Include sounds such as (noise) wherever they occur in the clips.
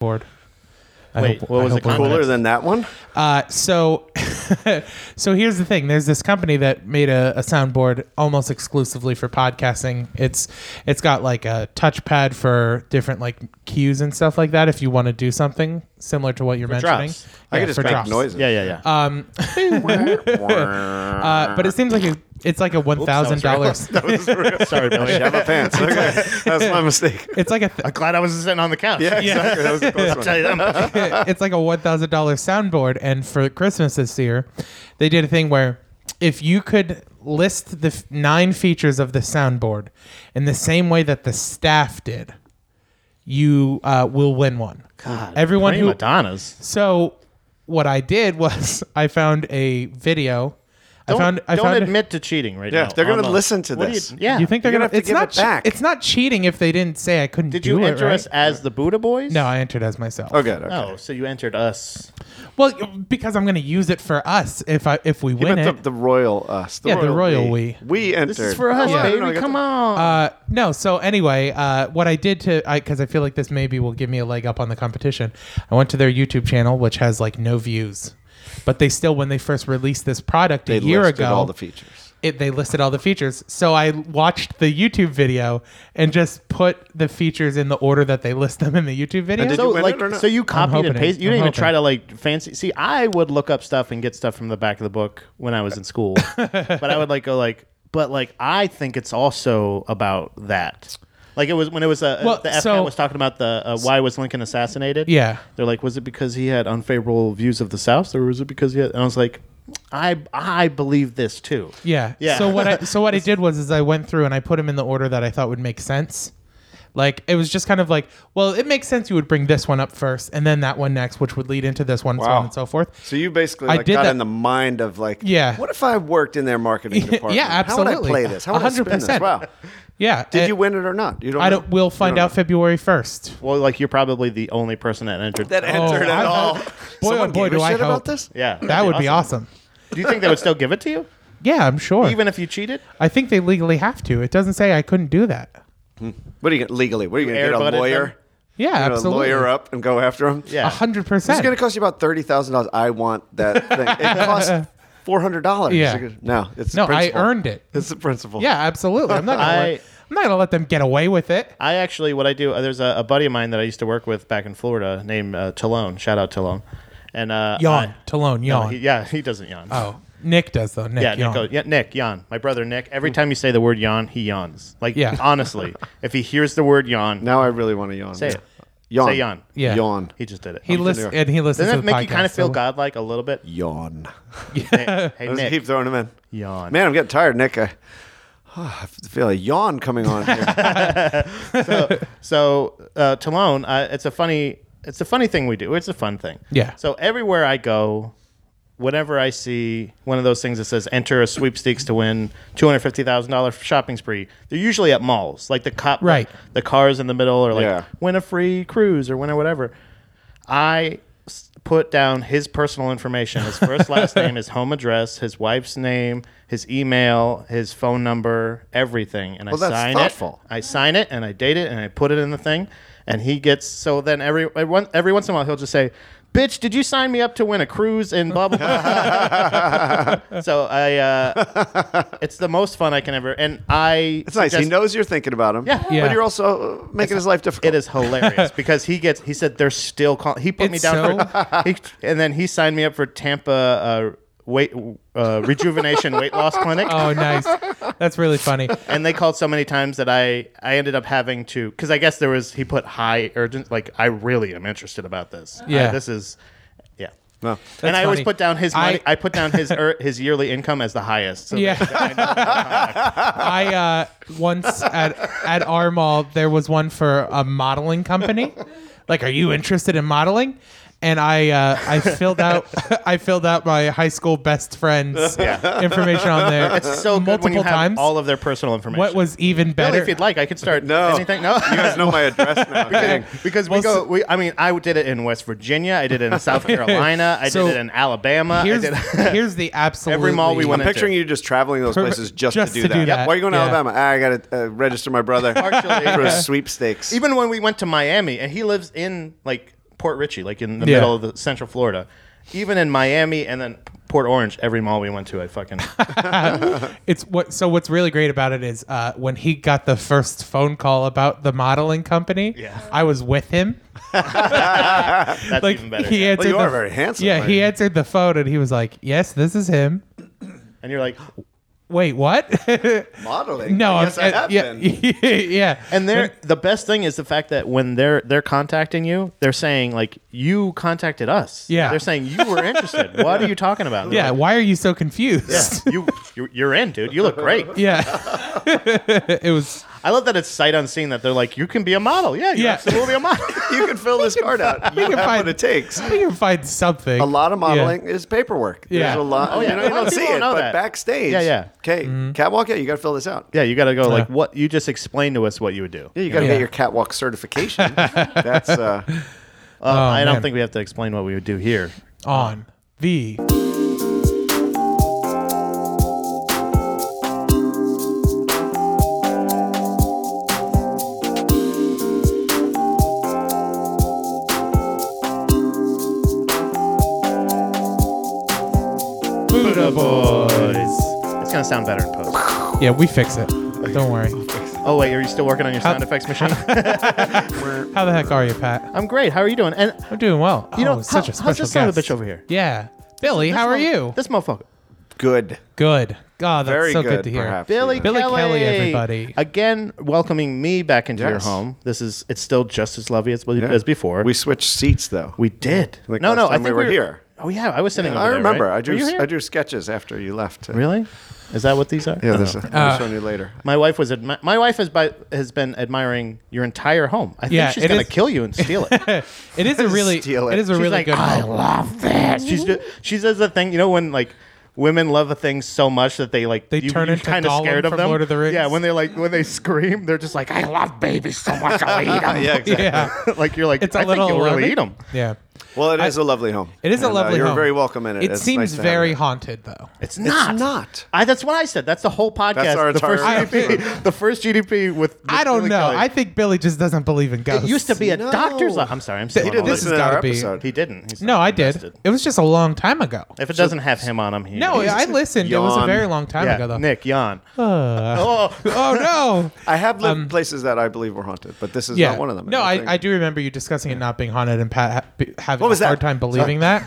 board. I Wait, hope- what I was hope it? we're Cooler right. than that one? Uh, so, (laughs) so here's the thing. There's this company that made a, a soundboard almost exclusively for podcasting. It's it's got like a touchpad for different like cues and stuff like that. If you want to do something similar to what you're mentioning, drops. I Yeah, could just for make drops. noises. Yeah, yeah, yeah. (laughs) Um, uh, but it seems like a, it's like a one thousand (laughs) dollars. Sorry, Billy. Shut (laughs) my pants. Okay, that's my mistake. It's like a th- I'm glad I wasn't sitting on the couch. Yeah, exactly. That was the I'll close tell one. you that (laughs) much. (laughs) it's like a one thousand dollar soundboard. And for Christmas this year, they did a thing where if you could list the f- nine features of the soundboard in the same way that the staff did, you uh, will win one. God, everyone Prima who donnas. so what I did was (laughs) I found a video. Don't, I found. I don't found admit to cheating right Yeah, now. they're gonna on the- listen to What do this. You, yeah. You think they're You're gonna? gonna have it's to give not. it back. It's not cheating if they didn't say I couldn't. Did do you it, enter right? us as the Buddha Boys? No, I entered as myself. Oh, good. Okay. Oh, so you entered us. Well, because I'm going to use it for us if I if we You win meant it. the, the royal us. The Yeah, the royal we. We entered. This is for us, Oh, I don't know, I baby. got Come the- on. uh, no, so anyway, uh, what I did to I because I feel like this maybe will give me a leg up on the competition. I went to their YouTube channel, which has like no views, but they still when they first released this product They a year listed ago, all the features. it, they listed all the features. So I watched the YouTube video and just put the features in the order that they list them in the YouTube video. did so you win like it or not? so you copied hoping and it- pasted. You I'm didn't even hoping. try to like fancy. See, I would look up stuff and get stuff from the back of the book when I was in (laughs) school, but I would like go like, but like I think it's also about that. Like it was when it was uh, Well, the FCAT so- was talking about the uh, why was Lincoln assassinated? Yeah. they're like, was it because he had unfavorable views of the South, or was it because he? Had, and I was like, I I believe this too. Yeah. Yeah. So what I so what I did was is I went through and I put them in the order that I thought would make sense. Like it was just kind of like, well, it makes sense you would bring this one up first and then that one next, which would lead into this one, so Wow. on and so forth. So you basically I like, did got that- in the mind of like, Yeah. What if I worked in their marketing (laughs) department? yeah, absolutely. How would I play this? How would I spin this? 100%. Wow. Yeah. Did it- you win it or not? You don't. I know. don't. We'll find don't out February first. Well, like you're probably the only person that entered. that entered I- at all. boy, oh, Someone boy, gave do a I shit hope. about this? yeah, That would be awesome. Do you think they would still give it to you, Yeah, I'm sure. even if you cheated? I think they legally have to. It doesn't say I couldn't do that. What are you gonna, legally? What are you going to get airbutted a them? lawyer? Yeah, You know, absolutely. lawyer up and go after him. Yeah. A hundred It's going to percent. cost you about thirty thousand dollars. I want that thing. It costs four hundred dollars. Yeah. No, it's No, the I principle. earned it. It's the principle. Yeah, absolutely. I'm not. Gonna I- let, I'm not gonna let them get away with it. I actually, what I do, uh, there's a, a buddy of mine that I used to work with back in Florida named uh, Talone. Shout out Talone. And uh, Yawn. I- Talone. No, Yawn. he- yeah, he doesn't yawn. Oh, Nick does though. Nick. yeah, yawn. Nick, goes, yeah, Nick yawn. My brother Nick. Every time you say the word yawn, he yawns. Like Yeah. (laughs) honestly, if he hears the word yawn, Now I really want to yawn. Say it. Yawn. Say yawn. Yeah. Yawn. he just did it. He listens and he listens. Doesn't to that the make podcast, you kind of feel so- godlike a (laughs) little bit? Yawn. hey, hey, Let's Nick, keep throwing them in. yawn. Man, I'm getting tired, Nick. I, (sighs) I feel a yawn coming (laughs) on here. So uh, Talone, uh, it's a funny, it's a funny thing we do. It's a fun thing. Yeah. So everywhere I go, whenever I see one of those things that says "Enter a sweepstakes to win two hundred fifty thousand dollars shopping spree," they're usually at malls, like the cop, Right. The cars in the middle, or like Yeah. win a free cruise, or win a whatever. I s- put down his personal information his (laughs) first last name his home address his wife's name his email his phone number everything and Well, i that's sign thoughtful. it i sign it and i date it and i put it in the thing and he gets so then every every once- every once in a while he'll just say bitch did you sign me up to win a cruise and blah blah blah (laughs) so i uh, it's the most fun i can ever and i It's nice. he suggest- knows you're thinking about him. Yeah. Yeah. But you're also uh, making his life difficult. it (laughs) is hilarious because he gets. He said they're still calling. He put me It's down for. (laughs) He, and then he signed me up for Tampa uh, weight uh, rejuvenation weight loss clinic. Oh, nice. That's really (laughs) funny. And they called so many times that I I ended up having to because I guess there was he put high urgent like I really am interested about this. I- Yeah. this is yeah. No. and I always funny. put down his I- money. I, put down his er, his yearly income as the highest. So Yeah. I uh, once at at our mall there was one for a modeling company. Like, are you interested in modeling? And I uh, I filled out (laughs) I filled out my high school best friends (laughs) Yeah. information on there. It's so multiple good when you have times. all of their personal information. what was even better? Really, if you'd like, I could start (laughs) No. anything. No, You guys know my address now. Dang. because (laughs) we go. We, I mean, I did it in West Virginia. I did it (laughs) in South Carolina. I So, did it in Alabama. I here's (laughs) did, (laughs) here's the absolute mall we went I'm Wanted to. picturing you just traveling those Perfect. places just, Just to do to that. do that. Why are you going to Yeah. Alabama? Ah, I got to uh, register my brother Partially. for a sweepstakes. even when we went to Miami, and he lives in like Port Richey, like in the Yeah. middle of the Central Florida. Even in Miami and then Port Orange, every mall we went to, (laughs) I fucking It's what. So what's really great about it is uh, when he got the first phone call about the modeling company. Yeah. I was with him. (laughs) that's Like even better. he yeah. answered. you the- are very handsome, Yeah, he Larry. answered the phone and he was like, "Yes, this is him." and you're like, Wait, what? (laughs) Modeling. no, I I'm- guess I uh, have yeah, (laughs) (laughs) been. yeah. and they're the best thing is the fact that when they're they're contacting you, they're saying like you contacted us. Yeah. they're saying you were interested. what are you talking about? And they're yeah. like, Why are you so confused? you you're- you're in, dude. You look great. (laughs) yeah. (laughs) it was. I love that it's sight unseen that they're like you can be a model. Yeah, you're Yeah. absolutely (laughs) a model. (laughs) You can fill this card (laughs) out. You can have find- what it takes. We can find something. A lot of modeling is paperwork. Yeah. There's Oh, a lot. yeah. You, know, A you lot of don't see people don't it, know but that. backstage. Yeah, yeah. Okay, catwalk. Yeah, you got to fill this out. Yeah, you got to go like Yeah. what you just explained to us what you would do. Yeah, you got to Yeah. get your catwalk (laughs) certification. That's uh, Uh, I don't Oh, man. think we have to explain what we would do here. on the. Buddha Boys. It's gonna sound better in post. Yeah, we fix it. Don't worry. Oh wait, are you still working on your sound (laughs) effects machine? (laughs) How the heck are you, Pat? I'm great. How are you doing? And I'm doing well. you oh, know, such how- a special how's this son of a bitch over here? Yeah, Billy, how are you? This motherfucker. good. Good. God, that's Very so good, good, to hear. perhaps. Billy, Billy Kelly. Kelly, everybody. Again, welcoming me back into your Yes. home. This is it's still just as lovely as, as before. We switched seats though. we did. Like no, last no, I time think we were here. Oh yeah, I was sitting. over I there, remember. right? I Were drew you here? I drew sketches after you left. Uh, Really? Is that what these are? Yeah, Oh, this no. I'll show you later. My wife was admi- my wife has by- has been admiring your entire home. I think Yeah, she's it gonna is- kill (laughs) you and steal it. It is a (laughs) really, it Steal it. is a She's really like, good. I home. love this. She's just, she says the thing, you know, when like women love a thing so much that they like They you, turn you're into kinda Gollum scared of from them. Lord of the Rings. Yeah, when they like when they scream, they're just like, I love babies so much. I'll (laughs) eat them. Yeah, exactly. Yeah, (laughs) like you're like, it's a I little. think you'll really eat lovely- them. Yeah, Well, it is a lovely home. it is a And, uh, lovely. You're home. very welcome in it. It It's seems nice to have very you. haunted, though. It's not. not. I, that's what I said. That's the whole podcast. our the first entire GDP. the first GDP with. with I don't Billy know. Kelly. I think Billy just doesn't believe in ghosts. it used to be a No. doctor's. Li- I'm sorry. I'm still. He on didn't all This has listen to gotta our be- episode. He didn't. He's No, not I did. invested. It was just a long time ago. If it doesn't have him on, I'm here. No, I listened. It was a Yawn. very long time yeah, ago, though. Nick yawn. (laughs) oh, (laughs) Oh no. I have lived places that I believe were haunted, but this is Yeah. not one of them. No, think- I, I do remember you discussing it not being haunted and Pat ha- be- having What was a hard that? time believing that.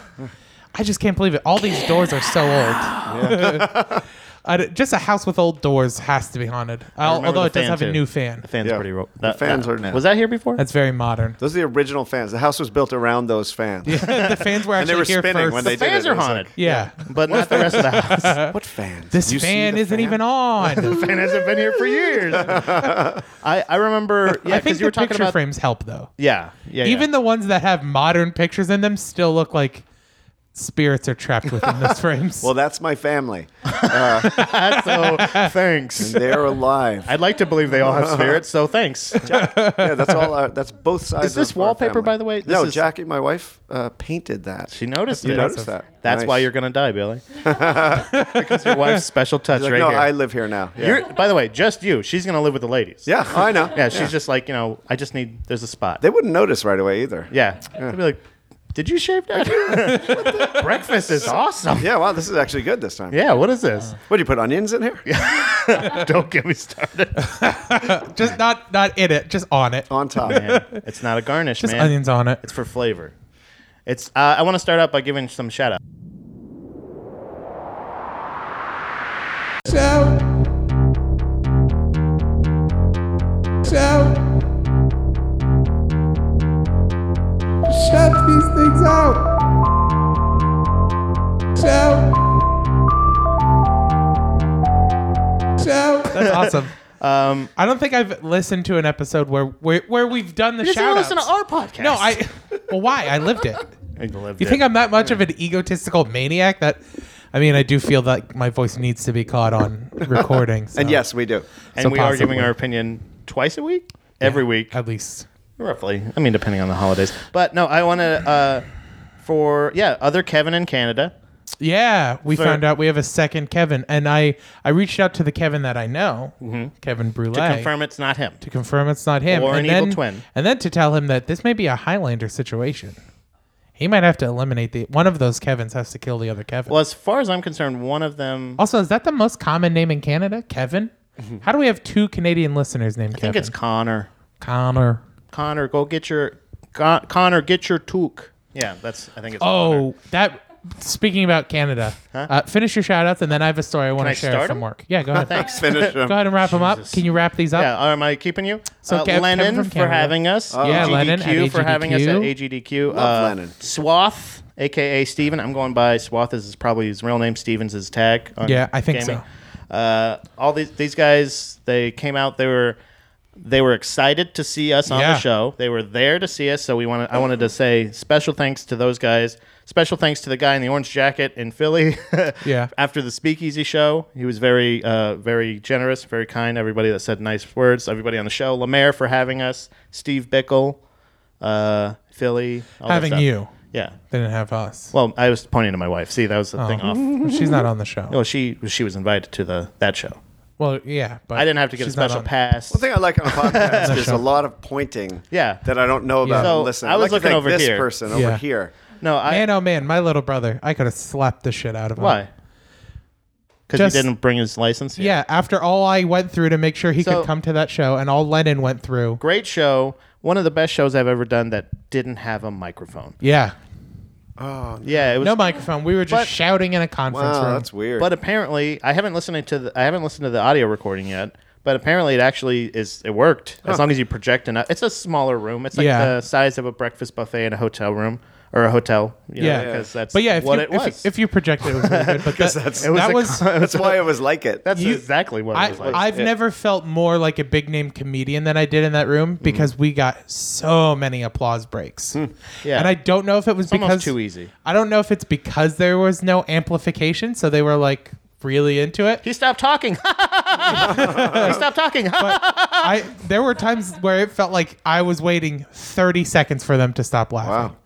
I just can't believe it. All these doors are so old. (laughs) (laughs) I d- just a house with old doors has to be haunted. Al- remember although the it does fan, have a too. new fan. The fans Yeah. pretty. Ro- The fans are now. Was that here before? That's very (laughs) modern. (laughs) Those are the original fans. The house was built around those fans. the fans were And they actually were here spinning first. when they the fans did it. are It was haunted, yeah. but not the rest of the house. (laughs) What fans? This You see fan the isn't fan? even (laughs) on. the fan hasn't been here for (laughs) years. I, I remember. Yeah, I think because you the were talking picture about. frames help though. Yeah, yeah. Even the ones that have modern pictures in them still look like spirits are trapped within (laughs) those frames. Well, that's my family. the (laughs) (laughs) so thanks. They're alive. I'd like to believe they all have spirits. (laughs) So thanks. yeah, that's all. Our, that's both sides. Is this of our wallpaper, family. by the way? This no, is- Jackie, my wife, uh, painted that. She noticed you it. noticed that. That's Nice. why you're gonna die, Billy. (laughs) because your wife's special touch She's like, right no, here. I live here now. Yeah, You're, by the way, just you. She's gonna live with the ladies. yeah I know. Yeah, she's just like you know. I just need. There's a spot. They wouldn't notice right away either. yeah. They'll be like, "Did you shave that? (laughs) (laughs) Breakfast is awesome." Yeah, wow, this is actually good this time. Yeah, what is this? What do you put onions in here? Uh. Don't get me started. (laughs) just not not in it, just on it. On top. Man, it's not a garnish, Just man. onions on it. It's (laughs) for flavor. It's. Uh, I want to start out by giving some shout out. Shout. Shout. Shout these things out. Shout. Shout. That's awesome. Um, I don't think I've listened to an episode where where, where we've done the you shout outs. listen to our podcast. no, I. Well, why? I lived it. (laughs) I lived You it. think I'm that much of an egotistical maniac? That, I mean, I do feel that my voice needs to be caught (laughs) on recording. so- And yes, we do. and so we are possibly. giving our opinion twice a week, every week, at least. roughly. I mean, depending on the holidays. But no, I want to. Uh, for yeah, other Kevin in Canada. Yeah, we For- found out we have a second Kevin, and I I reached out to the Kevin that I know, Kevin Brule, Mm-hmm. to confirm it's not him. to confirm it's not him, Or and an evil then, twin. and then to tell him that this may be a Highlander situation. He might have to eliminate the one of those Kevins has to kill the other Kevin. Well, as far as I'm concerned, one of them. also, is that the most common name in Canada, Kevin? How do we have two Canadian listeners named Mm-hmm. I think Kevin? it's Connor. Connor. Connor, go get your Con- Connor, get your toque. Yeah, that's. I think it's. Connor. Oh, that. Speaking about Canada, uh, finish your shout outs, and then I have a story I want I to share start from 'em? work. Yeah, go (laughs) ahead. thanks. Finish him. Go ahead and wrap them up. Jesus. Can you wrap these up? Yeah, uh, am I keeping you? So uh, Kev- Kevin Lennon from for Canada. having us. Yeah, Lennon at GDQ for having us at AGDQ. Oh. Love uh, Lennon. Swath, aka Steven. I'm going by Swath is probably his real name. Stevens is tag. on Yeah, I think gaming. so. Uh, all these these guys, they came out. They were they were excited to see us on Yeah. the show. They were there to see us. So we wanted. I wanted to say special thanks to those guys. Special thanks to the guy in the orange jacket in Philly. (laughs) Yeah. after the speakeasy show he was very uh, very generous very kind everybody that said nice words everybody on the show lemaire for having us steve bickle uh, philly all that Having stuff. you. yeah They didn't have us. well i was pointing to my wife see that was the thing Oh. (laughs) off She's not on the (laughs) show. well she she was invited to the that show Well, yeah, but i didn't have to get a she's not special on. pass One thing I like on (laughs) a podcast is sure. a lot of pointing. Yeah. That I don't know Yeah. about. So, and listen, I I'd was like to looking thank over this here. person Yeah. over here. no i Man, oh man, my little brother. I could have slapped the shit out of him. why because Just- he didn't bring his license Yeah, after all I went through to make sure he So- could come to that show, and all Lennon went through. great show one of the best shows i've ever done that didn't have a microphone Yeah, yeah it was no microphone. We were just But- shouting in a conference Wow, room. Oh, that's weird. But apparently, I haven't listened to the, I haven't listened to the audio recording yet. But apparently, it actually is. It worked as long as you project enough. It's a smaller room. It's like Yeah. the size of a breakfast buffet in a hotel room or a hotel. You Yeah. know, because that's but yeah, if what you, it if was. you- If, you project it, it was really good. (laughs) But that, that a was. (laughs) That's why it was like it. that's you- exactly what it was like. I, I've never felt more like a big name comedian than I did in that room because we got so many applause breaks. Yeah. And I don't know if it was almost because too easy. I don't know if it's because there was no amplification, so they were like really into it. he stopped talking. (laughs) he stopped talking. I there were times where it felt like I was waiting 30 seconds for them to stop laughing. Wow.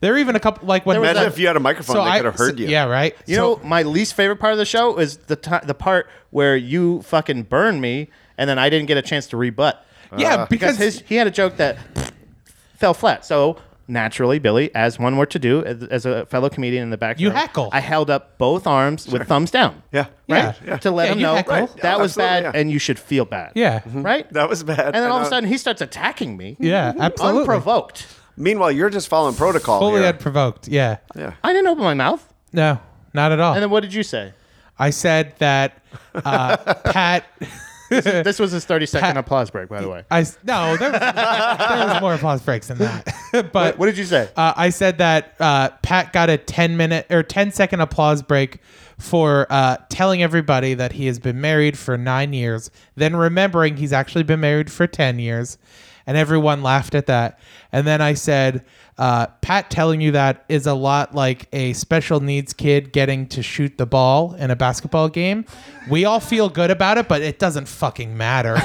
There were even a couple like when There was Imagine that- if you had a microphone, they could have heard so- you. Yeah, right. You So- know, my least favorite part of the show is the ti the part where you fucking burn me, and then I didn't get a chance to rebut. Uh, yeah, because because his he had a joke that (laughs) fell flat. So naturally, Billy, as one were to do, as, as a fellow comedian in the back, You row, heckle. I held up both arms with thumbs down. Yeah. Yeah. right. To let Yeah, him you know heckle. Right. that Yeah, was bad, absolutely, yeah. Mm-hmm. and you should feel bad. yeah. right. That was bad. and then all of a I- sudden, he starts attacking me. Yeah, absolutely. unprovoked. Meanwhile, you're just following protocol. Fully here. unprovoked. Yeah. yeah. I didn't open my mouth. No, not at all. And then what did you say? I said that uh, Pat. This was his thirty second applause break, by (laughs) the way. I s- no, there was, there was more applause breaks than that. (laughs) but What did you say? uh, I said that uh, Pat got a ten minute or 10 second applause break for uh, telling everybody that he has been married for nine years, then remembering he's actually been married for ten years, and everyone laughed at that. And then I said, uh, Pat telling you that is a lot like a special needs kid getting to shoot the ball in a basketball game. We all feel good about it, but it doesn't fucking matter.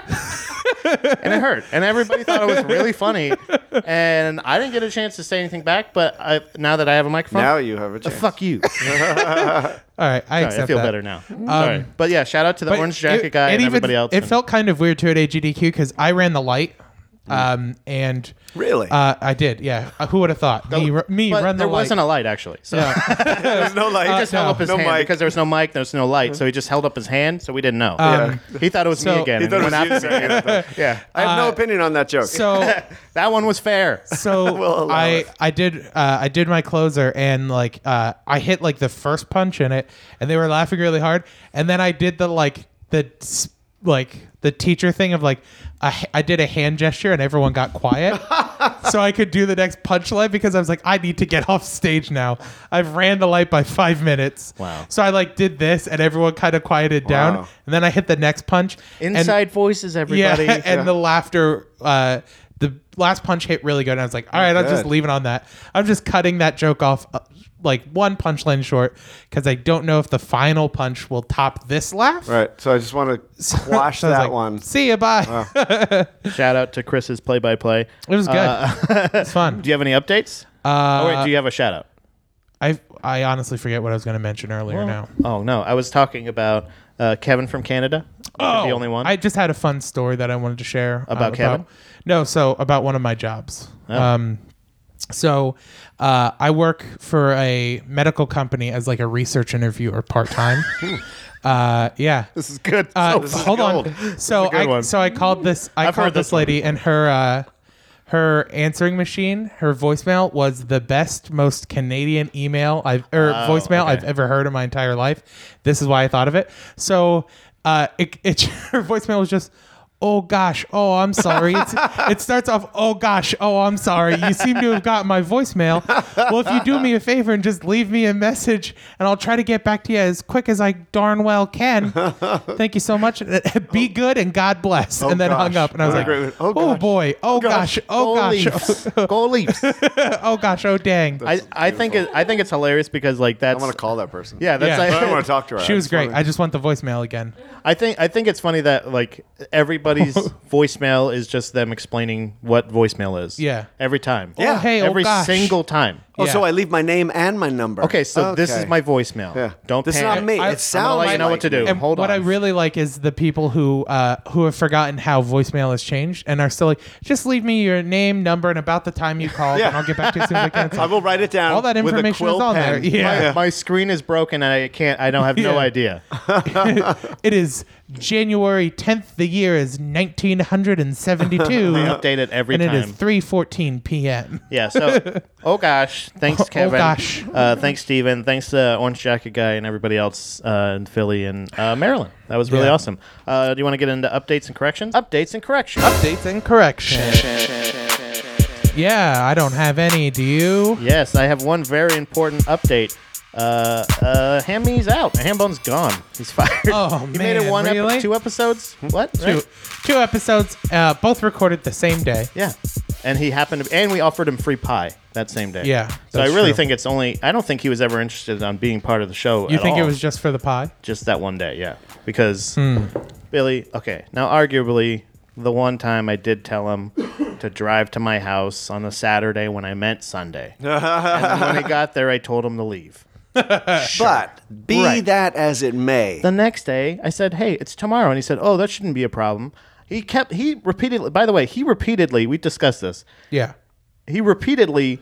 (laughs) and it hurt. And everybody thought it was (laughs) really funny. And I didn't get a chance to say anything back. But I, now that I have a microphone, uh, Now you have a chance. (laughs) fuck you. all right, I Sorry, accept I feel that. Um, better now. Sorry. But yeah, shout out to the But orange jacket guy and even- everybody else. It And felt kind of weird too at AGDQ because I ran the light, um, and Really? uh, I did. Yeah, Uh, who would have thought me? ru- me but run the there light. wasn't a light actually. So There's no light. uh, he just held up his No hand mic. because there was no mic, there was no light. So he just held up his hand, so we didn't know. He thought it was Um, so- me again. He and thought it went was you after me. saying it. (laughs) Yeah, I have no opinion on that (laughs) joke. uh, so that one was fair. so (laughs) We'll allow I it. I did uh, I did my closer and like uh, I hit like the first punch in it and they were laughing really hard and then I did the like the s- like the teacher thing of like I, h- I did a hand gesture and everyone got (laughs) quiet so I could do the next punchline because I was like I need to get (laughs) off stage now I've ran the light by five minutes Wow. so I like did this and everyone kind of quieted down Wow. and then I hit the next punch and- Inside voices, everybody. yeah, (laughs) and the laughter. Uh, the last punch hit really good, and I was like, "All right, I'll just Good. leave it on that. I'm just cutting that joke off, uh, like one punchline short, because I don't know if the final punch will top this laugh." All right. So I just want to (laughs) quash So I was that like, (laughs) one. Uh, See you, bye. Shout out to Chris's play-by-play. It was good. it's fun. (laughs) Uh, Do you have any updates? Uh, oh wait, do you have a shout out? I I honestly forget what I was going to mention earlier now. Oh no, I was talking about uh, Kevin from Canada. Oh, the only one. I just had a fun story that I wanted to share uh, About Kevin? Oh. no, so about one of my jobs. Um, so uh, I work for a medical company as like a research interviewer part (laughs) time. uh, yeah. this is good. Uh, this is hold gold. on. This So is a good I one. so I called this I I've called heard this, this one. lady and her uh, her answering machine, her voicemail was the best, most Canadian email I've or voicemail okay. I've ever heard in my entire life. This is why I thought of it. So uh, it, it (laughs) her voicemail was just. Oh gosh! Oh, I'm sorry. It's, it starts off. Oh gosh! Oh, I'm sorry. You seem to have gotten my voicemail. Well, if you do me a favor and just leave me a message, and I'll try to get back to you as quick as I darn well can. Thank you so much. (laughs) Be good and God bless. and then hung gosh. up. And I was like, What a great- Oh, oh gosh. boy! Oh, gosh! Oh gosh! Leafs. Go Leafs. (laughs) Oh gosh! Oh dang! I, I think it, I think it's hilarious because like I that's want to call that person. yeah that's Yeah. I don't want I, to talk to her. she I was just great. wanna- I just want the voicemail again. I think I think it's funny that like (laughs) everybody's voicemail is just them explaining what voicemail is. Yeah. Every time. Yeah. hey, oh, Every gosh. single time. oh, Yeah. so I leave my name and my number. Okay, so this is Okay. my voicemail. Yeah. Don't This is panic. not me. I- I'm it sounds. let you know like what to do. me. And Hold what on. I really like is the people who uh, who have forgotten how voicemail has changed and are still like, just leave me your name, number, and about the (laughs) time you called, Yeah. and I'll get back to you as soon as I can. It's (laughs) I like, will write it down. All that with a information is quill on there. pen. Yeah. My, my screen is broken and I can't (laughs) I don't have Yeah. no idea. it is January tenth. The year is nineteen hundred and (laughs) seventy-two. (laughs) I update it every And time. it is three fourteen p.m. Yeah. (laughs) So, oh gosh, thanks Oh, oh Kevin. gosh. Uh, thanks Steven. Thanks to Orange Jacket guy and everybody else uh, in Philly and uh, Maryland. That was really Yeah. awesome. Uh, do you want to get into updates and corrections? Updates and corrections. Updates and corrections. Yeah, I don't have any. Do you? yes, I have one very important update. Uh, uh, Hammy's out. Hambone's gone. He's (laughs) fired. Oh, he made it man, one, epi- really? Hmm? two episodes. What? Two, Right? two episodes, uh, both recorded the same day. Yeah. And he happened to, and we offered him free pie that same day. Yeah, So I that's really true. think it's only. I don't think he was ever interested on being part of the show. You at think it all. was just for the pie? just that one day, yeah. Because Billy, okay, now arguably the one time I did tell him to drive to my house on a Saturday when I meant Sunday. and then when he got there, I told him to leave. But be Right. that as it may, The next day, I said, "Hey, it's tomorrow," and he said, "Oh, that shouldn't be a problem." He kept he repeatedly. By the way, he repeatedly. We discussed this. Yeah. He repeatedly.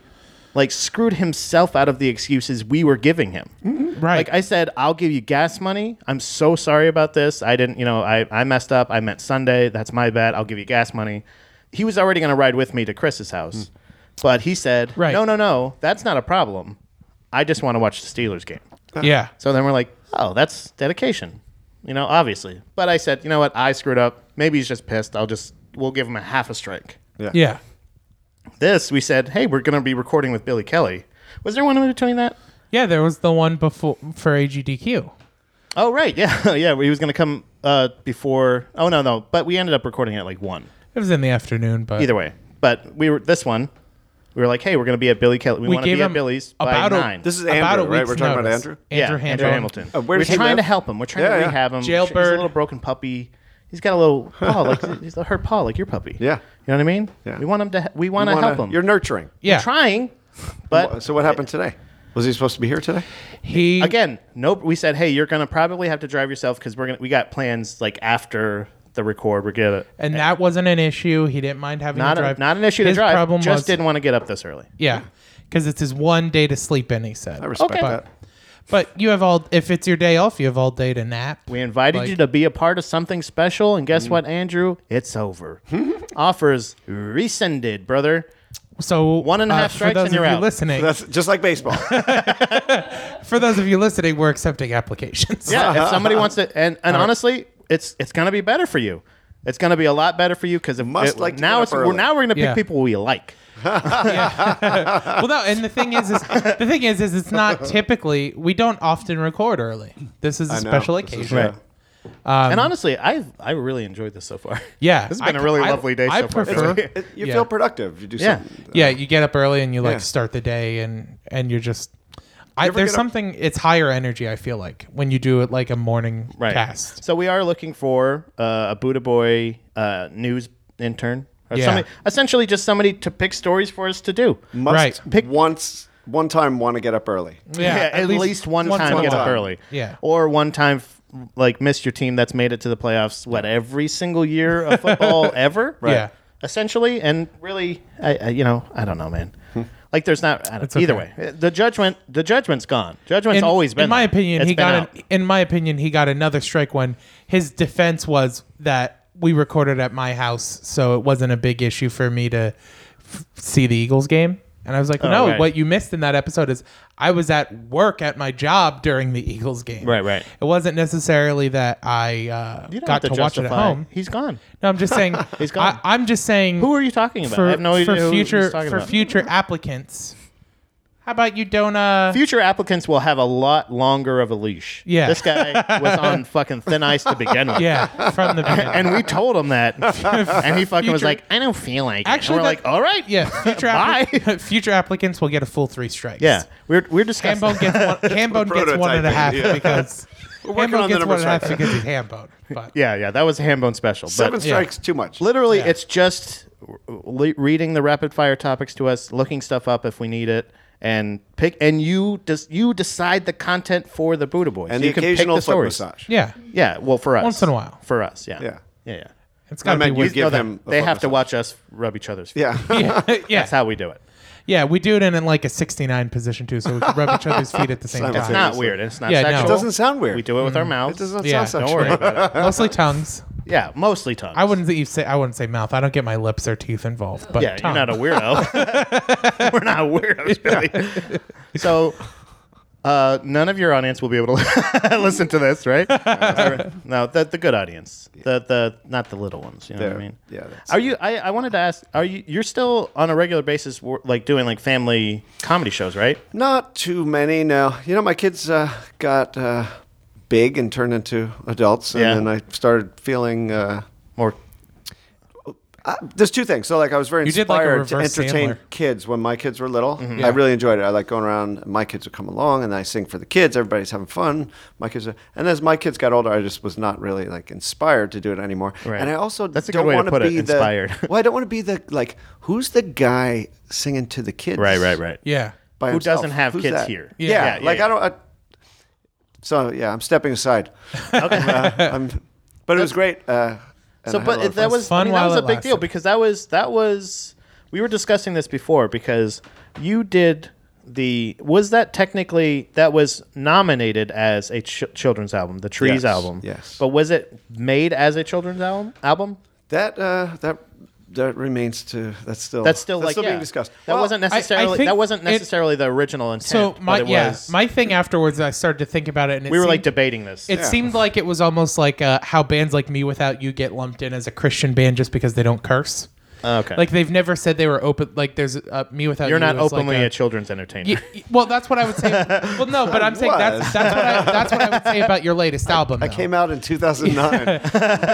Like screwed himself out of the excuses we were giving him. Right. Like I said, I'll give you gas money. I'm so sorry about this. I didn't, you know, I, I messed up. I meant Sunday. That's my bad. I'll give you gas money. He was already going to ride with me to Chris's house, but he said, Hmm. Right. no, no, no, that's not a problem. I just want to watch the Steelers game. yeah. So then we're like, oh, that's dedication, you know, obviously. But I said, you know what? I screwed up. Maybe he's just pissed. I'll just, we'll give him a half a strike. Yeah. This, we said, hey, we're going to be recording with Billy Kelly. Was there one in between that? Yeah, there was the one before for AGDQ. Oh right, yeah, (laughs) yeah. He was gonna come uh, before. Oh no, no. But we ended up recording at like one. It was in the afternoon, but Either way, but we were this one. We were like, hey, we're gonna be at Billy Kelly. We, We want to gave be at him Billy's about by a- nine. this is about Andrew, a right? week's We're talking about notice. Andrew. Andrew yeah, Hamilton. Hamilton. Uh, where we're does he trying to live? help him. We're trying Yeah, to yeah. rehab him. Jailbird. He's a little broken puppy. He's got a (laughs) little paw, like he's a hurt paw, like your puppy. Yeah. you know what I mean. Yeah. We want him to. We want to You wanna- help him. You're nurturing. Yeah. trying, but So what happened today? Was he supposed to be here today? He again, nope. We said, hey, you're gonna probably have to drive yourself because we're gonna. We got plans like after the record. We're gonna and that wasn't an issue. He didn't mind having not to a, drive. not an issue to His drive. Problem just was, didn't want to get up this early. Yeah, because it's his one day to sleep in. He said. I respect Okay. that. But you have all. If it's your day off, you have all day to nap. We invited Like- Mm. you to be a part of something special, and guess what, Andrew? It's over. (laughs) Offers rescinded, brother. So One and a uh, half for strikes those and you're of you out. listening. That's just like baseball. for those of you listening, we're accepting applications. Yeah, if somebody wants to, and, and honestly, it's it's gonna be better for you. It's gonna be a lot better for you because Must like to now get it's up we're, early. now we're gonna pick Yeah. people we like. (laughs) well, no, and the thing is, is the thing is, is it's not typically we don't often record early. This is a I know. special This is- occasion. yeah. and honestly, I I really enjoyed this so far. Um, Yeah, this has been I- a really I- lovely day I so far. prefer- Billy. It- (laughs) you Yeah. feel productive. You do Yeah. something. Yeah, you get up early and you like Yeah. start the day and and you're just. I, ever there's get up- something. It's higher energy. I feel like when you do it like a morning (laughs) right. cast. So we are looking for uh, a Buddha Boy uh, news intern. Or Yeah. somebody, essentially just somebody to pick stories for us to do. Must Right. pick once one time want to get up early. Yeah, at, least, one, time, get up time. early. Yeah. Or one time, f- like, missed your team that's made it to the playoffs, what, every single year of (laughs) football ever? Right. Yeah. Essentially. And really, I, I you know, I don't (laughs) know, man. like, there's not, I don't, either okay. way. eh, The judgment, the judgment's gone. Judgment's In- always been in my there. opinion, It's he been got out. an, in my opinion he got another strike when his defense was that we recorded at my house, so it wasn't a big issue for me to f- see the Eagles game. And I was like, no, Oh, right. what you missed in that episode is I was at work at my job during the Eagles game. Right, right. It wasn't necessarily that I uh, You don't got have to, to, watch it at justify. home. He's gone. No, I'm just saying. (laughs) He's gone. I, I'm just saying. Who are you talking about? for, I have no for idea who future he's talking for about. future applicants. How about you don't? Uh, future applicants will have a lot longer of a leash. Yeah. This guy was (laughs) on fucking thin ice to begin with. yeah, from the (laughs) beginning. And we told (laughs) him that. and he fucking was Future- like, I don't feel like it." Actually, And we're that- like, all right. Yeah. Yeah, future, Bye. appli- (laughs) future applicants will get a full three strikes. Yeah. We're, we're discussing. Hambone gets (laughs) one, Hambone gets one and a Prototyping, half yeah. (laughs) because working Hambone on the gets number one and a half strike. because he's Hambone. But (laughs) Yeah, yeah. That was a Hambone special. But Seven strikes too much. literally, it's just le- reading the rapid fire topics to us, looking stuff up if we need it. And pick, and you just you decide the content for the Buddha Boys. and you the occasional can pick the foot stories. massage. yeah, Yeah, well, for us. Once in a while. For us, yeah. Yeah. Yeah, yeah. it's I got to meant be you weird. give No, they- him. a they foot have to massage. watch us rub each other's feet. (laughs) Yeah. (laughs) (laughs) That's yeah, how we do it. yeah, we do it in, in like a 69 position too, so we can rub each other's feet at the (laughs) same Simultaneous. time. It's not weird. It's not Yeah, no. Mm-hmm. sexual. It doesn't sound weird. We do it with our It mouths. does not Yeah. sound Don't sexual. worry about it. Mostly tongues. (laughs) Yeah, mostly tongues. I wouldn't even say I wouldn't say mouth. I don't get my lips or teeth involved. But Yeah, tongue. you're not a weirdo. (laughs) We're not weirdos, Billy. So, uh, none of your audience will be able to (laughs) listen to this, right? (laughs) no, the, the good audience, the the not the little ones. You know what I They're- mean? yeah, that's- Are you? I, I wanted to ask. Are you? You're still on a regular basis, wor- like doing like family comedy shows, right? (laughs) Not too many now. You know, my kids uh, got uh, big and turned into adults, and Yeah. then I started feeling. Uh, More. uh, there's two things. So, like, I was very You did, like, a inspired to reverse entertain Sandler. kids when my kids were little. Mm-hmm. Yeah. I really enjoyed it. I like going around. My kids would come along, and I sing for the kids. Everybody's having fun. My kids, are, and as my kids got older, I just was not really like inspired to do it anymore. Right. And I also That's a good don't way to want put it, be the- inspired. (laughs) well, I don't want to be the like who's the guy singing to the kids? Right, right, right. Yeah, by Who himself. doesn't have Who's kids that? here? Yeah, Yeah. Yeah, like yeah, I don't. I, so yeah, I'm (laughs) stepping aside. (laughs) I'm- but it was great. Uh, and So, I had a but lot of it- that fun. was Fun I mean, that while was a it big deal lasted. because that was that was we were discussing this before because you did the was that technically that was nominated as a ch- children's album, the Trees Yes, album. yes. But was it made as a children's album? Album? that uh, that that remains to that's still That's still like yeah. being discussed. That Well, wasn't I necessarily think that wasn't it- necessarily the original intent. so my but it yeah was, my thing afterwards, I started to think about it, and it we were like seemed- debating this. It seemed like it was almost like uh, how bands like Me Without You get lumped in as a Christian band just because they don't curse. Oh, okay. Like they've never said they were open. Like there's uh, Me Without you're You. not was like openly a- (laughs) a children's entertainer. Y- y- well, that's what I would say. Well, no, but I'm saying that's was. that's what I, that's what I would say about your latest album. I though. came out in 2009.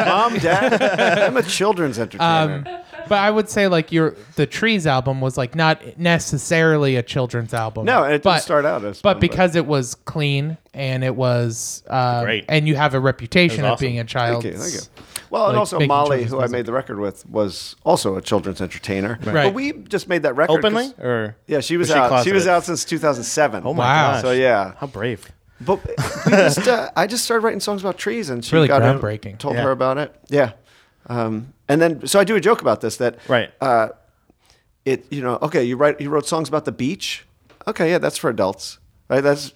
Mom, Dad, I'm a children's entertainer. but I would say like your the Trees album was like not necessarily a children's album. No, and it didn't but, start out as But one, but- because it was clean and it was uh, Great. and you have a reputation That was of being a child. Thank you, thank you. Well, and like, also making Molly, children's who I music. made the record with, was also a children's entertainer. Right. But we just made that record 'cause- openly or Yeah, she was or out. She closeted? was out since 2007. Oh my Wow. gosh. So yeah, How brave. But we (laughs) just, uh, I just started writing songs about trees, and she really got in- groundbreaking. told Yeah. her about it. Yeah, um, and then so I do a joke about this that Right. Uh, it you know okay you write you wrote songs about the beach. Okay, yeah, that's for adults. (laughs) Right, that's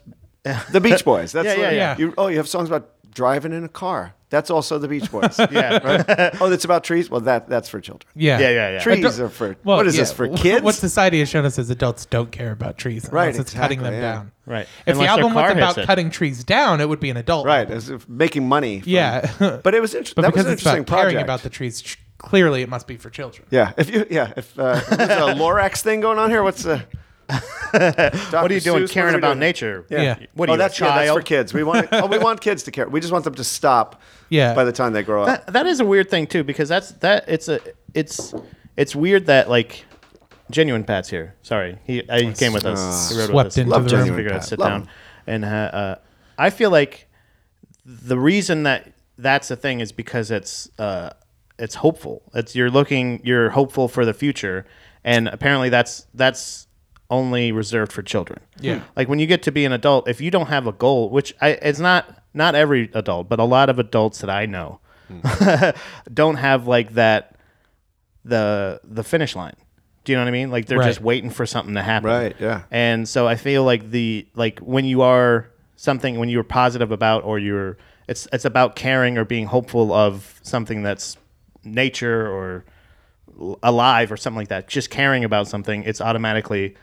the Beach Boys. That's Yeah, yeah, what- yeah. You, oh, you have songs about driving in a car. That's also the Beach Boys. (laughs) Yeah. (laughs) oh, that's about trees. Well, that that's for children. Yeah, Yeah, yeah, yeah. Trees Adu- are for Well, what is yeah. this for kids? What society has shown us is adults don't care about trees unless Right, it's cutting them exactly, yeah. down. Right. If Unless the their album car was hits about it. cutting trees down, it would be an adult. right, album. as if making money. from- Yeah. but it was interesting. But That was because an it's about interesting caring project. about the trees, ch- clearly it must be for children. Yeah, if you yeah, if uh, (laughs) there's a Lorax thing going on here, what's uh, the What are you doing caring about nature? Yeah. What are you, oh, that's, a child? yeah, that's for kids. We want (laughs) oh, we want kids to care. We just want them to stop. Yeah. By the time they grow up, That- that is a weird thing too because that's that it's a it's it's weird that like genuine Pat's here. Sorry, he I, he came with us. Uh, He rode Swept with us. into Love the room. genuine Genuine Figured I'd Pat. sit Love down him. and uh, uh, I feel like the reason that that's a thing is because it's uh, it's hopeful. It's you're looking you're hopeful for the future, and apparently that's that's only reserved for children. Yeah. Like when you get to be an adult, if you don't have a goal, which I, it's not not every adult, but a lot of adults that I know (laughs) don't have like that the the finish line. Do you know what I mean? Like they're Right. just waiting for something to happen. Right, yeah. And so I feel like the like when you are something when you're positive about or you're it's it's about caring or being hopeful of something that's nature or l- alive or something like that. Just caring about something, it's automatically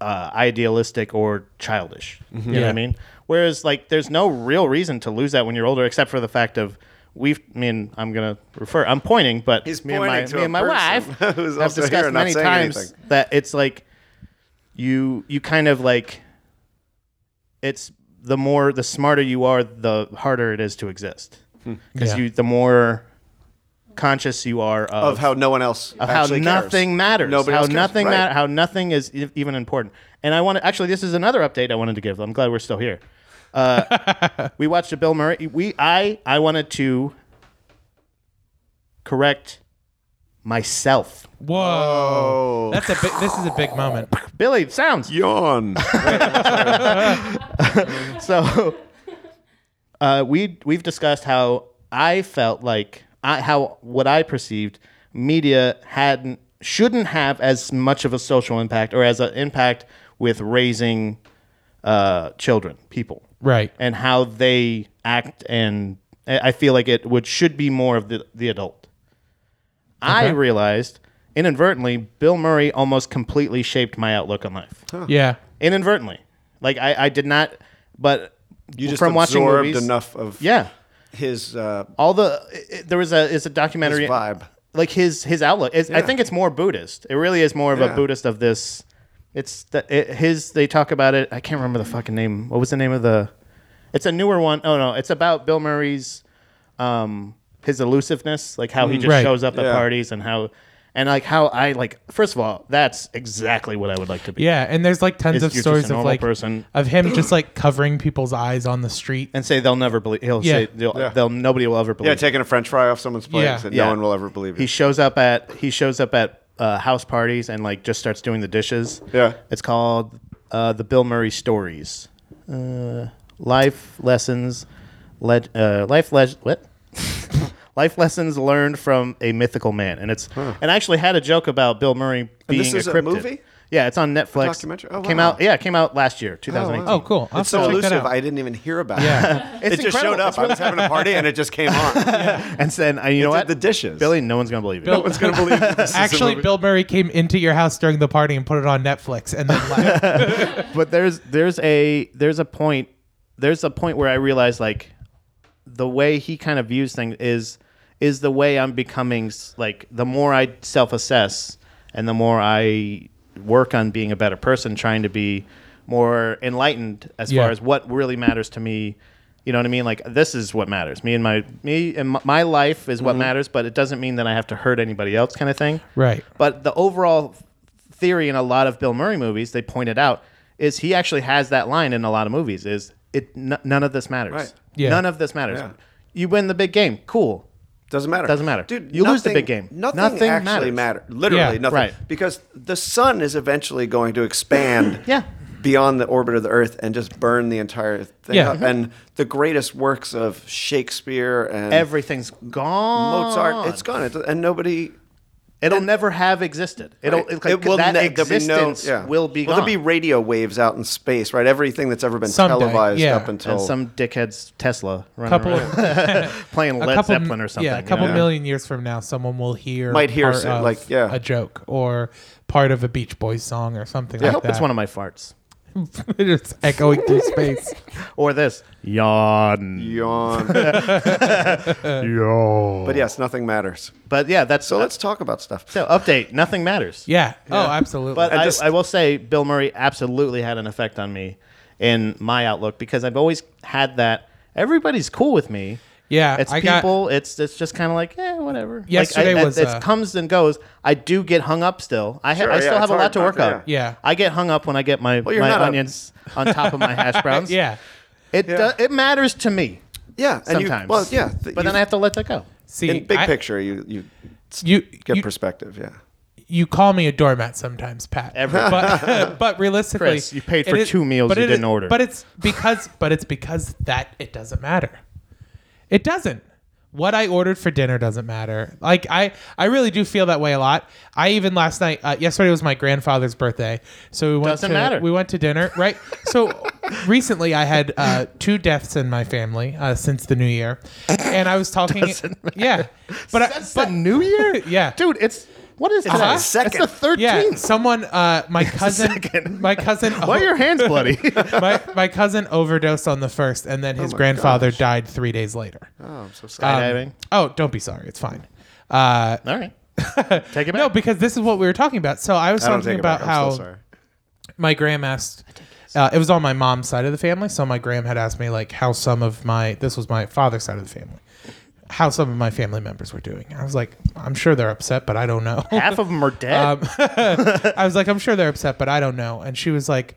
uh, idealistic or childish. You know what Yeah. I mean? Whereas like there's no real reason to lose that when you're older, except for the fact of we've. I mean, I'm gonna refer. I'm pointing, but He's me and my, pointing to me a and my person wife (laughs) who's have also here discussed and not many saying times anything. that it's like you you kind of like it's the more the smarter you are, the harder it is to exist Hmm. because Yeah. you the more conscious you are Of how no one else of how actually cares. nothing matters. Nobody how else cares, nothing right. matter. How nothing is e- even important. And I want to actually. This is another update I wanted to give. I'm glad we're still here. Uh, (laughs) we watched a Bill Murray. We I I wanted to correct myself. Whoa. Oh, That's a big, this is a big (laughs) moment. Billy sounds (laughs) yawn. (laughs) so. Uh, we we've discussed how I felt like I, how what I perceived media hadn't shouldn't have as much of a social impact or as an impact with raising uh, children, people, Right. and how they act. And I I feel like it would should be more of the, the adult. I Okay. realized inadvertently Bill Murray almost completely shaped my outlook on life. Yeah. Inadvertently, like I, I did not, but You just from watching absorbed movies, enough of Yeah, his uh, all the i i- there was a is a documentary vibe. like his his outlook is i Yeah. think it's more buddhist it really is more of Yeah. a buddhist of this it's the, it, his they talk about it i can't remember the fucking name what was the name of the it's a newer one. Oh no it's about bill murray's um his elusiveness like how he just Mm. Right. shows up at Yeah. parties and how and like how i like first of all that's exactly what i would like to be Yeah. And there's like tons Is of you're just stories a of normal like, person. of him (clears throat) just like covering people's eyes on the street. and say they'll never believe he'll Yeah. say they'll, Yeah. they'll nobody will ever believe yeah, it. taking a French fry off someone's plate Yeah. and Yeah. no one will ever believe he it. shows up at he shows up at uh, house parties and like just starts doing the dishes. Yeah. it's called uh, the Bill Murray Stories, uh, life lessons, le- uh, life le- what? (laughs) life lessons learned from a mythical man, and it's and I actually had a joke about Bill Murray being this is a cryptid. movie? Yeah, it's on Netflix. documentary? Oh, came wow. out yeah, it came out last year, 2018. Oh, cool. I'll It's so have to check that elusive. out. I didn't even hear about Yeah. (laughs) it. It's it just incredible. showed up. I was having a party and it just came (laughs) on. And then and you know did what? the dishes. Billy. No one's gonna believe you. Bill- No one's gonna believe that this is a Actually, movie. Bill Murray came into your house during the party and put it on Netflix and then left. but there's there's a there's a point there's a point where I realize like the way he kind of views things is is the way I'm becoming s- like the more I self assess and the more I work on being a better person, trying to be more enlightened as Yeah. far as what really matters to me. You know what I mean? Like this is what matters. Me and my me and my- my life is what matters, but it doesn't mean that I have to hurt anybody else, kind of thing. Right. But the overall theory in a lot of Bill Murray movies, they pointed out, is he actually has that line in a lot of movies: is it n- none of this matters. Right. Yeah. None of this matters. Yeah. You win the big game, cool. Doesn't matter. Doesn't matter. Dude, You lose the nothing- big game. Nothing, Nothing actually matters. matters. Literally Yeah. nothing. Right. Because the sun is eventually going to expand (laughs) Yeah. beyond the orbit of the earth and just burn the entire thing Yeah. up. And the greatest works of Shakespeare and Everything's gone. Mozart, it's gone. It, and nobody. It'll never have existed. It'll like, It, it will that ne- there'll be no- existence yeah. will be Well, gone. there'll be radio waves out in space, right? Everything that's ever been Someday, televised yeah. up until and some dickhead's Tesla running Couple- (laughs) around (laughs) playing Led couple- Zeppelin or something. Yeah, a you couple know? million years from now, someone will hear Might hear part so- of like, yeah. a joke or part of a Beach Boys song or something I like hope that. it's one of my farts (laughs) it's echoing through space. or this yawn. yawn. yawn. but yes, nothing matters. But yeah, that's So let's talk about stuff. So update, nothing matters. Yeah. Oh, absolutely. But I I, just- I will say Bill Murray absolutely had an effect on me in my outlook because I've always had that everybody's cool with me. yeah, It's I got people. It's it's just kind of like eh, whatever. Yesterday like, I- I- was, it uh, comes and goes. I do get hung up still. I ha- Sure, I yeah, still it's have a lot hard to not work to- up. yeah. I get hung up when I get my you're my not a- onions on top of (laughs) my hash browns. yeah. it do- it matters to me Yeah, and you- sometimes. well, yeah, th- but then you- I have to let that go. See, in big I- picture, you you You get you, perspective. Yeah, you call me a doormat sometimes, Pat. Every- but (laughs) but realistically, Chris, you paid it for two meals but you it didn't order. But it's because (laughs) but it's because that it doesn't matter. It doesn't. What I ordered for dinner doesn't matter. Like I, I really do feel that way a lot. I even last night, uh, yesterday was my grandfather's birthday, so we went Doesn't to matter. we went to dinner, right? So (laughs) recently, I had uh, two deaths in my family uh, since the new year, and I was talking. Yeah, but I, That's but the New Year, (laughs) Yeah. Uh-huh. dude. It's what is on that? the second. It's the yeah, thirteenth. someone, uh, (laughs) my cousin, second. my cousin, Why are your Uh-huh. hands bloody? (laughs) my my cousin overdosed on the first, and then his Oh my grandfather gosh. died three days later. Oh, I'm so sorry. Skydiving. Oh, don't be sorry, it's fine. Uh, All right, (laughs) take it back. no, because this is what we were talking about. So I was I don't talking take about it back. how I'm so sorry. my gram asked uh, it was on my mom's side of the family so my gram had asked me like how some of my this was my father's side of the family how some of my family members were doing i was like i'm sure they're upset but i don't know half of them are dead. um, i was like i'm sure they're upset but i don't know and she was like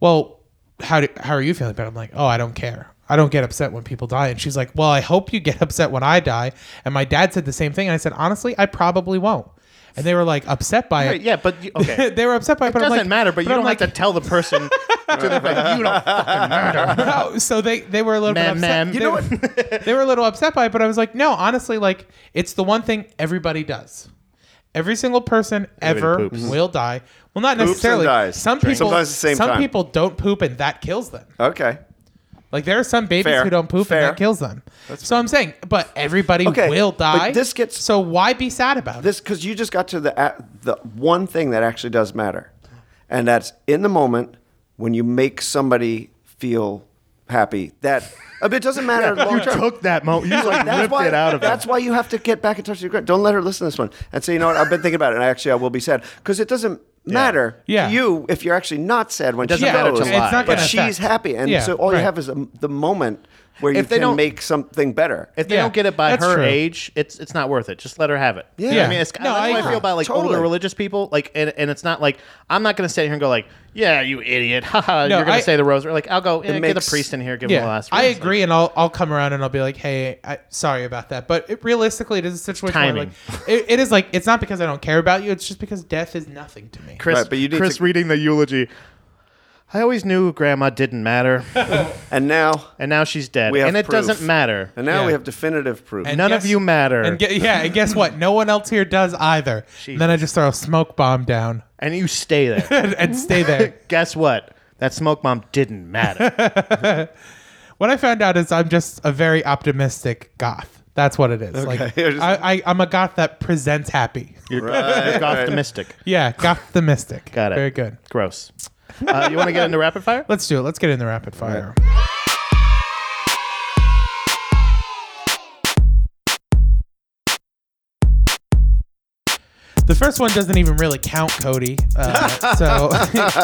well how do, how are you feeling about it i'm like oh i don't care I don't get upset when people die. And she's like, Well, I hope you get (laughs) upset when I die. And my dad said the same thing. And I said, Honestly, I probably won't. And they were like upset by Right, it. yeah, but you, (laughs) okay. they were upset by it. but I'm doesn't like- matter, but, you I'm don't like, have to tell (laughs) the person to the fact you don't fucking matter. No, (laughs) so they they were a little Ma'am, bit upset. ma'am. They, You know what? they were a little upset by it, but I was like, no, honestly, like it's the one thing everybody does. Every single person ever poops. will die. Well, not and necessarily. dies. Some Drink. people Sometimes at the same some time. people don't poop and that kills them. Okay. Like there are some babies Fair. who don't poop Fair. and that kills them. so I'm saying, but everybody Okay, will but die. this gets- so why be sad about it? This because you just got to the a- the one thing that actually does matter, and that's in the moment when you make somebody feel happy. That I mean, it doesn't matter long You term. took that moment. You (laughs) like ripped why, it out of that's him. why you have to get back in touch with your grand. Don't let her listen to this one and say, you know what, I've been thinking about it, and actually I will be sad because it doesn't matter Yeah. to you if you're actually not sad when doesn't she matter goes. to lie. It's not but gonna affect. she's happy, and Yeah, so all right. you have is um, the moment where you If they can don't- make something better. If they Yeah, don't get it by that's her true. age, it's it's not worth it. Just let her have it. You know what Yeah. I mean, it's, No, that's I how I agree. feel about like Totally. older religious people. Like, and, and it's not like I'm not gonna sit here and go like, yeah, you idiot, (laughs) haha, No, you're gonna I- say the rosary. Like, I'll go eh, get makes- the priest in here, give him the Yeah, last. I words. Like, agree, and I'll I'll come around and I'll be like, hey, I, sorry about that. But it, realistically, it is a situation where Timing. like it, it is like it's not because I don't care about you. It's just because death is nothing to me. Chris, Right, but you need Chris to- reading the eulogy. I always knew Grandma didn't matter, (laughs) and now, and now she's dead, We have and it proof. doesn't matter. and now Yeah. we have definitive proof. And None of guess- you matter. And ge- yeah, and guess what? No one else here does either. And then I just throw a smoke bomb down and you stay there. (laughs) and, and stay (laughs) there. Guess what? That smoke bomb didn't (laughs) matter. what I found out is I'm just a very optimistic goth. That's what it is. Like You're just- I, I, I'm a goth that presents happy. You're, you're Right, right. optimistic. Yeah, goth the mystic. Got it. Very good. Gross. Uh, you want to get into rapid (laughs) fire? Let's do it. Let's get in the rapid fire. The first one doesn't even really count, Cody. Uh, so (laughs)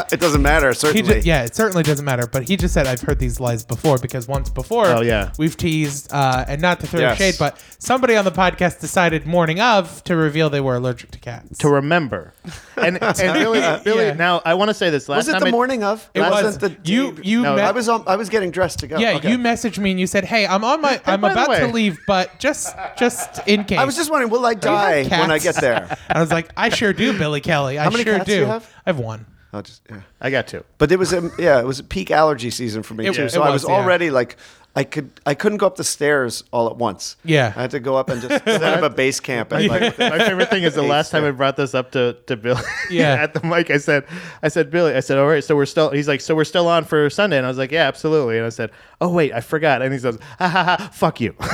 (laughs) it doesn't matter, he certainly. ju- yeah, it certainly doesn't matter. But he just said, "I've heard these lies before," because once before, Oh, yeah. we've teased, uh, and not to throw Yes. shade, but somebody on the podcast decided morning of to reveal they were allergic to cats. To remember. And, (laughs) and really, really Yeah. now I want to say this. Last Was it time the I- morning of? it Last- was the- you. You No, met, I was on, I was getting dressed to go. Yeah, Okay. you messaged me and you said, "Hey, I'm on (laughs) my. I'm by the about to way- leave, but just just in case." I was just wondering, will I die have when I cats? get there? (laughs) I was like, "I sure do, Billy Kelly. I How many sure cats do. do you have? I have one. I'll just, yeah. I got two. But it was a, yeah, it was peak allergy season for me It- too. it So I was, was yeah. already like, I could I couldn't go up the stairs all at once. Yeah. I had to go up and just set up a base camp. And like, (laughs) My favorite thing is the last time I brought this up to, to (laughs) Billy Yeah. at the mic. I said, I said, Billy, I said, all right, so we're still, he's like, so we're still on for Sunday. And I was like, yeah, absolutely. And I said, oh, wait, I forgot. And he says, ha ha ha, fuck you. (laughs) so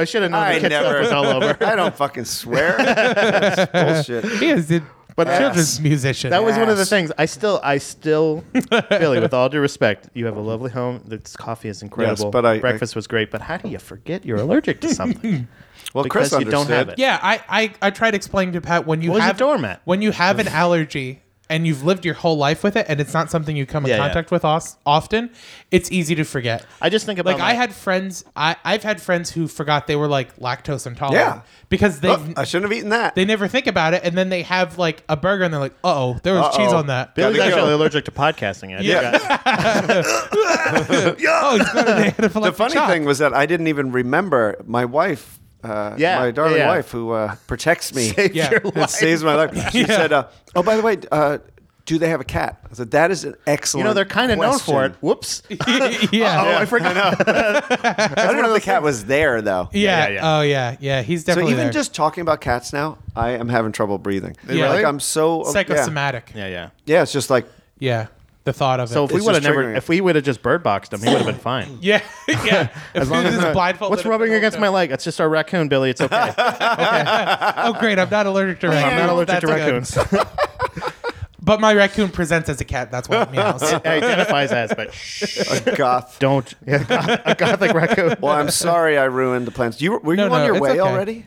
I should have known I the catch never- was all over. (laughs) I don't fucking swear. That's bullshit. He is a But children's musician. That was one of the Ass. things. I still, I still, Billy, with all due respect, you have a lovely home. This coffee is incredible. but I- breakfast was great. But how do you forget you're allergic to something? Well, Because Chris you don't have understood. it. yeah. I, I I tried explaining to Pat when you What was a have doormat? when you have an allergy. And you've lived your whole life with it, and it's not something you come in Yeah, yeah. contact with os- often. It's easy to forget. I just think about like I had friends, I, I've had friends who forgot they were like lactose intolerant Yeah. because they've Oh, I shouldn't have eaten that. they never think about it, and then they have like a burger, and they're like, "Uh oh, there was Uh-oh. cheese on that." Bill- Billy's Gotta go. actually allergic to podcasting. I Yeah. yeah. (laughs) Oh, he's got an (laughs) anaphylactic the funny shock. thing was that I didn't even remember my wife uh, Yeah, my darling yeah. wife who uh, protects me. (laughs) Saved Yeah. your It It life. saves my life. She Yeah. said, uh, "Oh, by the way, uh, do they have a cat?" I said, "That is an you excellent." know, they're kind of known for it. question." Whoops. (laughs) yeah. (laughs) Oh, I forgot. (laughs) (laughs) I don't know if the cat was there though. yeah. Yeah, yeah, yeah. Oh yeah. Yeah. He's So definitely even there. just talking about cats now, I am having trouble breathing. Yeah. Like I'm so oh, yeah. psychosomatic. Yeah. yeah, yeah. Yeah, it's just like The thought of it. So if we It's would have just never, triggering. if we would have just bird boxed him, he would have been fine. (laughs) yeah. (laughs) (laughs) yeah. If we just blindfolded What's him rubbing the whole against time. my leg? It's just our raccoon, Billy. It's (laughs) okay. Oh great! I'm not allergic to raccoons. (laughs) I'm not That's allergic to good. raccoons. (laughs) (laughs) But my raccoon presents as a cat. That's why it meows. identifies as, (laughs) but shh, a goth. don't. Yeah, goth- a gothic raccoon. (laughs) Well, I'm sorry I ruined the plans. You were you No, on no, your it's way okay. already?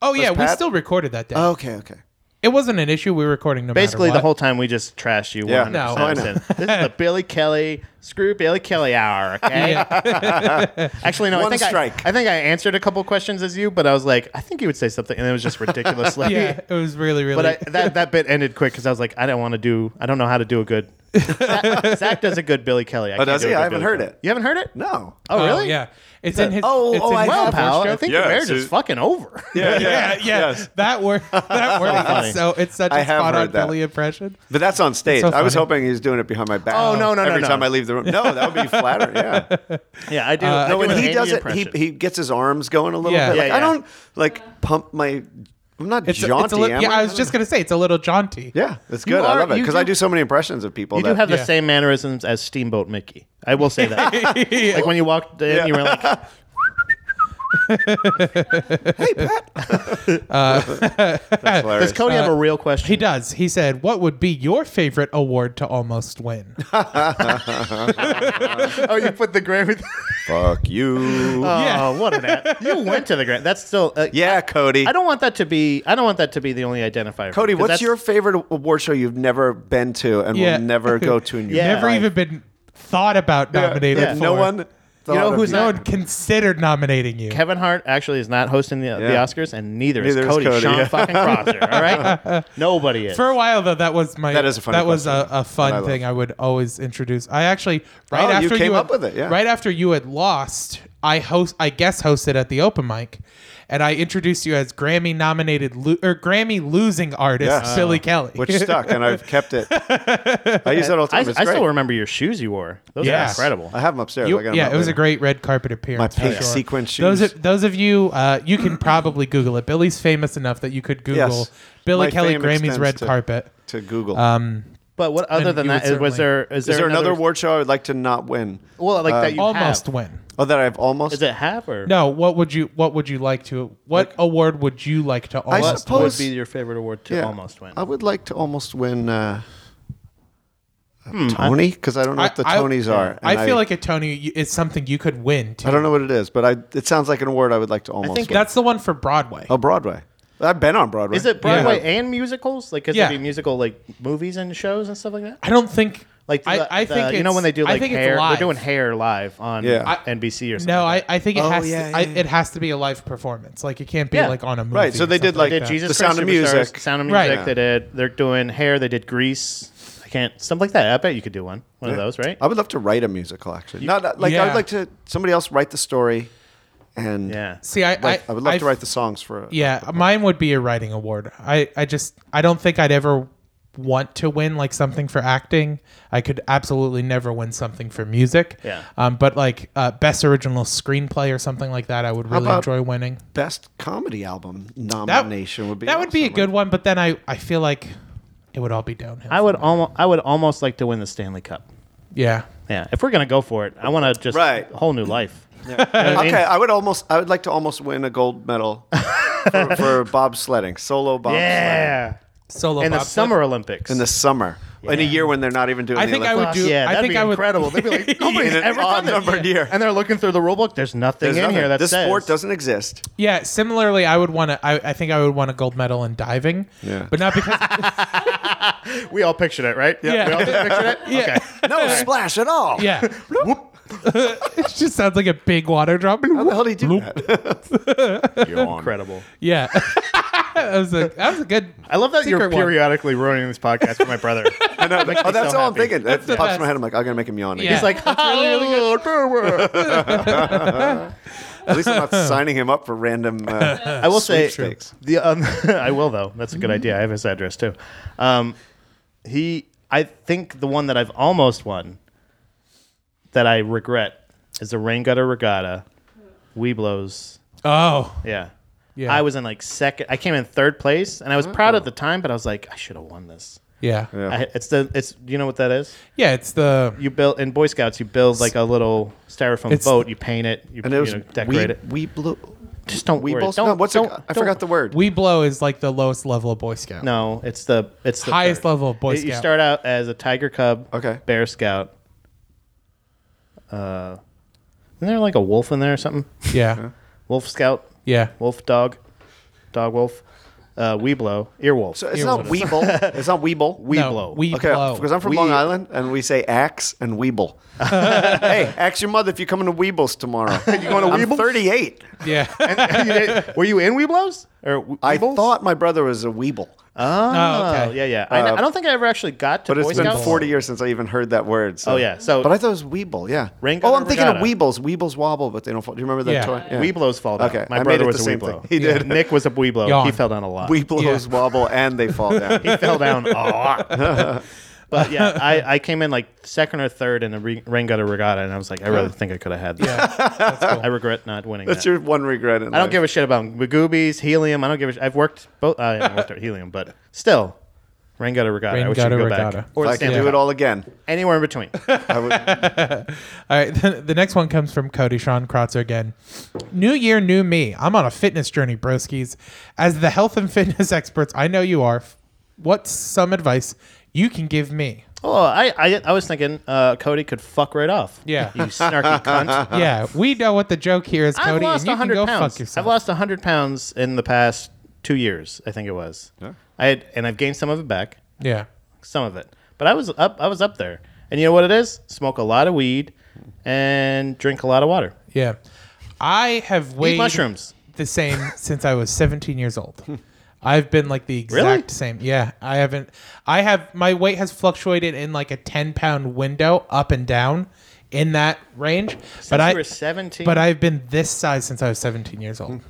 oh yeah, we Pat- still recorded that day. Oh, Okay, okay. it wasn't an issue. We were recording no Oh. Basically, matter the what. whole time we just trashed you. Yeah. 100%. No, I know. this is (laughs) the Billy Kelly screw Billy Kelly hour. Okay. Yeah. (laughs) Actually, no. I One think strike. I, I think I answered a couple questions as you, but I was like, I think you would say something, and it was just (laughs) ridiculously. yeah. It was really, really. But I, (laughs) that that bit ended quick because I was like, I don't want to do. I don't know how to do a good. Zach, Zach does a good Billy Kelly. I can't Oh, does do he? a I good haven't Billy heard Kelly. it. You haven't heard it? No. Oh, really? yeah. It's in his. Oh, it's oh, in I his Well, have fourth pal, I stroke. think Yeah, your marriage so- is fucking over. (laughs) (laughs) Yeah, yeah, yeah. That word. (laughs) (laughs) That word. funny. is so it's such I a have spot on heard that. Billy impression. But that's on stage. so I was funny. hoping he was doing it behind my back. Oh, no, no, no, Every no. time I leave the room. No, (laughs) that would be flattering. Yeah. Yeah, I do. I Uh, no, do when an he Andy does it, he, impression. he gets his arms going a little Yeah. bit. Yeah, Like, I yeah. don't like pump my. I'm not It's, jaunty. it's a little, am yeah, I? I was just gonna say it's a little jaunty. Yeah, that's You good. I are- love it you because I do- do so many impressions of people. You that, do have the Yeah. same mannerisms as Steamboat Mickey. I will say (laughs) that. like when you walked in, you were like, That's hilarious. (laughs) "Does Cody have a real question?" He does. He said, "What would be your favorite award to almost (laughs) win?" (laughs) oh, you put the (laughs) Grammy. Fuck you. oh, Yeah. what an ass. You went to the Grammy. That's still. Uh, (laughs) yeah, Cody. I don't want that to be. I don't want that to be the only identifier. Cody, 'Cause what's that's- your favorite award show you've never been to and Yeah. will never go (laughs) to in your Yeah. Never life? even been thought about nominated. yeah. For. No one. thought know of who's No one considered nominating you. Kevin Hart actually is not hosting the, the Yeah. Oscars, and neither, Neither is is Cody. Cody, Sean yeah. fucking Crofter. (laughs) All right, nobody is. For a while though, that was my That is a funny that was a, question. a That I fun love. thing I would always introduce. I actually right Oh, you after you came had- up with it, yeah. right after you had lost, I host I guest hosted at the open mic, and I introduced you as Grammy nominated lo- or Grammy losing artist Yes. Billy Kelly, which stuck, and I've (laughs) kept it. I use that all the I, time. It's I great. still remember your shoes you wore. Those are Yes. incredible. I have them upstairs. You- I got 'em yeah, out it was a later. great red carpet appearance. My for pink sequin Those shoes. of, those of you, uh, you can probably Google it. Billy's famous enough that you could Google Yes. Billy My Kelly fame Grammy's extends red to- carpet. to Google. Um, But what other And than you that would is, was there? certainly- Is there is there another Uh, award? award show I would like to not win? Well, like that you Almost have. win. Oh, that I've almost. Is it half or No, what would you what would you like to what award would you like to almost I win? What would suppose- be your favorite award to Yeah. almost win? I would like to almost win uh, a Hmm. Tony because I don't know what the I- I- Tonys are. I and feel like a Tony you- is something you could win too. I don't know what it is, but I it sounds like an award I would like to almost. think win. That's the one for Broadway. oh Broadway. I've been on Broadway. Is it Broadway Yeah. and musicals? Like, could Yeah. there be musical like movies and shows and stuff like that? I don't think Like, I, the- I the- think you know it's- when they do I like think it's hair, they're live. doing hair live on Yeah. I- NBC or something. No, like I, I think it Oh, has yeah, to, I, yeah, it has to be a live performance. Like it can't be Yeah. like on a movie. Right, so or they did, something like, that. did that. Jesus The Sound Christ of Superstars, Music. Sound of Right. Music. Yeah. They did. They're doing hair. They did Grease. I can't something like that. I bet you could do one. One of those, right? I would love to write a musical. Actually, not not- like I Yeah. would like to somebody else write the story, and Yeah. See, I like, I, would love I've- to write the songs for. a- Yeah, mine would be a writing award. I, I just I don't think I'd ever want to win like something for acting. I could absolutely never win something for music. Yeah. Um, but like uh, best original screenplay or something like that, I would really about enjoy winning. best comedy album That nomination would be that would be a awesome. good one. But then I I feel like it would all be downhill. I would almost. I would almost like to win the Stanley Cup. yeah. Yeah. If we're gonna go for it, I want to just Right. a whole new (laughs) life. Okay, I would almost. I would like to almost win a gold (laughs) medal for, for bobsledding, solo bobsledding Yeah. Solo In the bobsled. Summer Olympics. in the summer, in a year when they're not even doing. I the think I Olympics. would do. yeah, I that'd think be I would, incredible. They'd (laughs) be like, nobody's in an ever done odd this. numbered year. And they're looking through the rule book. There's nothing There's in nothing. here that this says sport (laughs) doesn't exist. Yeah. Similarly, I would want to. I, I think I would want a gold medal in diving. Yeah. But not because. We all pictured it, right? Yeah. We all just pictured it. (laughs) yeah. No splash at all. (laughs) Yeah. (laughs) it just sounds like a big water (laughs) drop. How the hell do you (laughs) do that? You're on. Incredible. Yeah. (laughs) that was a that was a good. I love that you're Secret one. periodically ruining this podcast for my brother. (laughs) I know. oh, that's so all I'm happy. thinking. That the best. pops (laughs) in my head. I'm like, I'm gonna make him yawn. Yeah. Again. He's like, that's really, really good. At least I'm not signing him up for random. Uh, (laughs) I will say Sweepstakes. the um, (laughs) I will though. That's a good idea. I have his address too. Um, he, I think the one that I've almost won that I regret is the Rain Gutter Regatta, Weeblos. Oh, Yeah. Yeah. I was in like second. I came in third place, and I was proud at the time, but I was like, I should have won this. yeah, yeah. yeah. I, it's the it's you know what that is. it's the You build in Boy Scouts, you build like a little styrofoam It's- boat. You paint it, you, and it was you know, decorate it. We blew. Just don't We worry. both. Don't, no, what's it- don't- I don't- forgot the word. we blow is like the lowest level of Boy Scout. No, it's the it's the Highest level of Boy You Scout. start out as a Tiger Cub, Okay. Bear Scout. Uh, isn't there like a wolf in there or something? Yeah, Wolf Scout, yeah. wolf dog, dog wolf, uh, Weeblo, earwolf, So (laughs) it's not (laughs) Weeble. It's not Weeble. Weeblo. No, we Okay, blow. because I'm from We- Long Island, and we say axe and (laughs) Weeble. hey, ask your mother if you're coming to Weebles tomorrow. you going to I'm Weebles? 38. (laughs) yeah. (laughs) You did- were you in Weeblos or Weebles? I thought my brother was a Weeble, Oh, Oh, okay. yeah, yeah. I, I don't think I ever actually got to but it's Boy been Scouts. 40 years since I even heard that word. So. Oh, yeah, so- but I thought it was Weeble. Yeah. Ringo oh, or I'm thinking of Regatta? Weebles. Weebles wobble, but they don't. Fall. Do you remember that Yeah. toy? Weeblos fall down. Okay, My I made brother it was the a same Weeblo. thing. He did. Nick was a Weeblo. He Yawn. fell down a lot. Weeblos wobble and they (laughs) fall down. he fell down a (laughs) lot. but yeah, I, I came in like second or third in the re- rain gutter regatta, and I was like, I really think I could have had that. I regret not winning That's that. your one regret in I don't give a shit about Magoobies, helium. I don't give a shit. I've worked both. I haven't worked at helium, but still, rain gutter regatta. I Rain wish I could Gutter go Regatta. back. Or I the can Stanley do it Cup. all again. Anywhere (laughs) in between. I would, All right, the, the next one comes from Cody Sean Kratzer again. New year, new me. I'm on a fitness journey, broskies. As the health and fitness (laughs) experts I know you are, what's some advice you can give me? oh, I, I I was thinking uh, Cody could fuck right off. Yeah. You (laughs) snarky cunt. Yeah, we know what the joke here is, Uh. I've Cody, and lost you can 100 go pounds. fuck yourself. I've lost 100 pounds in the past two years, I think it was. I had, and I've gained some of it back, yeah, some of it. But I was up, I was up there. And you know what it is? Smoke a lot of weed and drink a lot of water. yeah. I have weighed Eat mushrooms. the same (laughs) since I was 17 years old. I've been like the exact Really? same. Yeah, I haven't. I have my weight has fluctuated in like a 10 pound window, up and down, in that range. Since but you I were 17. But I've been this size since I was 17 years old.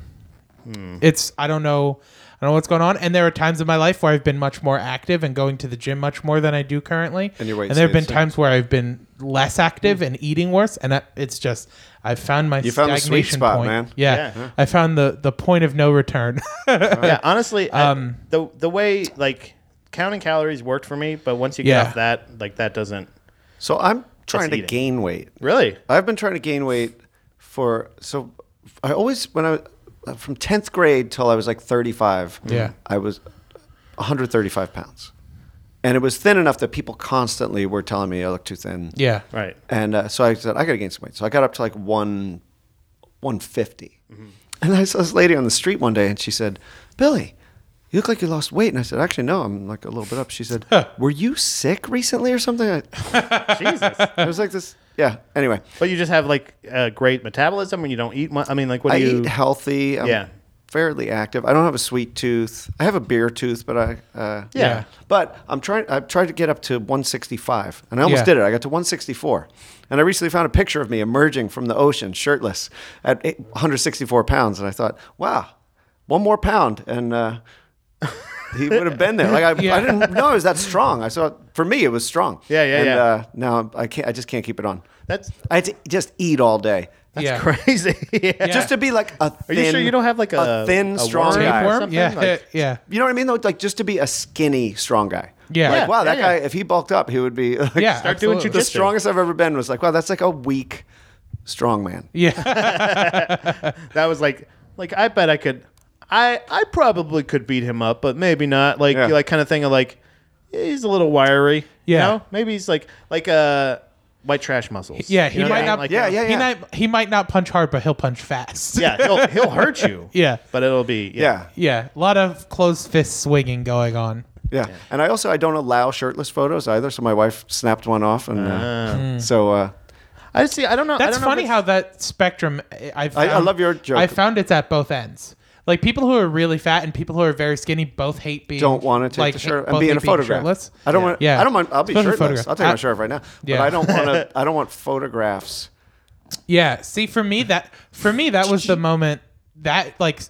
Hmm. It's I don't know I don't know what's going on. And there are times in my life where I've been much more active and going to the gym much more than I do currently. And your weight there have stayed been the same. times where I've been less active and eating worse. And I, it's just I've found my You found the stagnation sweet spot, point. man. Yeah, Yeah. I found the the point of no return. (laughs) yeah, honestly, I- um, the the way like counting calories worked for me, but once you get Yeah. off that, like that doesn't (laughs) so I'm trying to eating. gain weight. really. I've been trying to gain weight for so I always when I from 10th grade till I was like 35. Yeah. I was 135 pounds, and it was thin enough that people constantly were telling me I look too thin. yeah, Right. And uh, so I said, I got to gain some weight. So I got up to like one, 150. And I saw this lady on the street one day and she said, Billy, you look like you lost weight. And I said, actually, no, I'm like a little bit up. She said, were you sick recently or something? I, (laughs) Jesus. I was like this. Yeah. Anyway, But you just have like a great metabolism and you don't eat much. I mean, like what I do you eat healthy. I'm Yeah. fairly active. I don't have a sweet tooth. I have a beer tooth, but I, uh, Yeah. But I'm trying. I've tried to get up to 165, and I almost Yeah. did it. I got to 164, and I recently found a picture of me emerging from the ocean, shirtless, at eight- 164 pounds, and I thought, wow, one more pound, and uh, he would have been there. Like (laughs) I, I didn't know I was that strong. I saw for me it was strong. Yeah, yeah, And yeah. Uh, now I can't. I just can't keep it on. That's I had to just eat all day. yeah. (laughs) crazy. yeah. Just to be like a Are thin, you sure you don't have like a, thin, a strong worm or guy? Tapeworm? something? Yeah, Like- (laughs) yeah, You know what I mean? Though, like just to be a skinny, strong guy. Yeah. Like, Yeah, wow, yeah, that yeah. guy. If he bulked up, he would be. (laughs) Like, yeah. Start doing absolutely. The jujitsu. strongest I've ever been was like, wow, that's like a weak, strong man. Yeah, that was like like I bet I could I I probably could beat him up, but maybe not. Like Yeah. like kind of thing of like yeah, he's a little wiry. Yeah. You know? Maybe he's like like uh white trash muscles. yeah. He You know what I might mean? not. Like, Yeah, uh, yeah, He might. He might not punch hard, but he'll punch fast. yeah. He'll he'll hurt you. (laughs) Yeah. But it'll be Yeah. (laughs) yeah. A lot of closed fist swinging going on. Yeah. And I also I don't allow shirtless photos either. So my wife snapped one off, and uh, so uh, I see. I don't know. I That's don't know if funny it's- how that spectrum. I- I, I found, love your joke. I found it's at both ends. Like people who are really fat and people who are very skinny both hate being don't want to take like, the shirt both and be in hate a photograph. shirtless. I don't want. Yeah. I don't mind. I'll be Especially shirtless. photograph. I'll take my I- shirt off right now. Yeah. But I don't want to. I don't want photographs Yeah. See, for me that for me that was the moment that like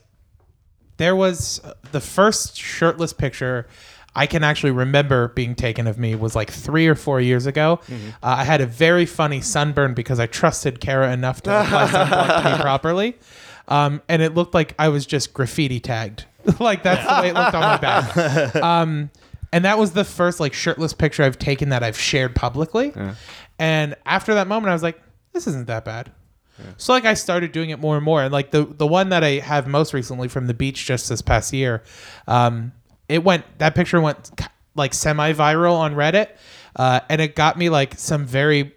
there was uh, the first shirtless picture I can actually remember being taken of me was like three or four years ago. Uh, I had a very funny sunburn because I trusted Kara enough to apply sunblock to me properly, um, and it looked like I was just graffiti tagged. (laughs) like that's the way it looked on my back. And that was the first like shirtless picture I've taken that I've shared publicly. And after that moment, I was like, this isn't that bad. So like I started doing it more and more. And like the the one that I have most recently from the beach just this past year, um, it went that picture went k- like semi viral on Reddit, uh, and it got me like some very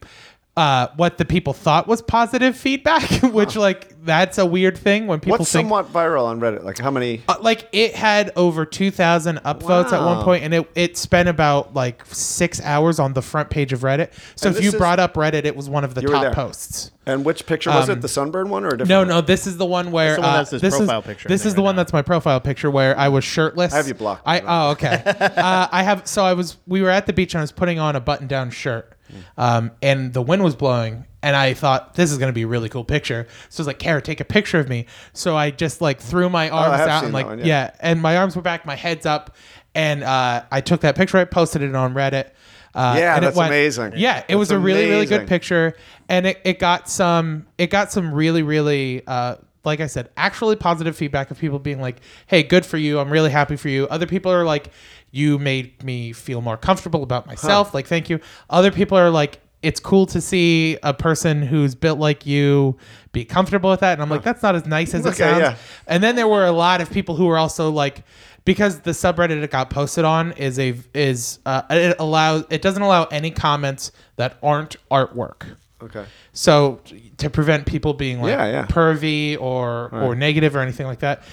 uh, what the people thought was positive feedback, (laughs) which like that's a weird thing when people What's think somewhat viral on Reddit? Like how many? uh, like it had over 2000 upvotes at one Wow. point and it, it spent about like six hours on the front page of reddit so if And this you is- brought up reddit it was one of the You were top there. posts And which picture was Um, it? The sunburn one or a different? no one? no this is the one where the one uh, that's his this profile is, picture, I this think, is the right one now. that's my profile picture where i was shirtless i have you blocked. i oh okay (laughs) uh, i have so i was we were at the beach and i was putting on a button down shirt um, and the wind was blowing and i thought this is going to be a really cool picture so i was like kara take a picture of me so i just like threw my arms Oh, have out seen and that like one, yeah. yeah. and my arms were back my head's up and uh, i took that picture i posted it on reddit uh, Yeah, and it that's amazing. Yeah, it That's was a really, really good amazing. picture, and it, it got some it got some really, really uh, like I said, actually positive feedback of people being like, "Hey, good for you. I'm really happy for you." Other people are like, "You made me feel more comfortable about myself. Like, thank you." Other people are like. It's cool to see a person who's built like you be comfortable with that. And I'm like, that's not as nice as it Okay, sounds. yeah. And then there were a lot of people who were also like, because the subreddit it got posted on is a is uh, it allows it doesn't allow any comments that aren't artwork. Okay. So to prevent people being like Yeah, yeah. pervy or or negative or anything like that.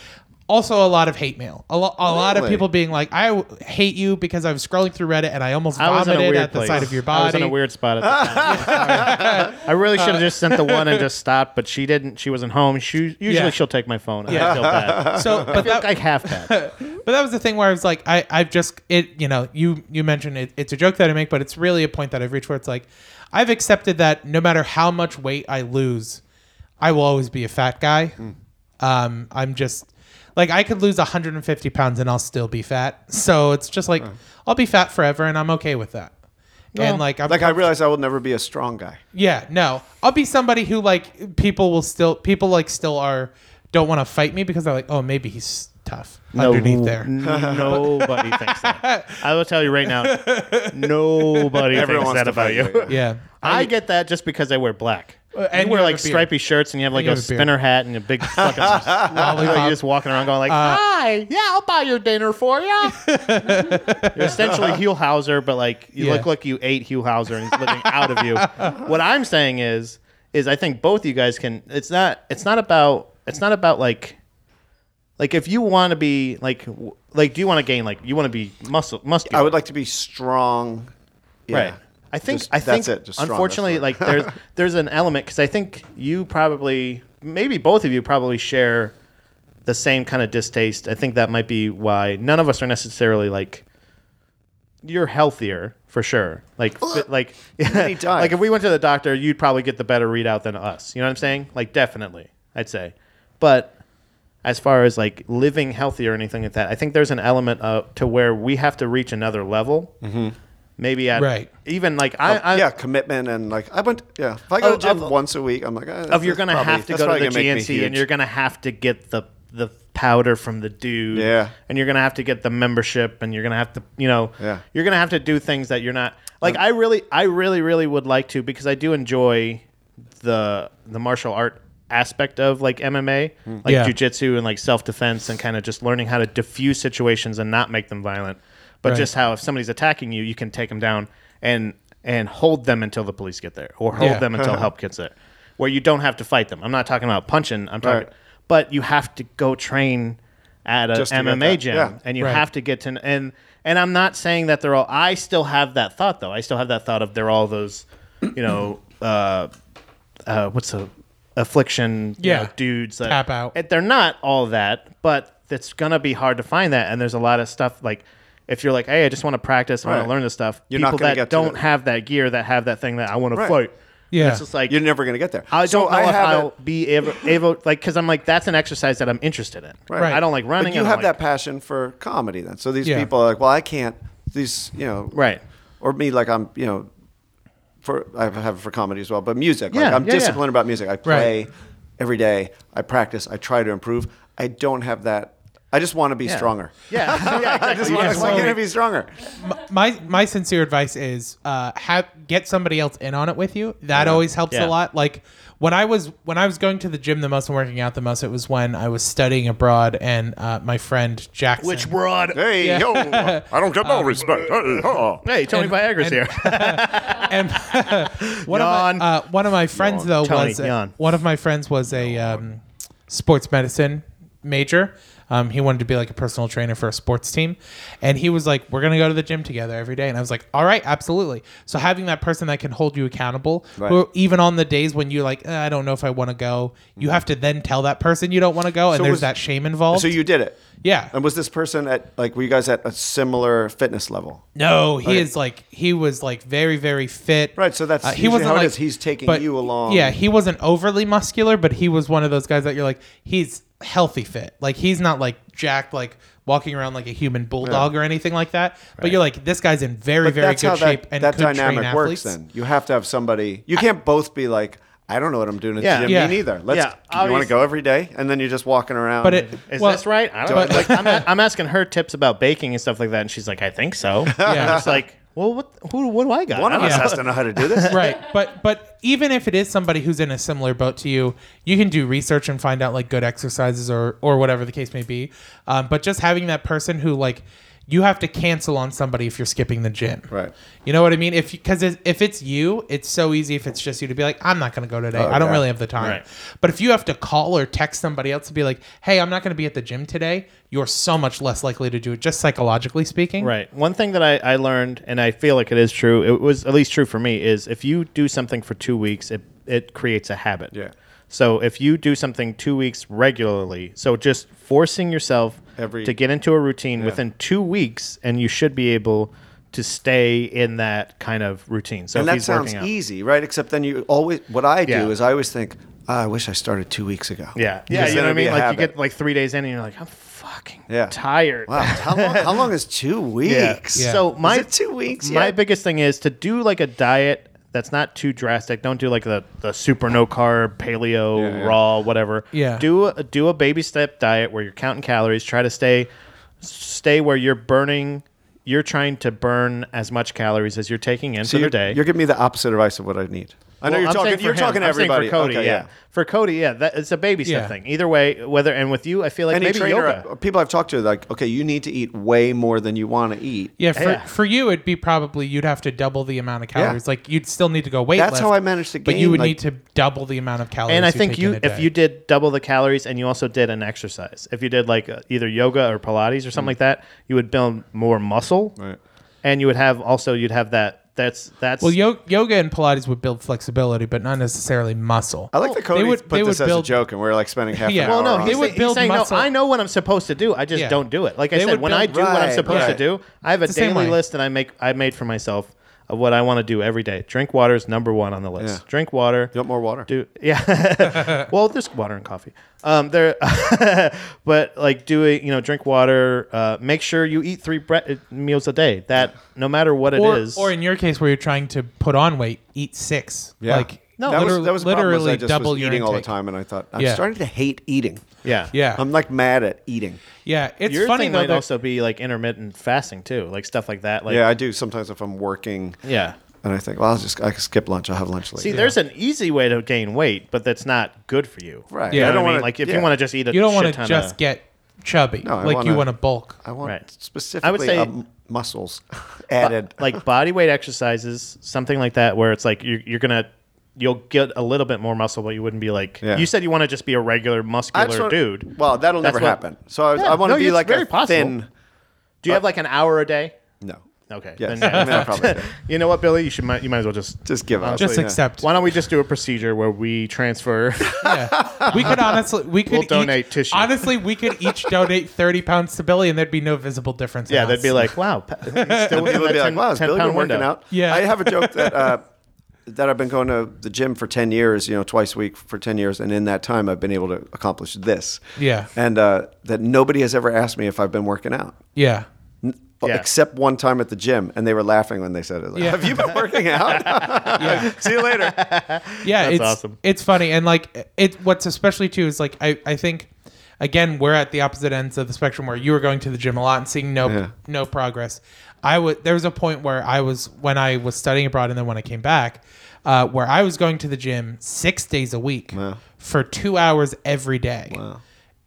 Also, a lot of hate mail. A, lo- a lot of Really? people being like, "I w- hate you because I was scrolling through Reddit and I almost I was in a vomited weird at the place. side of your I was in body." a weird spot (laughs) at the time. Yeah, sorry. I really should have just sent the one and just stopped, but she didn't. She wasn't home. She usually Yeah. she'll take my phone. Yeah. I (laughs) feel bad. (laughs) so, but I feel that, like half bad. but that was the thing where I was like, I, I've just it, you know, you you mentioned it, it's a joke that I make, but it's really a point that I've reached where it's like, I've accepted that no matter how much weight I lose, I will always be a fat guy. Hmm. Um, I'm just like I could lose 150 pounds and I'll still be fat. So it's just like I'll be fat forever, and I'm okay with that. And like I'm Like I realized I will never be a strong guy. yeah, no. I'll be somebody who like people will still people like still are don't want to fight me because they're like, oh, maybe he's tough underneath there. nobody thinks that. (laughs) I will tell you right now, nobody thinks Everyone that wants to about fight you. (laughs) you, Yeah. I get that just because I wear black. and and you wear you like have a beard. stripy shirts and you have like you a have a beard. spinner hat and a (laughs) big fucking lollipop. Uh, You're just walking around going like, "Hi, yeah, I'll buy your dinner for you." You're essentially Hugh Hauser, but like you Yeah. look like you ate Hugh Hauser and he's living out of you. What I'm saying is, is I think both you guys can. It's not. It's not about. It's not about like like if you want to be like w- like do you want to gain like you want to be muscle muscular I would like to be strong. Yeah. right i think Just- i think that's it. Just strong, that's unfortunately fine. like there's (laughs) there's an element because i think you probably maybe both of you probably share the same kind of distaste i think that might be why none of us are necessarily like you're healthier for sure like fit- (laughs) like Many (laughs) times. like if we went to the doctor you'd probably get the better readout than us you know what i'm saying like definitely i'd say but as far as like living healthy or anything like that, I think there's an element of, to where we have to reach another level. Mm-hmm. Maybe at Right. even like I, I Oh, yeah, commitment and like I went. Yeah, if I go to Of- the gym of- once a week, I'm like, eh, of you're that's gonna probably- have to that's go probably to the gonna make me GNC and huge. you're gonna have to get the the powder from the dude. Yeah. And you're gonna have to get the membership and you're gonna have to you know Yeah. you're gonna have to do things that you're not like I really I really, really would like to because I do enjoy the the martial art aspect of like MMA, like Yeah. jujitsu and like self defense and kind of just learning how to diffuse situations and not make them violent. But Right. just how if somebody's attacking you, you can take them down and and hold them until the police get there or hold Yeah. (laughs) them until help gets there where you don't have to fight them. I'm not talking about punching. I'm talking, Right. but you have to go train at an Just to get MMA that, gym, yeah. and you Right. have to get to and and I'm not saying that they're all. I still have that thought though. I still have that thought of they're all those, you know, uh, uh, what's the affliction? you Yeah. know, dudes that Tap out. and they're not all that, but it's gonna be hard to find that. And there's a lot of stuff like. If you're like, hey, I just want to practice, I want Right. to learn this stuff. You're not people gonna that get to don't that. have that gear, that have that thing that I want to Right. fight, Yeah. And it's just like You're never going to get there. I don't So know if have I'll it- be able, able like because I'm like that's an exercise that I'm interested in. Right. I don't like running. But you I don't have like- that passion for comedy then. So these Yeah. people are like, well, I can't. These, you know, Right. Or me, like I'm, you know, for I have it for comedy as well, but music. like Yeah, I'm yeah, yeah. disciplined about music. I play every day. I practice. I try to improve. I don't have that. I just want to be stronger. (laughs) Yeah. yeah I exactly. just You want just to, I wanna want be- to be stronger. my my sincere advice is uh, have get somebody else in on it with you. That always helps a Yeah. lot. Like when I was when I was going to the gym the most and working out the most, it was when I was studying abroad and uh, my friend Jackson. Which broad? Hey, (laughs) yo, I don't get no respect. Hey, uh-uh. huh. Hey, Tony And- Viagra's and- (laughs) here. and one of Yawn. my uh, one of my friends Yawn. though Tony, was uh, yawn. one of my friends was a um, sports medicine major. Um, he wanted to be like a personal trainer for a sports team, and he was like, "We're gonna go to the gym together every day." And I was like, "All right, absolutely." So having that person that can hold you accountable, Right. who even on the days when you're like, eh, "I don't know if I want to go," you have to then tell that person you don't want to go, and Mm-hmm. So there's was- that shame involved. So you did it. yeah, And was this person at like were you guys at a similar fitness level? No, he Okay. is like he was like very very fit. Uh, Right, so that's usually how it is. He's taking you along. Yeah, he wasn't overly muscular, but he was one of those guys that you're like he's healthy fit. Like he's not like jacked, like walking around like a human bulldog or anything like that. But you're like this guy's in very But very that's good how shape that, and that could dynamic train works. athletes. Then you have to have somebody. You can't both be like, I don't know what I'm doing at Yeah. the gym. Yeah. Me neither. Let's. Yeah, you want obvious- to go every day, and then you're just walking around. But it Is well, this right? I don't know. (laughs) Like, I'm, a- I'm asking her tips about baking and stuff like that, and she's like, "I think so." Yeah. Yeah. It's like, well, what? Who? What do I got? one of I us Yeah. has to know how to do this. (laughs) right but but even if it is somebody who's in a similar boat to you you can do research and find out like good exercises or or whatever the case may be um, but just having that person who like you have to cancel on somebody if you're skipping the gym Right. you know what i mean if because if it's you it's so easy if it's just you to be like i'm not going to go today i don't Oh, yeah. really have the time Right. but if you have to call or text somebody else to be like hey i'm not going to be at the gym today you're so much less likely to do it just psychologically speaking Right. One thing that I, I learned, and I feel like it is true, it was at least true for me, is if you do something for two weeks, it, it creates a habit. Yeah. So if you do something two weeks regularly, so just forcing yourself Every- to get into a routine within two weeks, and you should be able to stay in that kind of routine. So and if that he's sounds working out- easy, right? Except then you always. What I do Yeah. is I always think, "Ah, I wish I started two weeks ago. Yeah. Yeah. Because You then know what I it'd be mean? a Like you habit. get like three days in, and you're like, I'm fucking Yeah. tired. Wow. How long? How long is (laughs) two weeks? Yeah. So my it two weeks My yet? biggest thing is to do like a diet that's not too drastic. Don't do like the, the super no carb, paleo, Yeah, yeah. raw, whatever. Yeah. Do a, do a baby step diet where you're counting calories. Try to stay stay where you're burning. You're trying to burn as much calories as you're taking in for you're, the day. You're giving me the opposite advice of what I need. I know Well, you're I'm saying talking. for You're him. talking to I'm saying everybody. For Cody, Okay, yeah. For Cody, yeah, that, it's a baby step Yeah. thing. Either way, whether and with you, I feel like Any maybe trainer, yoga. uh, people I've talked to, like, okay, you need to eat way more than you want to eat. Yeah, for, Yeah. for you it'd be probably you'd have to double the amount of calories. Like you'd still need to go weight. That's how I managed to But you gain, would like- need to double the amount of calories. and I think take you, in a if day. you did double the calories and you also did an exercise, if you did like uh, either yoga or Pilates Mm. or something like that, you would build more muscle, Right. and you would have also you'd have that. That's that's well, yo- yoga and Pilates would build flexibility, but not necessarily muscle. I like that Cody would- put they this would as build- a joke, and we're like spending (laughs) half Yeah. an Well, hour. Well, no, on They he's, it. would he's build saying muscle. no. I know what I'm supposed to do. I just Yeah. don't do it. Like I They said, would when I build- do what I'm Right, supposed right. to do, I have a It's the same daily way. list that I make. I made for myself of what I want to do every day. Drink water is number one on the list. Yeah. Drink water. You want more water? Do yeah. (laughs) well, there's water and coffee. Um, there, (laughs) but like do it. You know, drink water. Uh, make sure you eat three bre- meals a day. That no matter what or, it is. or in your case where you're trying to put on weight, eat six. Yeah. Like No, that literally, was, that was the problem, was literally I just double was your eating all the intake. time, Um, and I thought I'm Yeah. starting to hate eating. yeah. Yeah, I'm like mad at eating. yeah. It's Your funny thing though. might that- also be like intermittent fasting too, like stuff like that. Like Yeah, I do sometimes if I'm working, yeah. and I think, well, I'll just I can skip lunch. I'll have lunch later. See, there's an easy way to gain weight, but that's not good for you. Right. You Yeah. I know what I don't don't wanna- like if yeah. you want to just eat a you don't want to just get chubby. I like you wanna- want to bulk. I want Right. specifically say- um, muscles (laughs) added. (laughs) like body weight exercises, something like that, where it's like you're, you're gonna you'll get a little bit more muscle, but you wouldn't be like Yeah. you said you want to just be a regular I muscular just wanna- dude. Well, that'll That's never what- happen. So I, Yeah. I want to No, be it's like very a possible. thin. Do you have like an hour a day? No. Okay. uh, Yes. then yeah, (laughs) I mean, (laughs) I it's not- probably do. you know what, Billy? You should might, you might as well just Just give up. Just Yeah. accept. Why don't we just do a procedure where we transfer? (laughs) Yeah. We could honestly, we could We'll donate each, tissue. Honestly, we could each donate thirty pounds to Billy, and there'd be no visible difference. in yeah, they'd us. be like, wow, pa- still (laughs) People within would that be 10, like, wow, is 10 Billy been pound working window. out? Yeah. (laughs) I have a joke that uh, that I've been going to the gym for 10 years, you know, twice a week for 10 years. And in that time, I've been able to accomplish this. Yeah. And uh, that nobody has ever asked me if I've been working out. Yeah. Yeah. Except one time at the gym, and they were laughing when they said it. Like, Yeah. Have you (laughs) been working out? See you later. yeah, it's awesome. It's funny, and like it. What's especially too is like I, I think, again, we're at the opposite ends of the spectrum where you were going to the gym a lot and seeing no Yeah. no progress. I would there was a point where I was when I was studying abroad and then when I came back, uh, where I was going to the gym six days a week for two hours every day,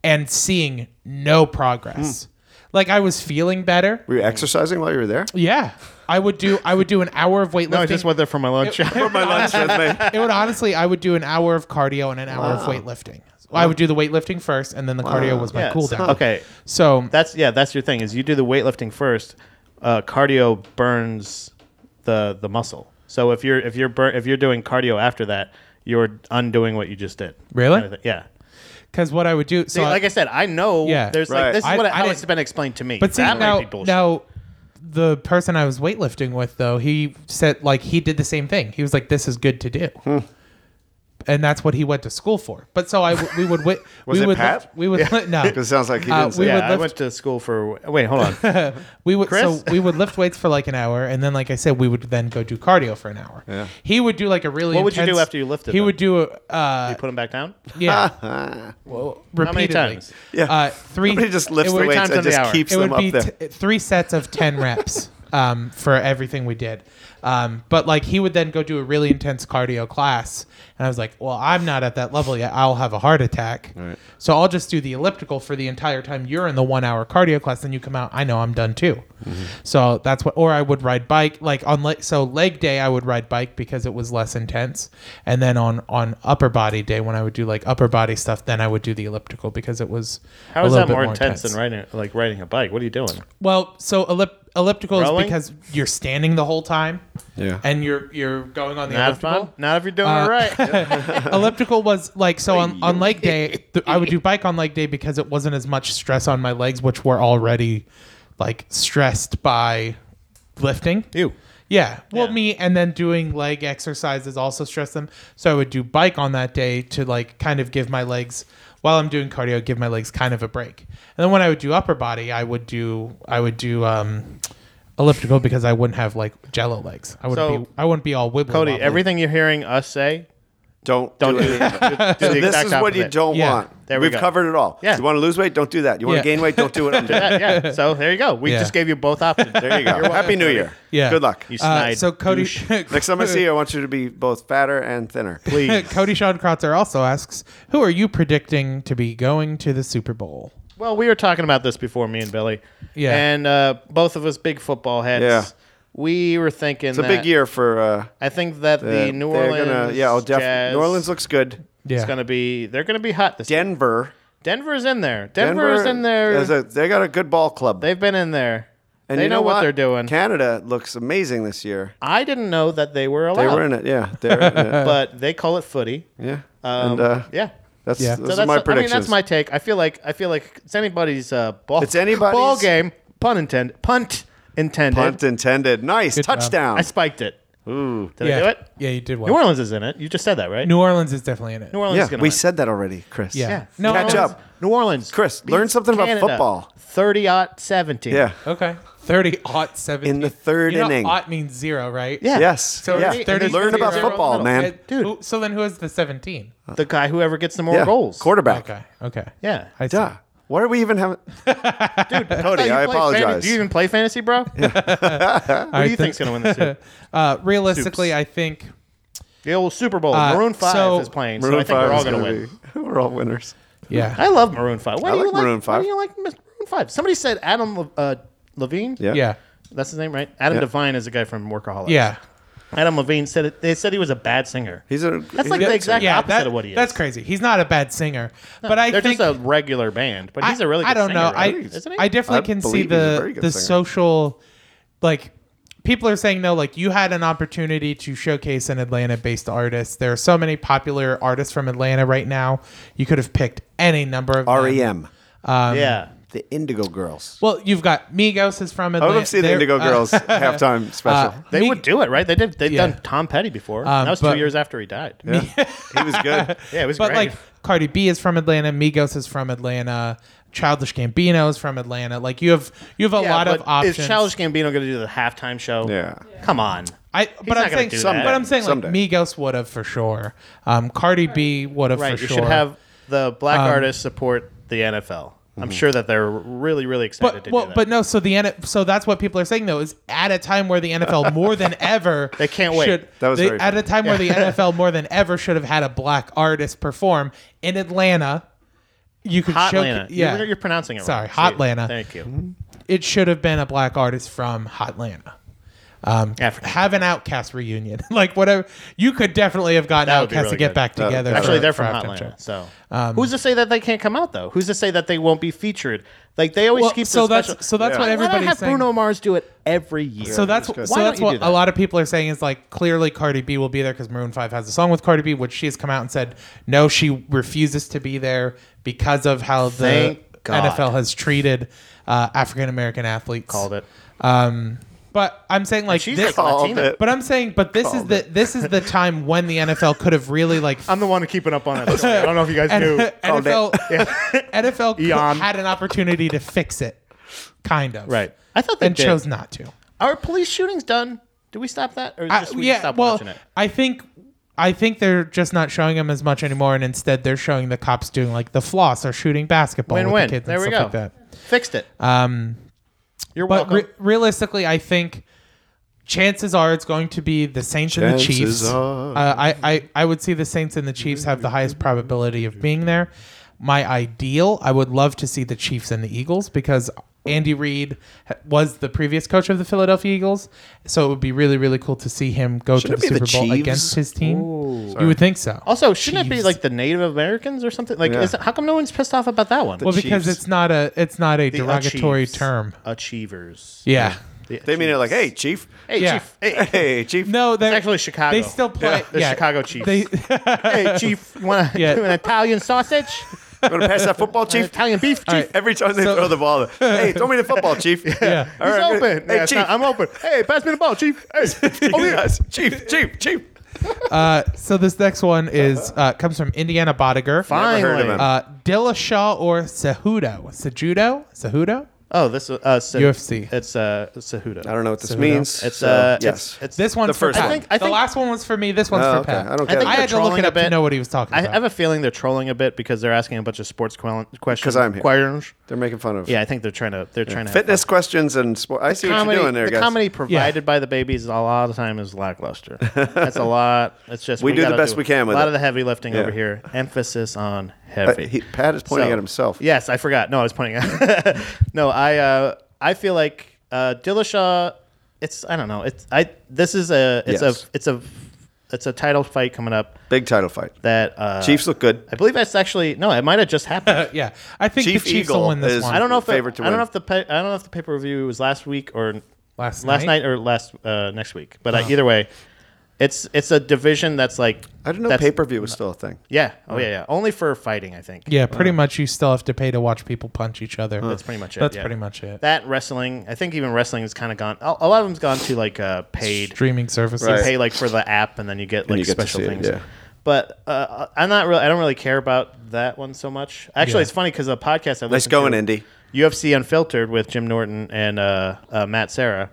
and seeing no Hmm. progress. Like I was feeling better. Were you exercising while you were there? Yeah, I would do I would do an hour of weightlifting No, I just went there for my lunch. (laughs) For my lunch with me. it would honestly, I would do an hour of cardio and an hour of weightlifting. I would do the weightlifting first, and then the cardio was my (laughs) Yeah, cool so- down. okay, So that's yeah, that's your thing is you do the weightlifting first. Uh, cardio burns the the muscle. So if you're if you're bur- if you're doing cardio after that, you're undoing what you just did. Really? Kind of thing. Yeah. because what I would do, See, so like I said, I know. Yeah. There's Right. like this is I- what I it- how it's didn't- been explained to me. but see That might now, be bullshit. now the person I was weightlifting with though, he said like he did the same thing. He was like, "This is good to do." Hmm. And that's what he went to school for. But so I, w- we would, (laughs) wi- Was we it would, Pat? lift- we would, li- (laughs) no, Because it sounds like he Uh, didn't say we yeah, would I lift- went to school for. Wait, hold (laughs) on. we would Chris? so we would lift weights for like an hour, and then like I said, we would then go do cardio for an hour. Yeah. He would do like a really. What would you do intense- after you lifted He them? would do a uh, you put him back down. yeah. (laughs) repeatedly. many times? Yeah. Uh, three. Somebody just lifts it the would, weights times and in the just hour. keeps It them would up be there. t- three sets of ten (laughs) reps um, for everything we did. Um, but like he would then go do a really intense cardio class, and I was like, "Well, I'm not at that level yet. I'll have a heart attack. So I'll just do the elliptical for the entire time you're in the one hour cardio class. Then you come out, I know I'm done too. Mm-hmm. So that's what. Or I would ride bike like on le- so leg day I would ride bike because it was less intense, and then on on upper body day when I would do like upper body stuff, then I would do the elliptical because it was How a is little that bit more intense than riding like riding a bike? What are you doing? well, so ellip- elliptical Rowing? is because you're standing the whole time. Yeah. And you're you're going on the Not fun. elliptical. Not if you're doing Uh, it (laughs) right. elliptical was like so on, on leg day. Th- I would do bike on leg day because it wasn't as much stress on my legs, which were already like stressed by lifting. You. Yeah. Well, Yeah. me and then doing leg exercises also stress them. So I would do bike on that day to like kind of give my legs while I'm doing cardio, give my legs kind of a break. And then when I would do upper body, I would do I would do um elliptical because I wouldn't have like jello legs. I wouldn't So- be I wouldn't be all wibbly. Cody, wobbly. everything you're hearing us say, Don't don't do, (laughs) it. it. Do the This exact is what you opposite. don't Yeah. want. There we We've go. covered it all. Yeah. You want to lose weight? Don't do that. You want Yeah. to gain weight? Don't do what I'm doing. (laughs) Yeah, (laughs) yeah. So there you go. We Yeah. just gave you both options. (laughs) There you go. Happy New Year. Yeah. Good luck. You snide. uh, so Cody (laughs) douche. Next time I see you, I want you to be both fatter and thinner. please. Cody Sean Krotzer also asks, Who are you predicting to be going to the Super Bowl? Well, we were talking about this before, me and Billy. Yeah. And uh, both of us big football heads. Yeah. We were thinking It's a big year for uh, I think that the uh, New they're Orleans Gonna, yeah, oh, def- Jazz New Orleans looks good. Yeah. is going to be they're going to be hot this year. Denver. Denver's in there. Denver's in there. is a- they got a good ball club. They've been in there. and they you know, what? they're doing. Canada looks amazing this year. I didn't know that they were They allowed. were in it. Yeah. They're (laughs) in it. Oh. but they call it footy. Yeah. Um, and uh, yeah. that's, Yeah. So those So are that's my I mean predictions. that's my take. I feel like I feel like it's anybody's uh, ball. It's anybody's- ball game. Pun intended. Punt intended. Punt intended. Nice job. touchdown. I spiked it. Ooh. Did yeah. I do it? Yeah, you did well. New Orleans is in it. You just said that, right? New Orleans is definitely in it. New Orleans Yeah, is gonna we win. said that already, Chris. Yeah. yeah. No, New Catch Orleans- up. New Orleans. Chris, beats learn something about football. Thirty ought seventeen. Yeah. Okay. 30 ought 17. In the third you know, inning. Ought means zero, right? Yeah. Yes. So yeah. it's 30 Learn about zero in the football, middle. man. Uh, Dude. who- so then who is the 17? The guy who ever gets the more yeah. goals. Quarterback. Okay. Okay. Yeah. I see. Duh. Why are we even having? (laughs) Dude, Cody, I apologize. do you even play fantasy, (laughs) bro? Who do you think's gonna win this year? Uh, realistically, I (laughs) think The old Super (laughs) Bowl. Uh, Maroon Five so- is playing, so Maroon I think we're five all is gonna gonna win. be- (laughs) We're all winners. yeah. I love Maroon Five. Why I do you like like Maroon Why 5. do you like Miss Maroon Five? Somebody said Adam Le- uh, Levine. Yeah. yeah. that's his name, right? Adam Devine is a guy from Workaholics. Yeah. Adam Levine said it, they said he was a bad singer. He's a. That's like the exact yeah, opposite that- of what he is. That's crazy. He's not a bad singer, but I They're think just a regular band, but he's I- a really. Good I don't singer, know. Right? I Isn't he? I definitely I can see believe he's a the very good the singer. social, like people are saying no, like you had an opportunity to showcase an Atlanta-based artist. There are so many popular artists from Atlanta right now. You could have picked any number of them. REM. yeah. E the Indigo Girls. Well, you've got Migos is from I Atlanta. would love to see the They're- Indigo uh, (laughs) Girls halftime special. uh, They Mig- would do it, right? They did. They've Yeah. done Tom Petty before. Um, that was but- two years after (laughs) he died. Yeah, yeah. he was (laughs) good. it was But great. like Cardi B is from Atlanta, Migos is from Atlanta, Childish Gambino is from Atlanta. Like you have you have a Yeah, lot of but options. Is Childish Gambino going to do the halftime show? Yeah. Come on. I but not I'm gonna saying do that. but I'm saying like Someday. Migos would have for sure. Um, Cardi B would have Right. for you sure. Um, should have the black artists support the NFL. I'm sure that they're really, really excited Mhm. but to well, do that. but no. So the N- so that's what people are saying though is at a time where the (laughs) NFL more than ever They can't wait. should- That was they- very at funny. a time where the NFL more (laughs) than ever should have had a black artist perform in Atlanta. You could show Hotlanta. yeah. You're, you're pronouncing it right. Sorry, Mm-hmm. Sweet. Hotlanta. Thank you. it should have been a black artist from Hotlanta. Um, African. have an Outcast reunion, (laughs) like whatever. You could definitely have gotten That would Outcast be to really get good. back would be together. good. Actually, for- they're for Um, from Halftime Show. Hotlanta. So, who's to say that they can't come out though? Who's to say that they won't be featured? Like they always Well, keep. so the that's special- so that's Yeah. what Why Why not everybody's have saying. Bruno Mars do it every year? so that's good. so Why that's don't you what do a that? lot of people are saying is like clearly Cardi B will be there because Maroon Five has a song with Cardi B, which she has come out and said no, she refuses to be there because of how the Thank God. NFL has treated uh, African American athletes. called it. Um, but I'm saying like She's this, like Called Latina. it. But I'm saying, but this is Called the this is the time when the NFL could have really like I'm the one keeping up on it. Sorry, I don't know if (laughs) you guys N- knew. Called NFL (laughs) NFL could- Eon. had an opportunity to fix it, kind of Right. I thought they and did. chose not to. Are police shootings done? Did we stop that, or I- just we yeah, just stop well, watching it? I think I think they're just not showing them as much anymore, and instead they're showing the cops doing like the floss or shooting basketball Win with win. the kids There and we stuff go. like that. Fixed it. Um, You're but welcome. re- realistically, I think chances are it's going to be the Saints and the Chances Chiefs. are. Uh, I, I I would see the Saints and the Chiefs have the highest probability of being there. My ideal, I would love to see the Chiefs and the Eagles because Andy Reid ha- was the previous coach of the Philadelphia Eagles, so it would be really really cool to see him go Shouldn't to it the Super be the Bowl Chiefs? against his team. You would think so. also, shouldn't it be Chiefs. like the Native Americans or something? Like, Yeah. is it, how come no one's pissed off about that one? well, because Chiefs. it's not a it's not a The derogatory achieves. term. Achievers. Yeah. The They mean it achieves. like, hey, Chief. hey, Yeah. chief. Hey, Hey, Chief. No, they're actually Chicago. They still play the Chicago Chiefs. They, (laughs) hey, chief. You want (laughs) to Yeah. do an Italian (laughs) sausage? You want to pass (laughs) that football, An Chief? Italian beef, chief. Every time they So- throw the (laughs) ball, hey, throw me the football, Chief. yeah. All He's right, I'm gonna- open. Hey, Yeah, it's Chief. not- I'm open. Hey, pass me the ball, chief. (laughs) Hey, oh, yes. Chief, Chief, Chief. Uh, so this next one is Uh-huh. uh, comes from Indiana Bodiger. finally. heard of him. Uh, Dillashaw or Cejudo? Cejudo? Cejudo? oh, this uh, Sa- UFC. It's uh, Cejudo. I don't know what this So, means. It's so, uh, yes. It's, it's This one's The first for Pat. one. I think- I the think- last one was for me. This one's Oh, for okay. Pat. I don't I, get it. had to look it Trolling up a to bit. know what he was talking I about. have a feeling they're trolling a bit because they're asking a bunch of sports quel- questions. 'Cause I'm here. Questions. They're making fun of Yeah, I think they're trying to. They're trying to have fitness questions and sports. I see fun. what comedy. you're doing there, the guys. comedy provided by the babies a lot of the time is lackluster. That's (laughs) a lot. It's just We do the gotta best we can with a lot it. of the heavy lifting Yeah. over here. Emphasis on Uh, heavy. he- Pat is pointing So- at himself. Yes, I forgot. No, I was pointing at. (laughs) no, I uh, I feel like uh, Dillashaw. It's I don't know. It's I. This is a. It's Yes. a. It's a. It's a title fight coming up Big title fight. that uh, Chiefs look good. I believe that's actually no. It might have just happened. (laughs) yeah, I think Chief the Chiefs will Eagle win this is- one. I don't know if it, I Favorite don't to know win. if the pay, I don't know if the pay per view was last week or Last last night? Oh. night, or last uh, next week. But uh, either way, it's it's a division that's like I didn't know that's- pay per view was still a thing. Yeah. Oh yeah, yeah. Only for fighting, I think. yeah, pretty much. You still have to pay to watch people punch each other. That's pretty much it. That's yeah. pretty much it. That wrestling, I think even wrestling has kind of gone. A a lot of them's gone to like uh, paid. Streaming services. Right. You pay like for the app, and then you get like you get to special see it, things. yeah. But uh, I'm not really. I don't really care about that one so much. Actually, Yeah. it's funny because the podcast I Nice listen going, to, Indy. UFC Unfiltered with Jim Norton and uh, uh, Matt Sarah.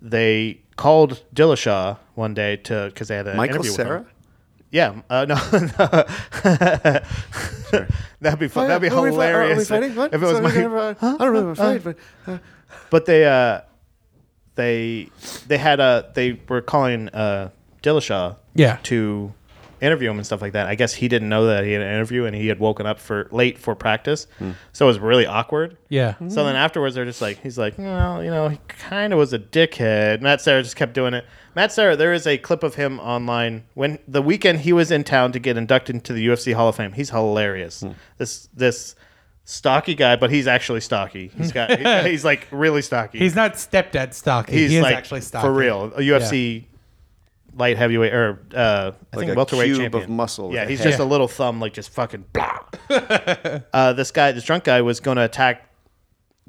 They called Dillashaw one day to because they had an Michael interview with Sarah? Oh, him. Yeah, uh, no, (laughs) Oh, no. that'd be fun. That'd be Who are we fi- are- hilarious. Are we fighting? What? If it was Sorry, Mike- never- I don't remember. Fight, but but they uh they they had a they were calling uh Dillashaw Yeah. to interview him and stuff like that. I guess he didn't know that he had an interview and he had woken up for late for practice. Hmm. So it was really awkward. Yeah. So then afterwards, they're just like, he's like, well, you know, he kind of was a dickhead. Matt Sarah just kept doing it. Matt Sarah, there is a clip of him online when the weekend he was in town to get inducted into the UFC Hall of Fame. He's hilarious. This this stocky guy, but he's actually stocky. He's got he- he's like really stocky. He's not stepdad stocky. he's he is like actually stocky for real. A UFC light heavyweight or uh, I think a welterweight cube champion. of muscle with Yeah, a he's head. (laughs) just a little thumb, like just fucking blah. uh, this guy, this drunk guy, was going to attack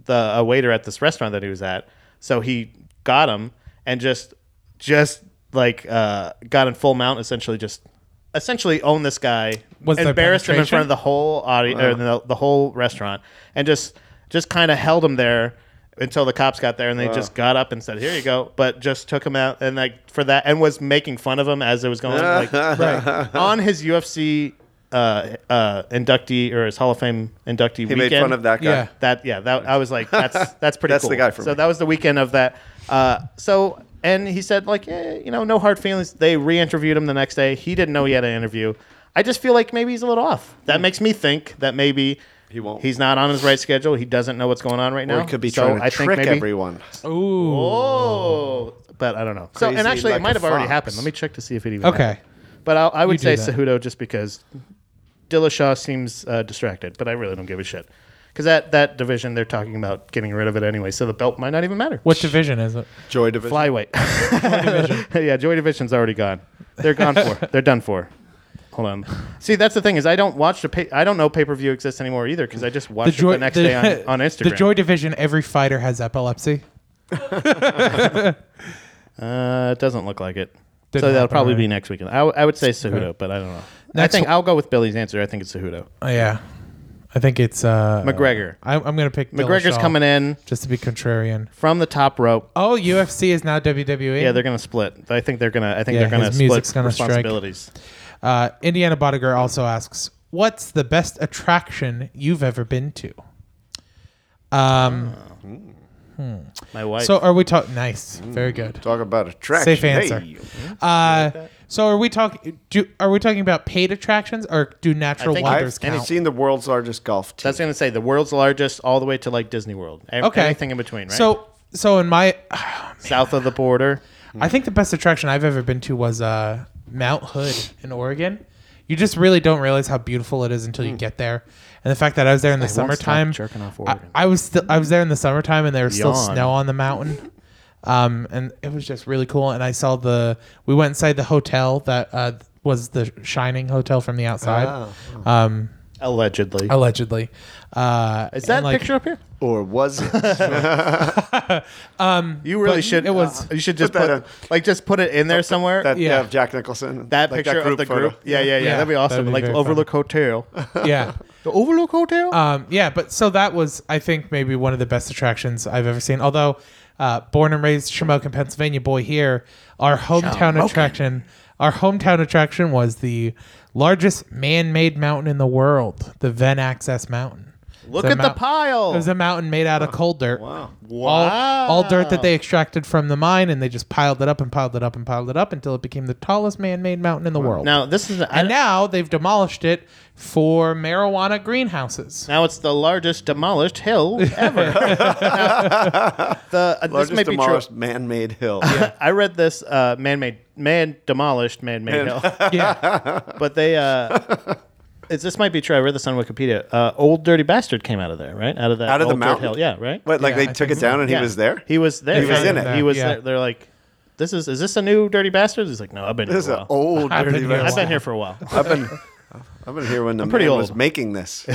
the a waiter at this restaurant that he was at. So he got him and just just like uh, got in full mount, essentially just essentially owned this guy, Was there embarrassed him in front penetration? of the whole audience or the, the whole restaurant, and just just kind of held him there until the cops got there and they just got up and said here you go but just took him out and like for that and was making fun of him as it was (laughs) going like Right. on his UFC uh, uh, inductee or his Hall of Fame inductee He made fun of that guy. Yeah. That yeah, that I was like, (laughs) that's that's pretty. That's cool. the guy for So me. that was the weekend of that. Uh, so and he said like, yeah, you know, no hard feelings. They re-interviewed him the next day. He didn't know he had an interview. I just feel like maybe he's a little off. That makes me think that maybe. He won't. He's not on his right schedule. He doesn't know what's going on right now. Or he could be So trying to I think trick maybe- everyone. Ooh. Oh, but I don't know. so and Crazy actually, like it a might have already fox. happened. Let me check to see if it even. Okay. happened. But I, I would say do that. Cejudo just because Dillashaw seems uh, distracted, but I really don't give a shit. Because that, that division, they're talking about getting rid of it anyway, so the belt might not even matter. What division is it? Joy Division. (laughs) Flyweight. (laughs) yeah, Joy Division's already gone. They're (laughs) gone for. They're done for. Hold on. See, that's the thing is I don't watch the pay- I don't know pay per view exists anymore either because I just watch it the next day (laughs) on, on Instagram. The joy division. Every fighter has epilepsy. Uh, it doesn't look like it. Didn't so that'll happen, probably right? be next weekend. I, w- I would say Cejudo, but I don't know. Next I think one- I'll go with Billy's answer. I think it's Cejudo. Oh yeah, I think it's uh, McGregor. I, I'm gonna pick McGregor's Dillashaw, coming in just to be contrarian. from the top rope. Oh, UFC is now E. WWE. Yeah, they're gonna split. I think they're gonna. I think Yeah, they're gonna his split music's gonna strike. responsibilities. Uh, Indiana Bodiger also asks, "What's the best attraction you've ever been to?" Um. My wife. So are we talking? Nice. Very good. Talk about attraction. Safe answer. Hey. Uh, so are we talking? Do are we talking about paid attractions or do natural think wonders I've- And count? he's seen the world's largest golf team. that's gonna say the world's largest, all the way to like Disney World. E- okay. Anything in between, right? So so in my, south of the border. I think the best attraction I've ever been to was uh, Mount Hood in Oregon. You just really don't realize how beautiful it is until you get there. And the fact that I was there in the Hmm. won't stop summertime, jerking off I, Oregon. I was still I was there in the summertime, and there was still Yawn. snow on the mountain. Um, and it was just really cool. And I saw the we went inside the hotel that uh, was the Shining Hotel from the outside. Oh. Um, Allegedly. allegedly. Uh, Is that and, like, picture up here? Or was (laughs) it? You really but should. uh, it was- you should just put, Put that like just put it in there somewhere. that Yeah. yeah. Jack Nicholson. that Like picture of the photo. group. Yeah, yeah, yeah. Yeah, That'd be awesome. that'd be like very Overlook Hotel. (laughs) (laughs) Yeah. the Overlook Hotel. Um, yeah, but so that was, I think, maybe one of the best attractions I've ever seen. Although, uh, born and raised Shamokin, Pennsylvania boy here, our hometown attraction, our hometown attraction was the largest man-made mountain in the world, the Ven Access Mountain. Look It's a at the pile. It was a mountain made out of cold dirt. Wow. All, all dirt that they extracted from the mine, and they just piled it up and piled it up and piled it up until it became the tallest man-made mountain in the world. Now this is I, and now they've demolished it for marijuana greenhouses. now it's the largest demolished hill (laughs) ever. Now, the uh, this Largest may be true. demolished man-made hill. I read this uh, man-made man demolished man-made (laughs) hill, Yeah, but they. Uh, It's, this might be true. I read this on Wikipedia. Uh, old dirty bastard came out of there, right? Out of that Out of the old dirt mountain? hill. Yeah, right. (laughs) What, like Yeah, they I took think it down and Yeah. he was there? He was there. He was in it. He was Yeah. there. They're like, this is is this a new dirty bastard? He's like, no, I've been This is here. an A while. (laughs) old I've been dirty here a I've bastard. been here for a while. (laughs) I've been, I've been here when the pretty man old. was (laughs) making this.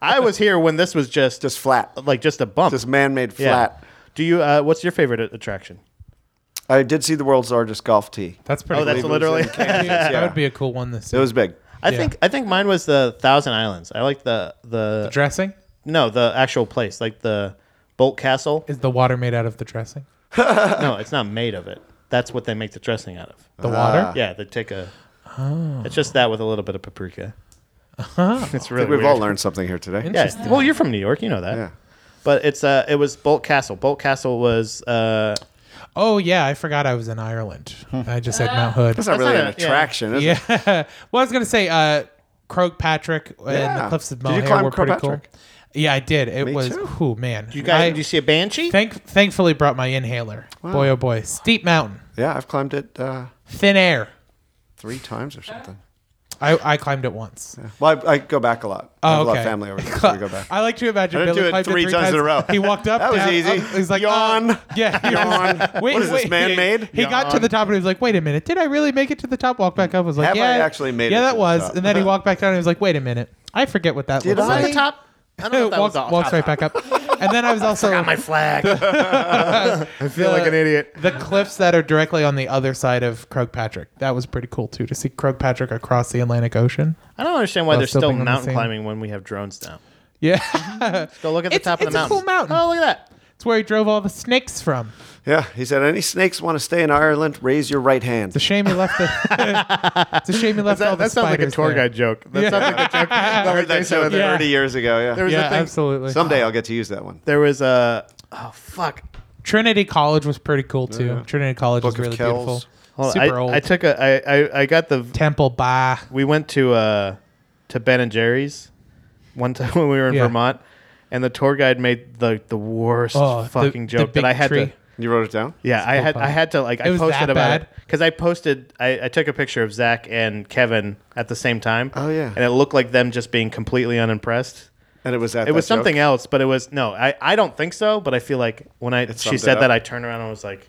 I was here when this was just Just flat. like just a bump. Just man-made Yeah. flat. Do you? Uh, what's your favorite a- attraction? I did see the world's largest golf tee. that's pretty. Oh, that's cool. believe it was literally. in Kansas. that yeah. would be a cool one this It was big. (laughs) I Yeah. think I think mine was the Thousand Islands. I like the the, dressing. no the actual place like the Bolt Castle. (laughs) Is the water made out of the dressing? no, it's not made of it. That's what they make the dressing out of. Ah. The water. Yeah, they take a. Oh. It's just that with a little bit of paprika. it's I really think we've weird. all learned something here today. Yeah. Well, you're from New York, you know that. Yeah. But it's uh, it was Bolt Castle. Bolt Castle was uh, Oh yeah, I forgot I was in Ireland. I just said Mount Hood. Hmm. That's not really not an a- yeah. attraction, is it? (laughs) Yeah. well, I was gonna say, uh, Patrick and the Yeah. Cliffs of Did you Moher climb were pretty cool. Croagh-Patrick? Yeah, I did. It Me was. too. Oh man. you guys. I did you see a banshee? thank, thankfully brought my inhaler. Boy oh boy, steep mountain, Yeah, I've climbed it uh, thin air. three times (laughs) or something. I, I climbed it once. Well, I, I go back a lot. Oh, I have a lot Oh, okay. of family over there, so we (laughs) go back. (laughs) I like to imagine I didn't Billy do it climbed three times in a row. He walked up. (laughs) That was down, easy. up. He's like, Yawn. uh, yeah. Yawn. (laughs) Wait, What is this, wait. man-made? He got to the top and he was like, "Wait a minute, did I really make it to the top?" Walked back up, was like, Have I "Yeah, actually made Yeah, it that to the was. top? And then he walked back down and he was like, "Wait a minute, I forget what that Did looks I? like." (laughs) top. I don't know if that was walks the walks top (laughs) right back up. And then I was also Got my (laughs) flag. I feel The- (laughs) like an idiot. the cliffs that are directly on the other side of Krogpatrick. That was pretty cool too to see Krogpatrick across the Atlantic Ocean. I don't understand why While they're still still being on the mountain same- climbing when we have drones now. Yeah, (laughs) Go look at the It's- top of the it's a mountain. cool mountain. Oh, look at that. it's where he drove all the snakes from. Yeah, he said, any snakes want to stay in Ireland, raise your right hand. It's a shame he left the. it's a shame he left all That, the that sounds like a spiders tour there. guide joke. That sounds like a (laughs) joke. I heard that (laughs) joke Yeah. 30 years ago. Yeah. There was Yeah, a thing. absolutely. Someday I'll get to use that one. There was a. Oh fuck. Trinity College was pretty cool too. Trinity College Book is of really Kells. beautiful. Hold on, Super I, old. I took a. I, I I got the. Temple Bar. We went to uh to Ben and Jerry's one (laughs) time when we were in Yeah. Vermont, and the tour guide made the the worst Oh, the- fucking the joke big that I had tree. to. You wrote it down? Yeah, I had pie. I had to like I It was posted that about bad? it because I posted I, I took a picture of Zach and Kevin at the same time. Oh, yeah. and it looked like them just being completely unimpressed. And it was that. It was that joke? something else, but it was no. I, I don't think so, but I feel like when I she summed said it that, up. I turned around and was like,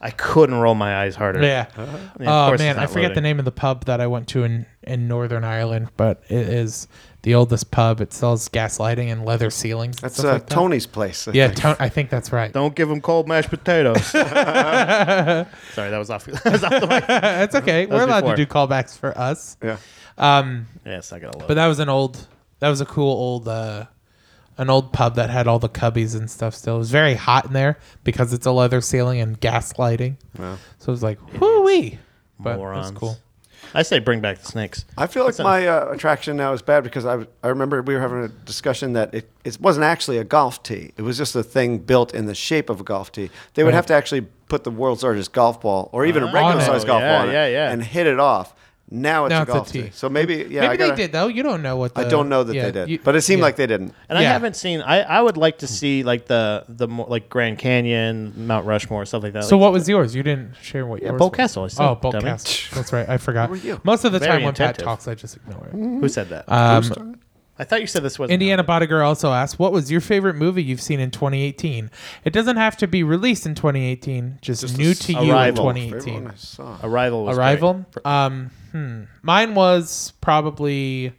I couldn't roll my eyes harder. Yeah. mean, of oh course man, it's I not forget the loading. name of the pub that I went to in in Northern Ireland, but it is the oldest pub. It sells gaslighting and leather ceilings. and That's stuff uh, like that. Tony's place. I Yeah, think. Tony. I think that's right. Don't give them cold (laughs) mashed potatoes. (laughs) Sorry, that was off. (laughs) That was off the mic. That's okay. was We're allowed before. to do callbacks for us. Yeah. Um, Yes, I got a little. but that was an old, that was a cool old, uh, an old pub that had all the cubbies and stuff. Still, it was very hot in there because it's a leather ceiling and gas lighting. So it was like, whoo wee. But Morons. it's cool. I say bring back the snakes. I feel like my uh, attraction now is bad because I, was- I remember we were having a discussion that it, it wasn't actually a golf tee. It was just a thing built in the shape of a golf tee. They would have to actually put the world's largest golf ball or even a regular it. sized golf Yeah, ball on it yeah, yeah. and hit it off. Now it's Now a it's a golf tee. tee. So maybe, yeah, I, Maybe gotta, they did though. You don't know what. The, I don't know that yeah, they did, you- but it seemed yeah. like they didn't. And I Yeah. haven't seen. I, I would like to see like the the more, like Grand Canyon, Mount Rushmore, stuff like that. So Like, what was yours? You didn't share what yours. Bolt was. Castle, I said, Oh, Bolt dummy. (laughs) Castle. That's right. I forgot. were you? Mm. Most of the Very time when Pat attentive. talks, I just ignore it. Who said that? Um, I thought you said this was Indiana Bodiger also asked, "What was your favorite movie you've seen in 2018? It doesn't have to be released in 2018, just, new to you in Arrival. Everyone 2018." I saw. Arrival. Was Arrival. Um, hmm. Mine was probably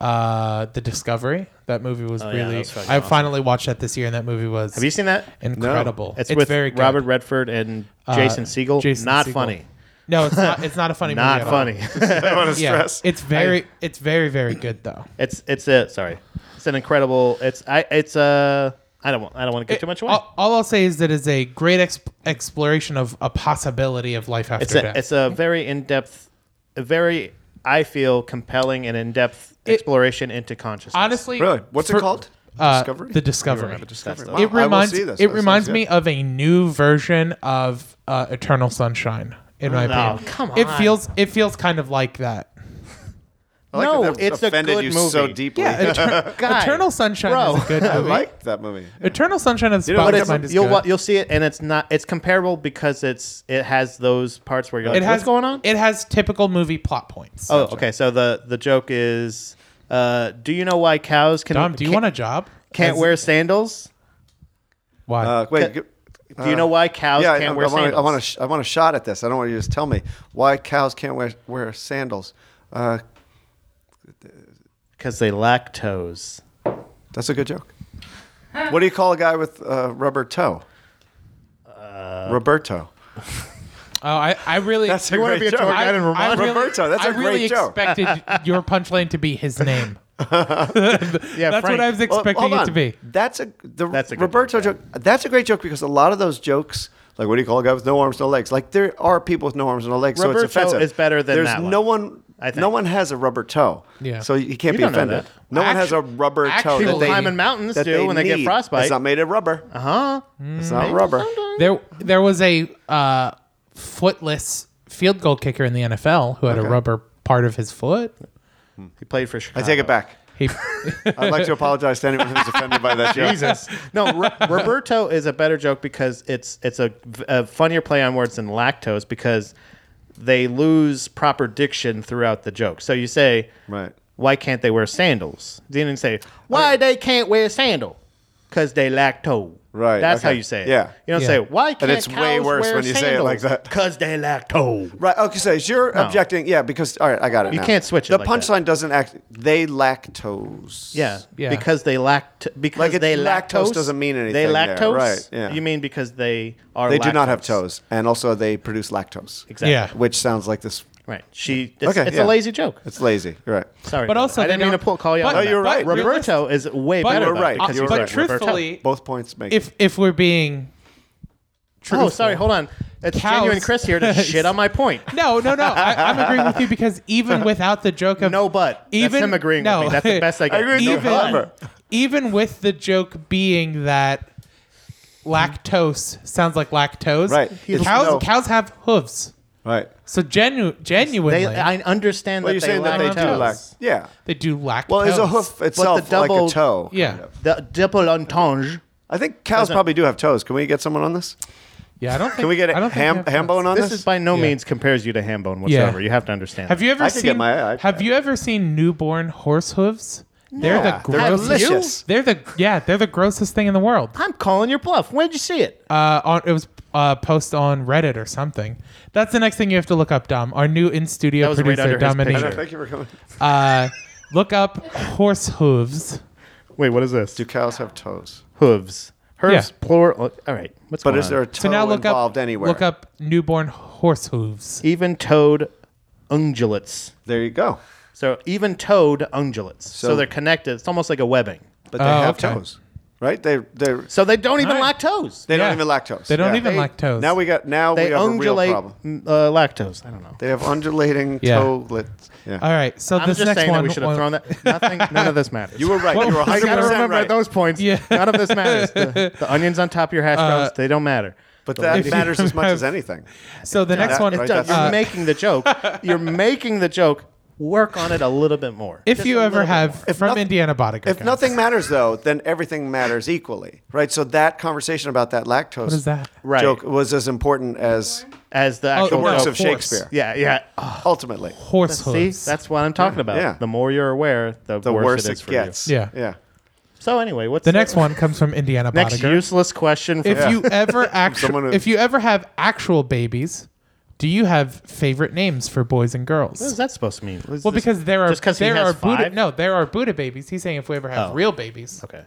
uh, The Discovery. That movie was Oh, yeah, that really. was fucking I awesome. finally watched that this year, and that movie was Have you seen that? incredible. It's, with very good. Uh, Robert Redford and Jason Siegel. Jason Not Segel. funny. No, it's not. It's not a (laughs) funny Not movie. at all. (laughs) funny. I want to Yeah, stress. it's very, it's very, very good though. it's it's a sorry. It's an incredible. It's I it's a. I don't want I don't want to give too much away. All, all I'll say is that it's a great exp- exploration of a possibility of life after it's a death. it's a very in depth, a very I feel compelling and in depth It- exploration into consciousness. Honestly, really, what's for- it called? Uh, Discovery. The Discovery. That's the- Wow, I It will reminds see this. That it sounds reminds me good. of a new version of uh, Eternal Sunshine. In Oh, my no. opinion, Come It on. feels it feels kind of like that. I like No, that that it's a offended good you movie. so deeply. Yeah, (laughs) Eter- Guy. Eternal Sunshine Bro. is a good movie. I like that movie. Eternal Sunshine of the You know what Spotless it's- Mind is you'll good. wa- you'll see it and it's not it's comparable because it's it has those parts where you're like it has what's going on. It has typical movie plot points. oh, okay. So the the joke is, uh, do you know why cows can Dom, do you can't, want a job? can't As- wear sandals? Why? Uh, wait, Ca- g- Do you know why cows Uh, yeah, I, can't I wear want sandals? I want a sh- I want a shot at this. I don't want you to just tell me why cows can't wear wear sandals. Uh, because they lack toes. that's a good joke. What do you call a guy with uh, rubber toe? Roberto. oh, I, I really. That's a You wanna great be a joke. tour guide in Vermont? really- Roberto, that's I a really great joke. (laughs) expected your punchline to be his name. That's Yeah, Frank. what I was Well, expecting hold it on. to be. That's a the That's a good Roberto joke, joke, That's a great joke because a lot of those jokes, like what do you call a guy with no arms, no legs? Like there are people with no arms, no legs, so Roberto it's offensive. is better than There's that one, no one. I think. No one has a rubber toe. Yeah. So you can't You be don't know offended. that. No one has a Actu- rubber toe. actual that they, climbing mountains that do they when they get need. frostbite. It's not made of rubber. Uh huh. It's Mm. not rubber. There, there was a uh, footless field goal kicker in the NFL who had a rubber part of his foot. He played for Chicago. I take (laughs) it back. (laughs) He, I'd like to apologize to anyone who's offended by that joke. Jesus. No, (laughs) R- Roberto is a better joke because it's it's a, a funnier play on words than lactose because they lose proper diction throughout the joke. So you say, Right. Why can't they wear sandals? Then you say, Why they can't wear sandal? because they lactose. Right, That's okay. how you say it. Yeah. You don't Yeah. say why can't it's way worse when you say it like that. Because they lactose. Right. Okay. So is you're objecting. Yeah. Because all right, I got it. You now. can't switch it The like that. punchline doesn't act. They lactose. Yeah, Yeah. because they lact because Like it- they lactose lactose, doesn't mean They anything there, lactose, right, yeah. You mean because they are They do not have lactose. toes, and also they produce lactose, Exactly. Yeah. which sounds like this. Right. She. It's, Okay, it's yeah. a lazy joke. It's lazy. You're right. Sorry. But about also that. I they didn't mean to don't- pull, call you out. but- on No, you're that. right. But Roberto is way but- better. You're though, right. because You're he's Uh, but right. Roberto. truthfully, Both points make. if if we're being truthful, Oh, sorry. Hold on. It's Cows. genuine Chris here to shit on my point. No, no, no. I, I'm agreeing with you because (laughs) even without the joke of No, but even that's him agreeing no, with me. That's the best I get. agree with no, you. but. However. even, even with the joke being that lactose sounds like lactose, Right. It's Cows no- cows have hooves, right. so genu- genuinely They, they, I understand Well, that you're they saying that they do lactose. lactose. Yeah. do lactose. Well, is a hoof itself like double- a toe? kind Yeah. of? The double entendre. I think cows probably do have toes. Can we get someone on this? Yeah, I don't. Think, Can we get I a don't think ham they have hambone on this? This is by no Yeah. means compares you to Hambone whatsoever. Yeah. You have to understand. Have you ever I could seen? get my- I- have you ever seen newborn horse hooves? They're Yeah, the they're grossest. delicious. They're the yeah. They're the grossest thing in the world. I'm calling your bluff. When did you see it? Uh, on it was uh, post on Reddit or something. That's the next thing you have to look up, Dom. Our new in That studio was right producer, under his Dominique. picture. Thank you for coming. Uh, look up horse hooves. Wait, what is this? Do cows have toes? Hooves. Hooves, Yeah. plural. All right. What's But going is there on? a toe So now look involved up anywhere? look up newborn horse hooves. even toed ungulates? There you go. So even toed ungulates. So, So- they're connected. It's almost like a webbing. But they Oh, have okay. toes, right? They they So they don't even Alright. lactose. they Yeah. don't even lactose. They don't Yeah. even lactose. Now we got now They we have a real ungulate problem. mm, uh, lactose. I don't know. They have undulating Yeah. toelets. Yeah. All right. So I'm this just next saying one. that we should have one- thrown that. Nothing. None of this matters. You were right. you were Well, I (laughs) 100 You gotta percent remember right. at those points. Yeah. None of this matters. (laughs) The, the onions on top of your hash browns, they don't matter. Uh, but The that If lady- you matters as much have- as anything. So the next that- one. right, it does. that's- You're uh, making the (laughs) joke. You're making the joke. Work on it a little bit more. if Just you a ever little bit have If from noth- Indiana Botica. If nothing matters though, then everything matters equally, right? So that conversation about that lactose What is that? Right. joke was as important as more. as the actual the the Oh, works No, horse. of Shakespeare. Yeah, yeah. Oh, (sighs) Ultimately, horse see, hooves. that's what I'm talking about. yeah. The more you're aware, the, the worse, worse it is it for gets. you. Yeah. Yeah. So anyway, what's the next one comes from Indiana Next Botica. useless question. For If (laughs) you ever Someone who- actually, if you ever have actual babies, do you have favorite names for boys and what is girls? that supposed to mean? Well, because there are just 'cause he there has are Buddha, five? no there are Buddha babies. He's saying if we ever have Oh. real babies, okay.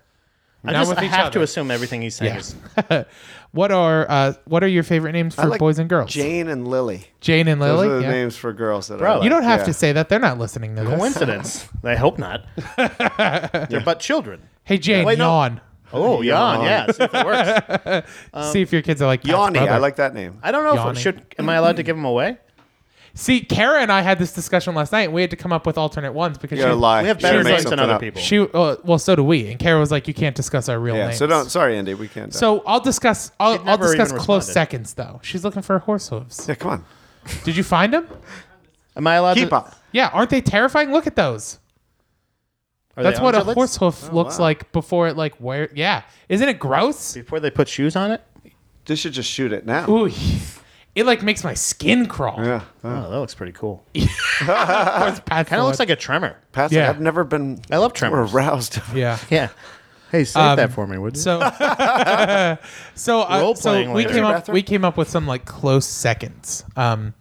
I Not just with I each have other. to assume everything he's saying Yeah. is what are uh, what are your favorite names I for like boys and girls? Jane and Lily. Jane and Those Lily. are the yeah. names for girls that I Bro. like. You don't have Yeah. to say that. They're not listening to this. (laughs) coincidence. I hope not. They're but children. Hey Jane, Wait, no. yawn. Oh, yawn. Yawn. Yeah, see if it works. (laughs) See if your kids are like Pat's Yawny. Um, I brother. like that name. I don't know if Yawning. it should. Am I allowed to give them away? See, Kara and I had this discussion last night. and We had to come up with alternate ones because You gotta she, lie. We have You better should make names than something other up. people. she uh, well, so do we. And Kara was like, "You can't discuss our real Yeah. names." So don't. Sorry, Andy. We can't. uh, So I'll discuss. I'll, I'll never even discuss close responded. seconds though. She's looking for horse hooves. (laughs) yeah. Come on. Did you find them? Am I allowed Keep to? up. Yeah, aren't they terrifying? Look at those. Are they That's what a ungulates? Oh, horse hoof looks wow. like before it like where. Yeah, isn't it gross? Before they put shoes on it. This should just shoot it now. Ooh, it like makes my skin crawl. Yeah. Oh, that looks pretty cool. Kind Kind of looks like a (laughs) tremor. Pat, Yeah. I've never been. I love more tremors. aroused. (laughs) (laughs) (laughs) yeah. Yeah. Hey, save that for me, would you? Um, So, (laughs) so, uh, Role-playing so we later. came up Bathroom? we came up with some like close seconds. Um,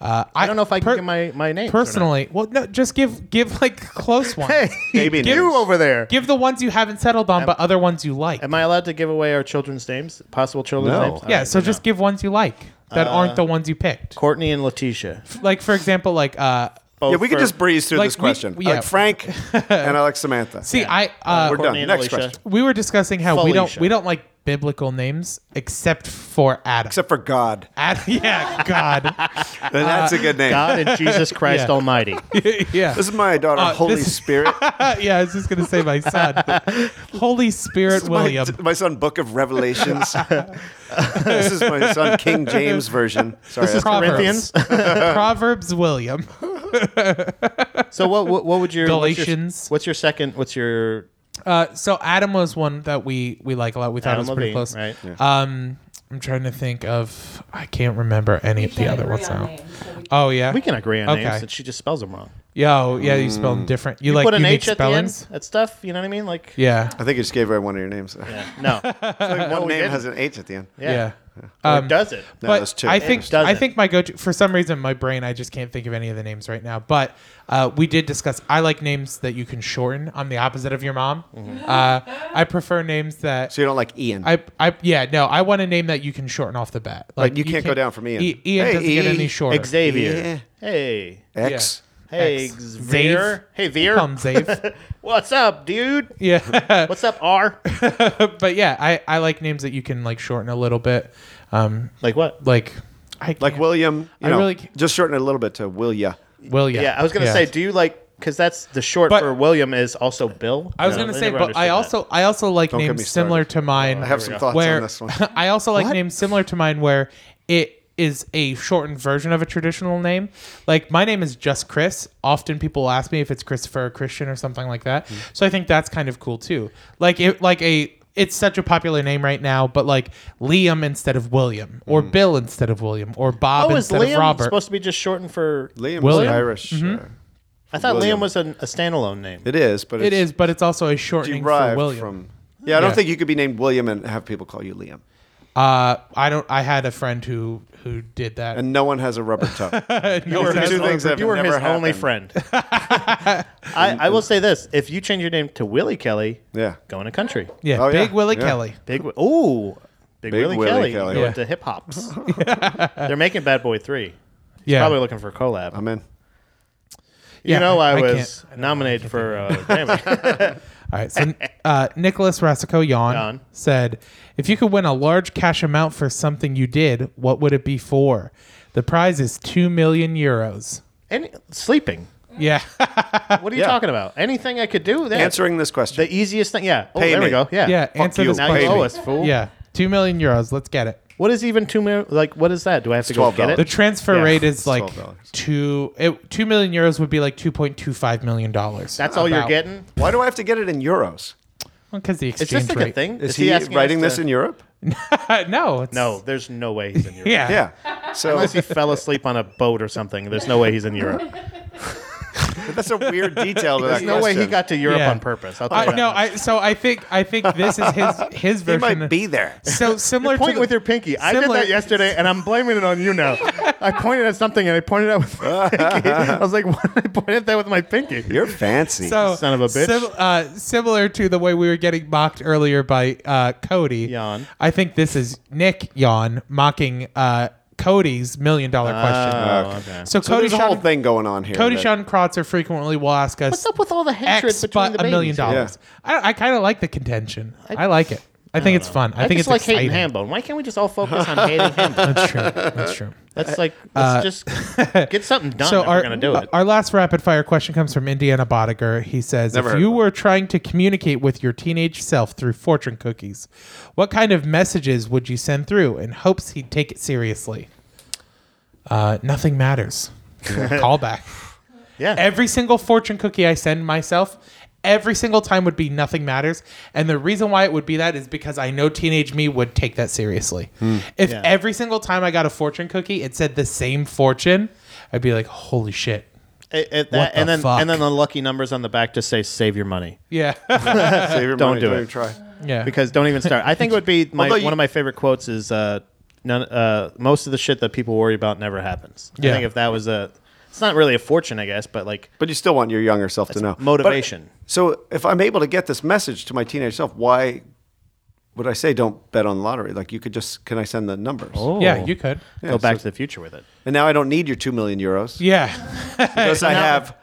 uh, I, I don't know if I can per- give my my (laughs) name personally. Well, no, just give give like close (laughs) ones. (laughs) Hey, Baby you names. over there. Give the ones you haven't settled on, but other ones you like. Am I allowed to give away our children's names? Possible children's No. names? yeah, Alright, so then just no. give ones you like that aren't the ones you picked. Courtney and Letitia. Like for example, like uh, Both yeah, we could for just breeze through like, this we- question. we- I yeah. (laughs) like Frank and I like Samantha. see, I uh, We're done. Courtney and Next Alicia. question. we were discussing how we don't Felicia. we don't like biblical names except for Adam. Except for God. Adam (laughs) yeah, God, (laughs) Then that's a good name. God and Jesus Christ Yeah. Almighty. yeah. This is my daughter, Uh, Holy this- Spirit. (laughs) yeah, I was just gonna say my son, Holy Spirit This is my- William. (laughs) My, son, Book (laughs) of Revelations. this is my son, King James Version. Sorry. that's- Proverbs. Corinthians. (laughs) Proverbs William. So what, what what would your what's your- Galatians. What's your, second? What's your Uh, so Adam was one that we we like a lot. We thought Adam it was pretty Levine, close. right? Um, I'm trying to think of. I can't remember any of the other ones now. Oh, yeah? we can agree on Okay. names, and she just spells them wrong. Yo, yeah, you spell 'em different. You, like Put an unique H at spellings? the end at stuff. You know what I mean? Like Yeah, I think you just gave away one of your names. (laughs) (laughs) no, yeah. Like one we name didn't. has an H at the end. yeah. um, Or does it? No, but that's two. I think Doesn't. I think my go-to for some reason my brain I just can't think of any of the names right now. But uh, we did discuss I like names that you can shorten. I'm the opposite of your mom. Uh, I prefer names that so you don't like Ian. I I yeah no I want a name that you can shorten off the bat. you can't go down from Ian. I- E, Ian Hey, doesn't get Ian. any shorter. Xavier. Yeah. Hey. X. Hey, X. Zave. Xavier. Hey, Veer. Come (laughs) Zave. What's up, dude? yeah, (laughs) What's up, R? but yeah I I like names that you can like shorten a little bit. Um, like what? like I Like can't- William. You I know, really can't- just shorten it a little bit to Will ya. Will Yeah, I was gonna say, do you like? Because that's the short But- for William is also Bill. I was No, gonna they say, never but I understood also I also like get me names similar to mine. I have some thoughts where on (laughs) this one. I also like What? names similar to mine where it is a shortened version of a traditional name. Like my name is just Chris. Often people ask me if it's Christopher or Christian or something like that. Hmm. So I think that's kind of cool too. Like it like a it's such a popular name right now, but like Liam instead of William, or Hmm. Bill instead of William, or Bob that. Oh, is instead of Liam Robert. supposed to be just shortened for? Liam's William. Mm-hmm. Irish. uh, I thought William. Liam was an, a standalone name. it is, but it it's is, but it's also a shortening for derived William. from. Yeah, I don't Yeah. think you could be named William and have people call you Liam. uh, I don't. I had a friend who who did that. And no one has a rubber (laughs) tongue. You were These are his, two things that have you were never his only friend. (laughs) happened. (laughs) I, I will say this: if you change your name to Willie Kelly, yeah. going to country. Yeah, Oh, Big yeah, Willie yeah. Kelly. Big Wi- ooh, Big, Big Willie, Willie Kelly, Kelly. going Yeah. to (laughs) hip hops. They're making Bad Boy Three. Yeah, Probably looking for a collab. I'm in. you Yeah, know, I, I can't- was nominated for uh, (laughs) Grammy. All right. So uh, Nicholas Rasico Yawn Yawn. said, "If you could win a large cash amount for something you did, what would it be for? The prize is two million euros. Any, sleeping. Yeah, What are you Yeah. talking about? Anything I could do? That, Answering this question. the easiest thing. Yeah. Oh, Pay there we me. go. Yeah. (laughs) yeah. Fuck answer you. this Now Pay you question. me. owe us, fool. Yeah, two million euros. Let's get it. What is even two million? Like, what is that? Do I have to go $12. get it? The transfer Yeah, rate (laughs) is like $12. two. It, two million euros would be like two point two five million dollars. That's all you're About. getting. Why do I have to get it in euros? because the Is exchange this like rate. Uh, a thing? Is, he, asking us writing this to- in Europe? no, it's, No, there's no (laughs) way he's in Europe. Yeah, Yeah. (laughs) So Unless he fell asleep on a boat or something. There's no way he's in (laughs) Europe. that's a weird detail to that There's no way he question. got to Europe Yeah. on purpose. I'll tell you I that no. much. I so I think I think this is his his (laughs) He version. might be (laughs) there. (laughs) so similar Point to the- with your pinky. I did similar- that yesterday, and I'm blaming it on you now. I pointed at something, and I pointed out with (laughs) my pinky. I was like, (laughs) "Why did I point at that with my pinky?" You're fancy. So, son of a bitch. uh, similar to the way we were getting mocked earlier by uh, Cody. Yawn. I think this is Nick Yawn mocking uh, Cody's million dollar question. Oh, okay. So, So Cody there's a whole Sean, thing going on here. Cody that- Sean Krotzer frequently will ask us What's up with all the hatred X, between but the a million babies? dollars. I, I kind of like the contention. I, like it. I, think it's fun. I, think just it's like exciting. hating Hambone. Why can't we just all focus on hating Hambone? That's true. That's (laughs) true. That's like let's just get something done. Uh, (laughs) So if our, uh, we're gonna do it. our last rapid fire question comes from Indiana Bodiger. He says, Never if heard you of were trying to communicate with your teenage self through fortune cookies, what kind of messages would you send through in hopes he'd take it seriously? Uh, nothing matters. Callback. yeah. Every single fortune cookie I send myself, every single time would be nothing matters. And the reason why it would be that is because I know teenage me would take that seriously. Hmm. If Yeah. every single time I got a fortune cookie, it said the same fortune, I'd be like, holy shit. It- it- What and the then fuck? and then the lucky numbers on the back just say save your money Yeah. (laughs) Save your Don't money, do it. even Try. yeah. because don't even start. I think it (laughs) would be my, Although you- one of my favorite quotes is uh, none, uh, most of the shit that people worry about never happens. Yeah. I think if that was a, it's not really a fortune, I guess, but like But you still want your younger self to know But- motivation. so if I'm able to get this message to my teenage self, why would I say don't bet on the lottery? Like you could just can I send the numbers? Oh. yeah, you could. go back to the future with it. And now I don't need your two million euros Yeah. because I have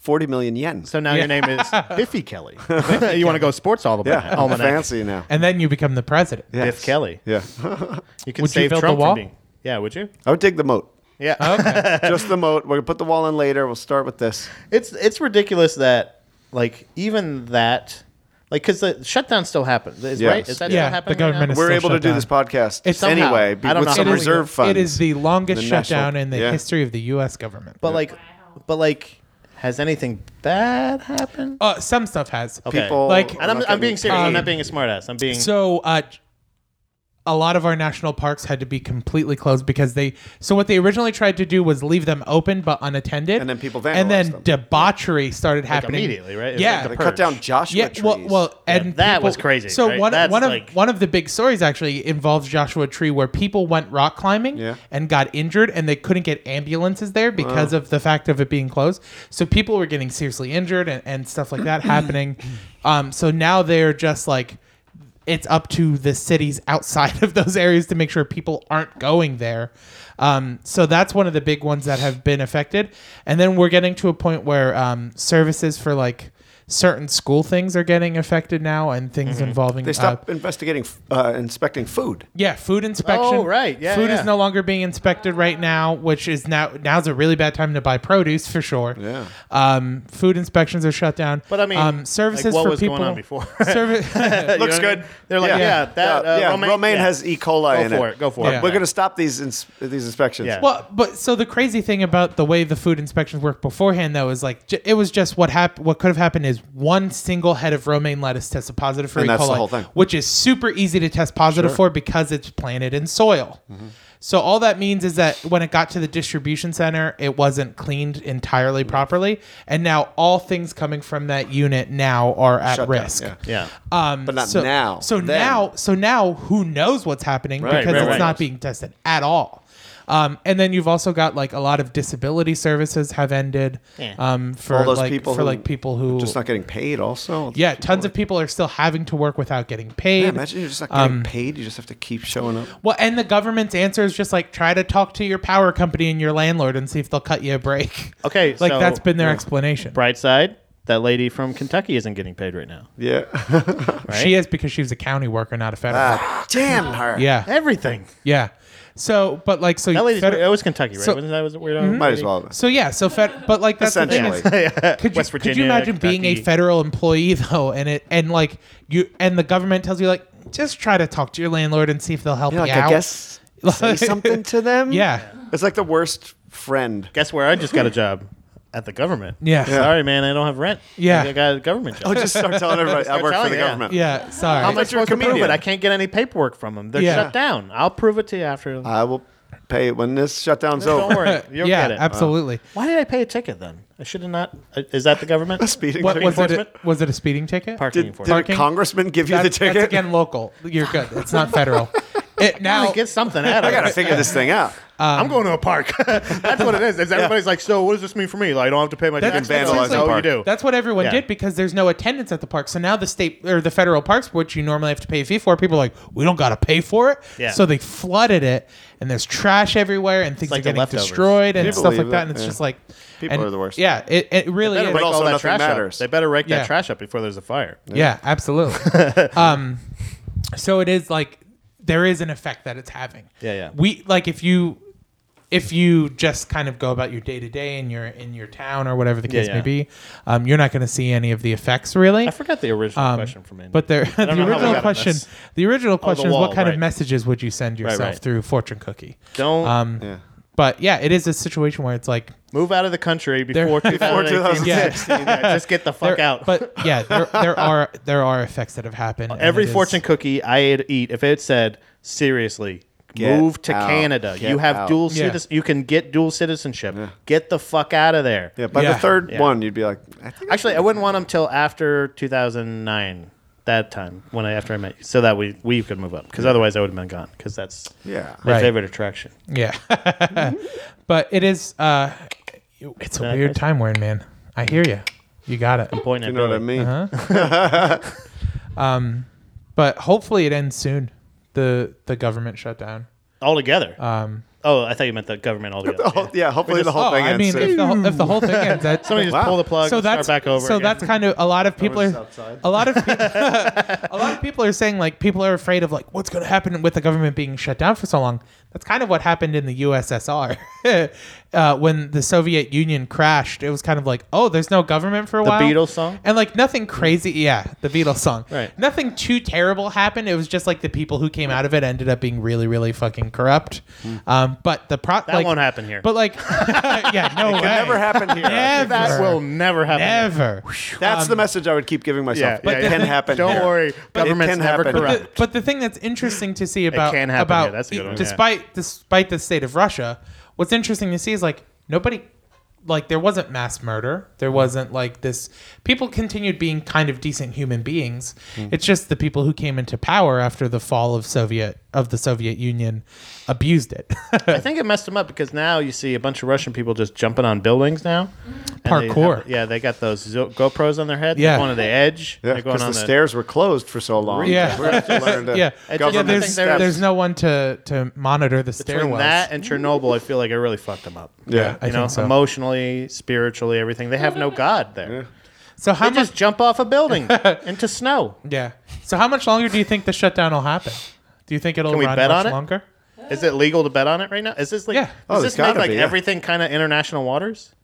forty million yen. So now your name is (laughs) Biffy Kelly. (laughs) you want to go sports all the yeah, I'm almanac. fancy now. And then you become the president. (laughs) Yes. Biff Kelly. Yeah, (laughs) You Would could you save build the Trump wall? from being. Yeah, would you? I would dig the moat. Yeah. (laughs) Just the moat. We're gonna put the wall in later. We'll start with this. it's it's ridiculous that like even that like because the shutdown still happens, is, Yes. right? Is that Yeah, still happening? the right government It's now? is- We're still able to shut do down. this podcast It's- Somehow. anyway be- I don't with know some how- It is- reserve funds. It is the longest The national- shutdown in the yeah. history of the U.S. government. but like, but like, has anything bad happened? uh, some stuff has. Okay. people Like- and I'm, not I'm getting being serious. I'm (laughs) paid. not being a smartass. I'm being So, uh, a lot of our national parks had to be completely closed because they. So what they originally tried to do was leave them open but unattended, And then people and then vandalized them. debauchery started happening immediately, right? It was Yeah, like the They purge. cut down Joshua yeah, trees. well, well, and that people- was crazy, So right? one That's one of like- one of the big stories actually involves Joshua Tree, where people went rock climbing Yeah. and got injured, and they couldn't get ambulances there because of the fact of it being closed. So people were getting seriously injured and, and stuff like that (clears throat) happening. Um, so now they're just like. It's up to the cities outside of those areas to make sure people aren't going there. Um, so that's one of the big ones that have been affected. And then we're getting to a point where um, services for like certain school things are getting affected now and things Mm-hmm. involving they uh, stopped investigating, f- uh, inspecting food. yeah food inspection Oh, right. Yeah, food yeah. is no longer being inspected right now which is now now's a really bad time to buy produce for sure Yeah. um food inspections are shut down But I mean, um like, services what for was people going on before? (laughs) (laughs) Servi- You know what I mean? They're like, yeah, that uh, yeah, romaine, yeah. has E. coli Go in for it. it, go for it. Yeah. We're going to stop these ins- these inspections. Yeah. Well, but so the crazy thing about the way the food inspections worked beforehand, though, is like j- it was just what happened. What could have happened is one single head of romaine lettuce tested positive for And E. that's the coli, whole thing. which is super easy to test positive for because it's planted in soil. Mm-hmm. So all that means is that when it got to the distribution center, it wasn't cleaned entirely Mm-hmm. properly, and now all things coming from that unit now are at Shut down, risk. yeah. yeah. Um, But not so, now, So then. now, so now, who knows what's happening Right, because right, it's right. not being tested at all. Um, and then you've also got like a lot of disability services have ended Yeah. um, for All those like people for who- like people who Just not getting paid, also. yeah, tons of people are still having to work without getting paid. Yeah, imagine you're just not Um, getting paid. You just have to keep showing up. well, and the government's answer is just like try to talk to your power company and your landlord and see if they'll cut you a (laughs) break. Okay, like so- that's been their explanation. Bright side, that lady from Kentucky isn't getting paid right now. Yeah. Right? She is because she was a county worker, not a federal. (laughs) Ah. damn her. yeah, everything. yeah. So, but like, so That lady's fed- it was Kentucky, right? So- Mm-hmm. Wasn't that was it weird? (laughs) Might as well. So yeah, so fed, but like that's the thing is, Essentially. (laughs) could you, West could you Virginia, imagine being a Kentucky. federal employee (laughs) though, and it and like you and the government tells you like just try to talk to your landlord and see if they'll help You're like, you out. I guess (laughs) say something to them. Yeah. It's like the worst friend. Guess where I just got a job at the government. Yeah. Yeah. Sorry, man, I don't have rent. Yeah. I got a government job. Oh, (laughs) just start telling everybody Start I work telling, for the yeah. government. Yeah, sorry. How am I But you're a supposed to prove comedian. it? I can't get any paperwork from them. They're Yeah. shut down. I'll prove it to you after. I will pay it when this shutdown's over. (laughs) don't worry, you'll yeah, get it. absolutely. Why did I pay a ticket then? I should have not. uh, Is that the (laughs) government? Speeding What ticket. was it? enforcement? was it a speeding ticket? Parking Did, did enforcement. a Parking? congressman give (laughs) you That's, the that's ticket? again local. You're good. It's not federal. (laughs) It now Gotta get something out of I gotta (laughs) it. figure this thing out. Um, I'm going to a park. (laughs) That's what it is. Is everybody's like, so what does this mean for me? Like, I don't have to pay my That's- ticket. that's That's essentially- all you do. That's what everyone Yeah. did because there's no attendance at the park. So now the state or the federal parks, which you normally have to pay a fee for, people are like, we don't got to pay for it. Yeah. So they flooded it, and there's trash everywhere, and things like are the getting leftovers. destroyed and you stuff believe like that. it? And it's Yeah. just like People and- are the worst. Yeah, it, it really They is. better But rake also all that nothing trash matters. up. They better rake Yeah. that trash up before there's a fire. yeah, (laughs) absolutely. um, so it is like there is an effect that it's having. Yeah, yeah. We like if you if you just kind of go about your day to day in your in your town or whatever the case may yeah. be, um, you're not going to see any of the effects really. I forgot the original Um, question from Andy. But there, know the how we got original on question, this. Oh, the original question is what wall, kind of right. messages would you send yourself right. through fortune cookie? don't Um, Yeah. but yeah, it is a situation where it's like move out of the country (laughs) before Before 2018. 2016. Yeah, just get the fuck there- out. er, But yeah, there, there (laughs) are there are effects that have happened. and Every it is- fortune cookie I ate, eat, if it said seriously, Get move to out. Canada. Get you have out." dual Yeah. citizen. You can get dual citizenship. Get the fuck out of there. Yeah, by Yeah. the third Yeah. one, you'd be like, I think Actually, I wouldn't want them till after 2009. That time when I after I met you, so that we we could move up. Because otherwise, I would have been gone. Because that's Yeah. my Right. favorite attraction. yeah, (laughs) but it is. Uh, it's a weird guys? time we're in, man. I hear you. You got it. Point. you know what I mean. Uh-huh. But hopefully it ends soon. The the government shutdown. All together. Um, oh, I thought you meant the government all together. (laughs) (laughs) Oh, yeah, hopefully the whole oh, thing I ends. mean, soon. if the, whole- if the whole thing (laughs) ends, that, Somebody just Wow. pull the plug. so and that's start back over. so again. that's kind of a lot of people are a lot (laughs) of people, a lot of people are saying like people are afraid of like what's going to happen with the government being shut down for so long. That's kind of what happened in the USSR (laughs) uh, when the Soviet Union crashed. It was kind of like, oh, there's no government for a while. Beatles song? and like nothing crazy. Yeah, the Beatles song. Right. Nothing too terrible happened. It was just like the people who came out of it ended up being really, really fucking corrupt. Um, but the pro Hmm. That like- won't happen here. But like, (laughs) yeah, no way. It never (laughs) happened here. Never. that will never happen. here. Ever. That's the message I would keep giving um, Yeah, myself. but it can (laughs) happen. Don't here. worry, government's can never happen. But corrupt. the, but the thing that's interesting to see about can happen about here. That's a good one, yeah. despite despite the state of Russia, what's interesting to see is like nobody like there wasn't mass murder. Mm-hmm. There wasn't like this people continued being kind of decent human beings. Mm-hmm. It's just the people who came into power after the fall of Soviet of the Soviet Union abused (laughs) it. I think it messed them up because now you see a bunch of Russian people just jumping on buildings now. And they Parkour. have- yeah, they got those Zo- GoPros on their head. Yeah. They're going to the edge. Yeah, they're going because the, on stairs were closed for so long. Yeah. We're gonna have to (laughs) learn to yeah. yeah government there's thing there- steps. there's no one to to monitor the Between stairwells. that and Chernobyl, I feel like it really fucked them up. Yeah. I you know, think so. emotionally, spiritually, everything. They have no God there. so how They much just jump off a building (laughs) into snow. Yeah. So how much longer do you think the shutdown will happen? Do you think it'll Can we run bet much on it? longer? Is it legal to bet on it right now? Is this like Yeah. does Oh, this it's make gotta like be, yeah. everything kind of international waters,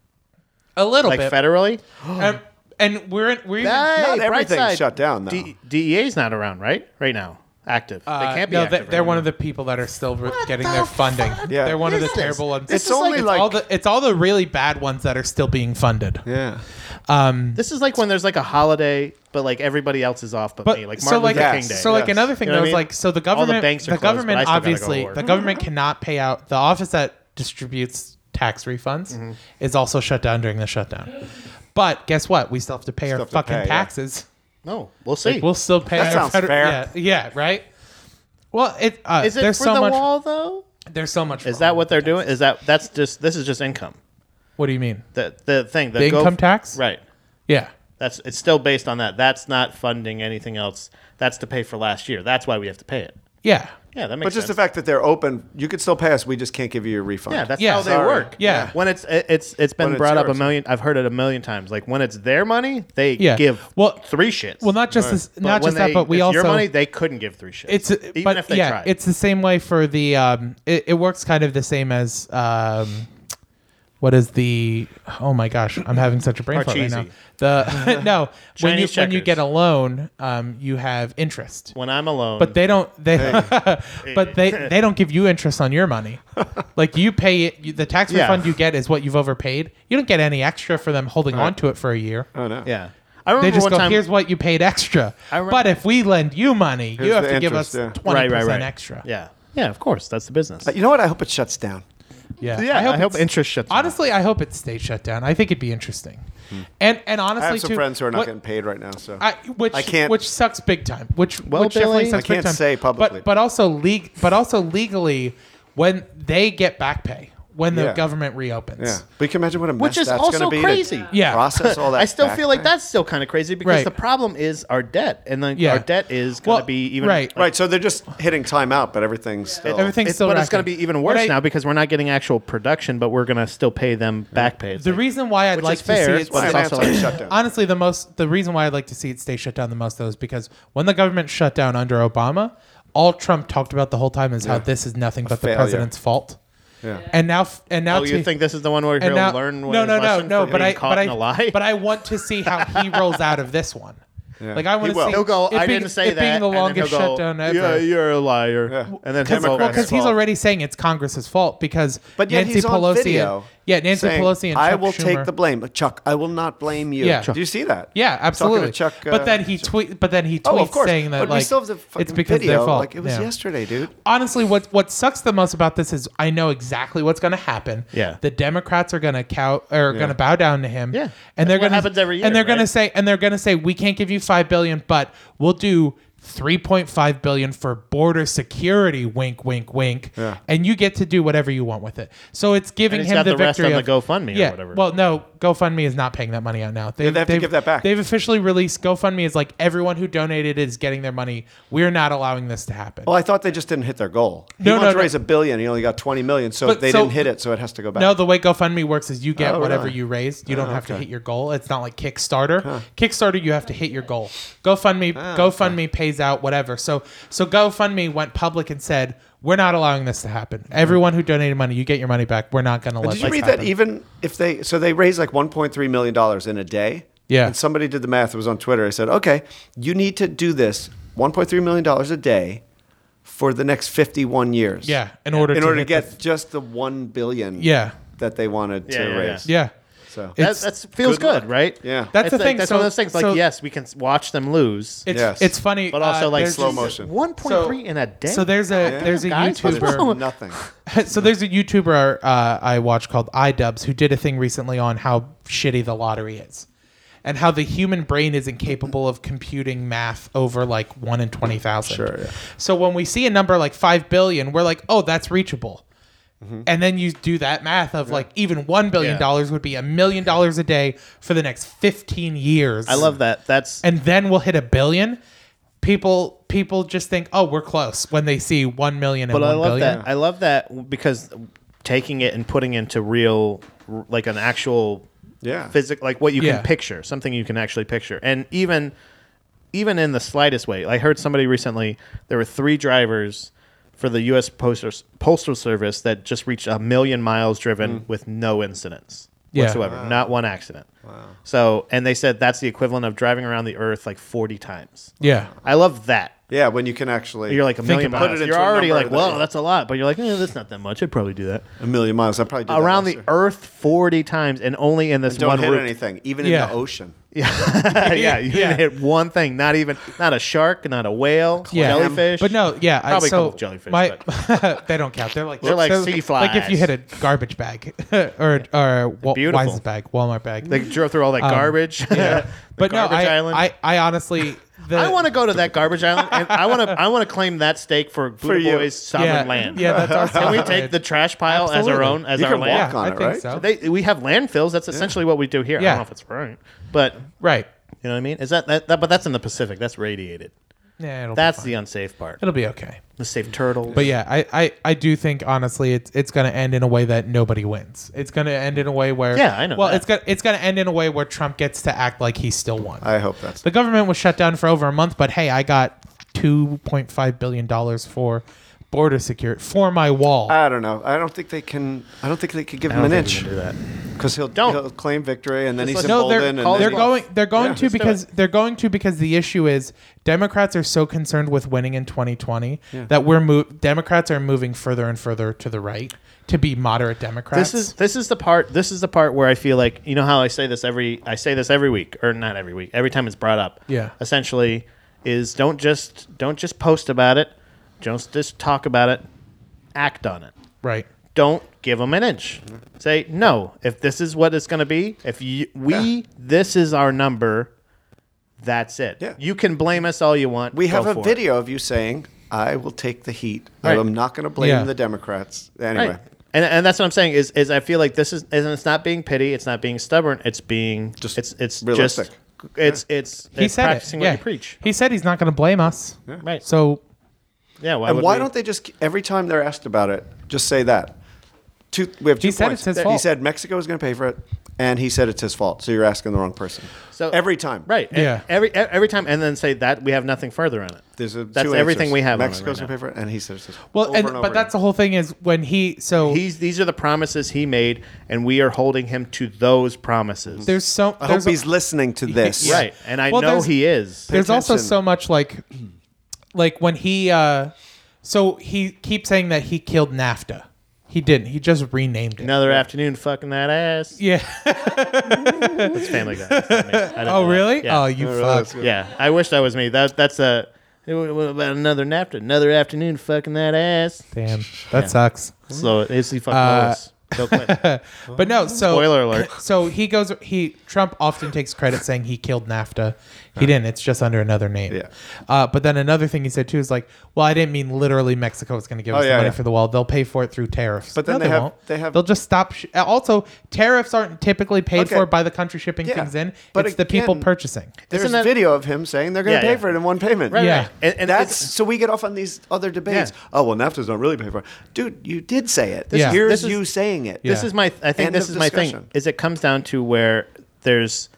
A little like bit. federally? Um, and we're in, we're Hey, Not bright everything's side. shut down, though. D- DEA's not around, right? Right now, active. uh, they can't be. no, active they- they're right one now. of the people that are still re- getting the their funding. fuck Yeah. They're one of the is this? terrible ones. It's only it's like, all the it's all the really bad ones that are still being funded. yeah. This is like when there's like a holiday, but like everybody else is off, but, But me, like Martin so like Luther King Yes. Day. so like yes. another thing You know that what I was mean? like so the All the government banks are the closed, but I government still gotta go to obviously work. the government cannot pay out the office that distributes tax refunds Mm-hmm. is also shut down during the shutdown. But guess what? We still have to pay our have to fucking pay, yeah. taxes. no, we'll see. We'll still pay. That our sounds fair. Yeah, yeah, right. Well, it, uh, is it there's for so the much. wall though? There's so much. Is wrong. that what they're doing? Is that that's just this is just income? What do you mean? The the thing the The go- income tax? right? Yeah, That's it's still based on that. That's not funding anything else. That's to pay for last year. That's why we have to pay it. yeah, Yeah, that makes But just the sense. fact that they're open, you could still pay us. We just can't give you a refund. yeah, that's Yeah, how they sorry. work. Yeah. when it's it- it's it's been When it's brought up a yours. million. I've heard it a million times. Like when it's their money, they Yeah. give Well- three shits. Well, not just this, not when just that, they- but we it's also your money. They couldn't give three shits. it's uh, even but if they yeah, tried. it's the same way for the um, it, it works kind of the same as um, what is the oh my gosh, I'm having such a brain fart right now. Parcheesi. The (laughs) no when you Chinese when you checkers. get a loan, um, you have interest. when I'm alone. But they don't. They, (laughs) but they, they don't give you interest on your (laughs) money. like you pay it. You, the tax Yeah. refund you get is what you've overpaid. You don't get any extra for them holding on to it for a year. Oh, no. yeah, I They remember just one go, time. here's what you paid extra. I remember- but if we lend you money, you Here's have the to give us interest, yeah. twenty right, right, percent right. extra. Yeah, yeah. Of course, that's the business. But you know what? I hope it shuts down. yeah. yeah, I hope, it's- interest shuts. down. Honestly, I hope it stays shut down. I think it'd be interesting. And and honestly, Hmm. I have some too, friends who are not what- getting paid right now. So I, which I can't- which sucks big time. Which Well, which definitely Billy- sucks I big can't time. say publicly. But but also league but also legally when they get back pay when the Yeah. government reopens. yeah, but you can imagine what a mess Which is that's also going to be. to crazy. Yeah. (laughs) process all that. I still back feel like pay. that's still kind of crazy because Right. the problem is our debt, and then Yeah. our debt is going to Well, be even right. like, right. So they're just hitting timeout, but everything's still Everything's It's, still but it's going to racking. be even But worse I- now because we're not getting actual production, but we're going to still pay them back pay. It's The like- reason why I'd Which like is to fair, see it but stay it's shut also- down- Shut down. Honestly, the most the reason why I'd like to see it stay shut down the most though is because when the government shut down under Obama, all Trump talked about the whole time is how this is nothing but the failure. president's fault. Yeah. And now f- and now (laughs) oh, you to- think this is the one where he'll now- learn? What no, no, no, lesson no. for But being I, caught but in a I, lie? but I want to see how (laughs) he rolls out of this one. Like I want He to will. see. he'll go. it I being- didn't say it that. being the and then longest he'll go, shutdown Yeah, ever. you're a liar. And then Because he'll go, "That's he's false." already saying it's Congress's fault because But yet Nancy he's on Pelosi. video. and, yeah, Nancy saying, Pelosi and I Chuck will Schumer. take the blame, Chuck. I will not blame you. Yeah. Chuck. Do you see that? Yeah, absolutely. Talking to Chuck, uh, but then he tweet. But then he tweets Oh, of course. saying that but like we still have the fucking it's because video. their fault. Like it was Yeah. yesterday, dude. Honestly, what what sucks the most about this is I know exactly what's going to happen. Yeah. the Democrats are going to cow or going to bow down to him. Yeah. and That's they're what going happens every year, And they're going to right? say and they're going to say we can't give you five billion, but we'll do. 3.5 billion for border security wink wink wink and you get to do whatever you want with it so it's giving he's him got the, the rest victory on of, the GoFundMe or yeah whatever. well well, no, GoFundMe is not paying that money out now. They, they have to they've- give that back. They've officially released GoFundMe is like everyone who donated is getting their money. We're not allowing this to happen. Well, I thought they just didn't hit their goal. He No, wanted no, to no. raise a billion. He only got 20 million, so But they so- didn't hit it, so it has to go back. no, the way GoFundMe works is you get Oh, whatever really? you raised. You don't have to hit your goal. It's not like Kickstarter. Kickstarter, you have to hit your goal. Oh, GoFundMe, GoFundMe pays out whatever. So, so GoFundMe went public and said We're not allowing this to happen. Everyone who donated money, you get your money back. We're not going to let Hmm. Did you this read happen. that even if they so they raised like 1.3 million dollars in a day? Yeah. And somebody did the math. It was on Twitter. I said, okay, you need to do this 1.3 million dollars a day for the next 51 years. Yeah, in order In to order to hit get just the one billion. Yeah. That they wanted Yeah, to yeah, raise. Yeah. So It's- That that's, feels good, good luck. right? Yeah. That's the like- thing. That's So- one of those things. Like, so- yes, we can s- watch them lose, It's Yes. it's funny, but also uh, like there's- slow motion. One point three in a day. So there's a there's a Guys, what's YouTuber. wrong? nothing. (laughs) so there's a YouTuber uh, I watch called iDubbbz who did a thing recently on how shitty the lottery is, and how the human brain is incapable of computing math over like one in twenty thousand. Sure, yeah. So when we see a number like five billion, we're like, oh, that's reachable. And then you do that math of like even one billion Mm-hmm. Yeah. dollars would be a million dollars a day for the next fifteen years. I love that. That's and then we'll hit a billion. People people just think, oh, we're close when they see one million and but I one love billion. that. I love that because taking it and putting into real, r- like an actual, (laughs) Yeah. physic, like what you Yeah. can picture, something you can actually picture, and even, even in the slightest way. I heard somebody recently. There were three drivers for the U.S. Postal Postal Service that just reached a million miles driven Mm. with no incidents Yeah. whatsoever, not one accident. Wow. So, and they said that's the equivalent of driving around the Earth like forty times. Yeah. I love that. Yeah, when you can actually You're like a million about miles. it. You're Put it into a already number like, that- whoa, that's a lot. But you're like, eh, that's not that much. I'd probably do that. a million miles. I probably did that Around last the year. Earth 40 times and only in this Don't one hit route. anything, even Yeah. in the ocean. (laughs) yeah, yeah, you Yeah. didn't hit one thing. Not even, not a shark, not a whale, Yeah. Um, jellyfish. But no, yeah, I, Probably so called jellyfish, My, (laughs) they don't count. They're like They're like sea Like if you flies. hit a garbage bag (laughs) or or a Wa- beautiful. Wise's bag, Walmart bag. they drove through all that garbage. (laughs) Um, yeah. (laughs) The but no, garbage I, island. I I honestly the, (laughs) I want to go to that garbage island, and I want to. I want to claim that (laughs) stake for Buddha you. Boy's sovereign yeah, land. Yeah, that's our (laughs) (laughs) Can we sovereign take land. the trash pile as our Absolutely. own? As You our can land. walk on I it, think right? so. They, we have landfills. That's essentially what we do here. I Yeah. don't know if it's right, but right? you know what I mean. Is that, that, that but that's in the Pacific. That's radiated. Yeah, it'll That's be the unsafe part. fine. it'll be okay. The safe turtles. But yeah, I, I, I do think honestly it's it's gonna end in a way that nobody wins. It's gonna end in a way where Yeah, I know Well, that. it's gonna it's gonna end in a way where Trump gets to act like he still won. I hope that's The government was shut down for over a month, but hey, I got two point five billion dollars for border security for my wall. I don't know. I don't think they can. I don't think they could give I him don't an think inch we can do that. because he'll, Don't. he'll claim victory and then Just he's like- No, they're, emboldened. and they're then he- (laughs) going they're going to let's do because they're going to because the issue is Democrats are so concerned with winning in 2020 that we're move Democrats are moving further and further to the right to be moderate Democrats. This is this is the part. This is the part where I feel like you know how I say this every. I say this every week, or not every week. Every time it's brought up. Yeah. Essentially, is don't just don't just post about it. Don't just talk about it. Act on it. right. don't give them an inch. Say no. If this is what it's going to be, if you, we this is our number, that's it. Yeah. You can blame us all you want. We Go have a for it. video of you saying, "I will take the heat. Right. I'm not going to blame Yeah. the Democrats." Anyway, Right. And, and that's what I'm saying is is I feel like this is and it's not being petty, it's not being stubborn, it's being Just it's it's realistic. just it's it's, He it's said it. practicing yeah. what you preach. He said he's not going to blame us. Right. So So yeah, why, and would why we- don't they just every time they're asked about it, just say that? Two, we have two He said points. it's his He fault. said Mexico is going to pay for it, and he said it's his fault. So you're asking the wrong person. So- every time, Right. And Yeah. Every e- every time and then say that we have nothing further on it. There's a, that's two everything answers. we have on it Mexico's right going to pay for it, and he said it's his fault. well, Over and, over but again. that's the whole thing is when he so He's these are the promises he made and we are holding him to those promises. there's so I there's hope he's (laughs) listening to this. Right. And I Well, know there's- he is. there's also attention. so much like like when he uh so he keeps saying that he killed NAFTA. He didn't. He just renamed it. Another afternoon fucking that ass. Yeah. It's (laughs) family guy. It's not me. I don't Oh know. really? Yeah. Oh you that's fuck. good. yeah. I wish that was me. That that's a what about another NAFTA? Another afternoon fucking that ass. Damn. That sucks. Slow it's the fucking Lois. Bill Clinton. But no, so Spoiler alert. So he goes he Trump often takes credit saying he killed NAFTA. He didn't. It's just under another name. Yeah. Uh, but then another thing he said too is like, well, I didn't mean literally Mexico is going to give Oh, us the yeah, money yeah. for the wall. They'll pay for it through tariffs. But No, then they have- won't. they have- They'll just stop. Sh- also, tariffs aren't typically paid Okay. for by the country shipping Yeah. things in. But it's the people again- purchasing. There's Isn't that- video of him saying they're going Yeah, to pay yeah. for it in one payment. Right, Yeah. right. And, and that's it's- so we get off on these other debates. Yeah. Oh well, NAFTA's not really paying for it, dude. You did say it. Yeah. Here's this is- you saying it. Yeah. this is my I think End this of is my thing discussion. is it comes down to where there's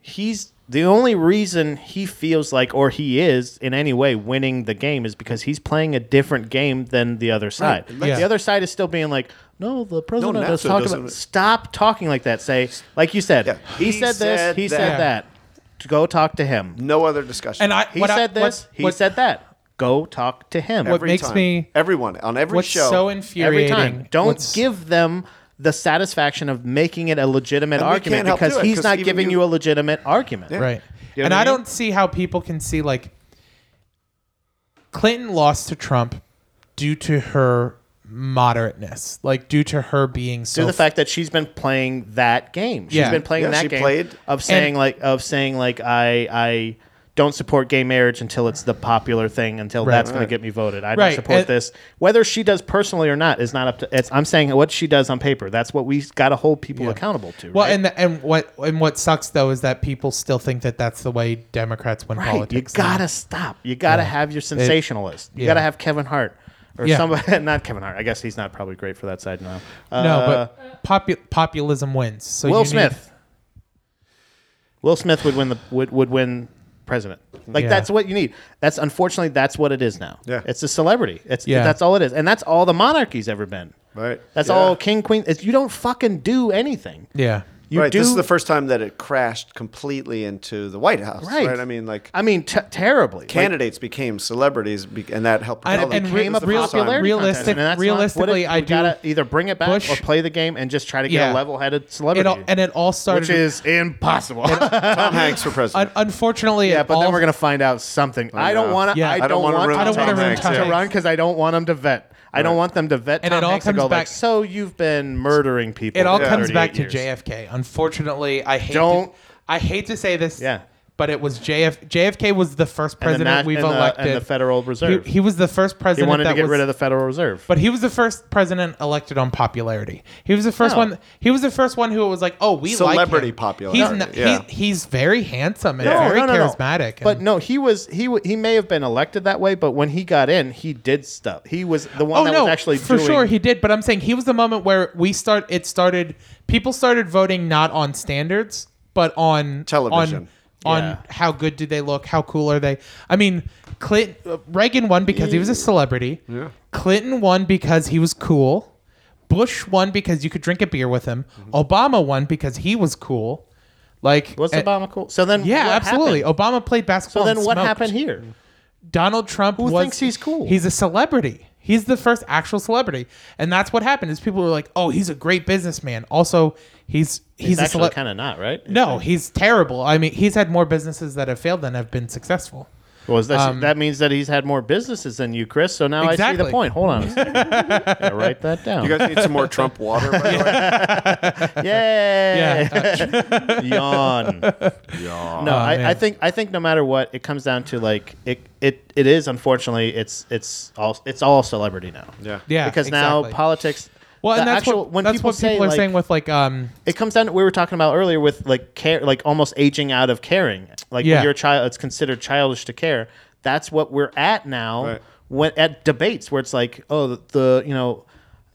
he's the only reason he feels like or he is in any way winning the game is because he's playing a different game than the other side. Yeah. The other side is still being like, no, the president No, has NASA talked doesn't- about. Stop talking like that. Say, like you said, Yeah. he, He said, said this, he that. said that. Go talk to him. No other discussion. And I- He What said what- this, he what- said that. Go talk to him. What makes me- everyone on every What's show. so every infuriating? time. Don't what's- give them the satisfaction of making it a legitimate And we can't argument help because do it, he's 'cause not even giving you- you, a legitimate argument. (laughs) right. You know and what I I mean? don't see how people can see like Clinton lost to Trump due to her moderateness, like due to her being so to the fact that she's been playing that game. She's Yeah. been playing Yeah, that she game played. of saying like of saying like I I don't support gay marriage until it's the popular thing until that's going Right. to get me voted. I Right, don't support and- this. Whether she does personally or not is not up to it's I'm saying what she does on paper. That's what we got to hold people accountable to. Well, right? and the, and what and what sucks though is that people still think that that's the way Democrats win Right. politics. You gotta stop. You gotta have your sensationalist. you yeah. gotta have Kevin Hart or Yeah. somebody. (laughs) Not Kevin Hart. I guess he's not probably great for that side now. Uh, no, but popu- populism wins. So you Will need- Smith. Will Smith would win the would, would win president. Like Yeah. that's what you need. That's unfortunately that's what it is now. Yeah. It's a celebrity. It's Yeah. that's all it is, and that's all the monarchy's ever been. Right. That's Yeah. all king queen. It's, you don't fucking do anything. yeah, You right. do This is the first time that it crashed completely into the White House. Right. Right. I mean, like I mean, t- terribly. Like, candidates became celebrities, be- and that helped. And- propel and the re- game. It was the real- first time. popularity realistic- contest. and that's not what realistically, it- I we do- gotta either bring it back Bush- or play the game and just try to get Yeah. a level-headed it celebrity, all, and it all started. which is impossible. (laughs) Tom Hanks for president. un- unfortunately, yeah, it but all- then we're gonna find out something. I don't yeah. want to. Yeah. I, I don't don't wanna want. ruin I don't Tom want Hanks. to Hanks. run because I don't want them to vet. I don't want them to vet. And Tom it all Hanks to comes go back- Like, so you've been murdering people. It all for comes back 38 to years." JFK. Unfortunately, I hate Don't- To, I hate to say this. Yeah. But it was JF, JFK was the first And the president nat- we've and the- elected. and the Federal Reserve. He, he was the first He president wanted that to get was, rid of the Federal Reserve. But he was the first president elected on popularity. He was the first Oh. one. He was the first one who was like, "Oh, we like Celebrity him. popularity, He's not, yeah. he, he's very handsome and No, very no, no, no. charismatic. But and- no, he was he w- he may have been elected that way, but when he got in, he did stuff. He was the one oh that no, was actually for doing, sure he did. But I'm saying he was the moment where we start. It started. People started voting not on standards, but on On, Television. Yeah. on how good do they look? How cool are they? I mean, Clint uh, Reagan won because he was a celebrity. Clinton won because he was cool. Bush won because you could drink a beer with him. Obama won because he was cool. Like Was eh, Obama cool? So then, Yeah, what absolutely. Oh, happened? Obama played basketball. So then, and what smoked. happened here? Donald Trump Who was, thinks he's cool? He's a celebrity. He's the first actual celebrity, and that's what happened. Is people were like, "Oh, he's a great businessman." Also, he's he's, He's a actually celebrity. kind of not right. no, he's terrible. I mean, he's had more businesses that have failed than have been successful. Well, is that, that means that he's had more businesses than you, Chris. So now I see um, Exactly. the point. (laughs) Hold on a second. Gotta write that down. (laughs) you guys need some more Trump water. By the way. Yay! Yeah, (laughs) Oh, Yawn. No, man. I, I think I think no matter what, it comes down to like it it, it is unfortunately it's it's all it's all celebrity now. Yeah. yeah. because now exactly. politics. well, and the that's actual- what that's what people are like, saying with like um it comes down to we were talking about earlier with like care like almost aging out of caring like Yeah. when you're a child it's considered childish to care that's what we're at now Right. when at debates where it's like oh the, the you know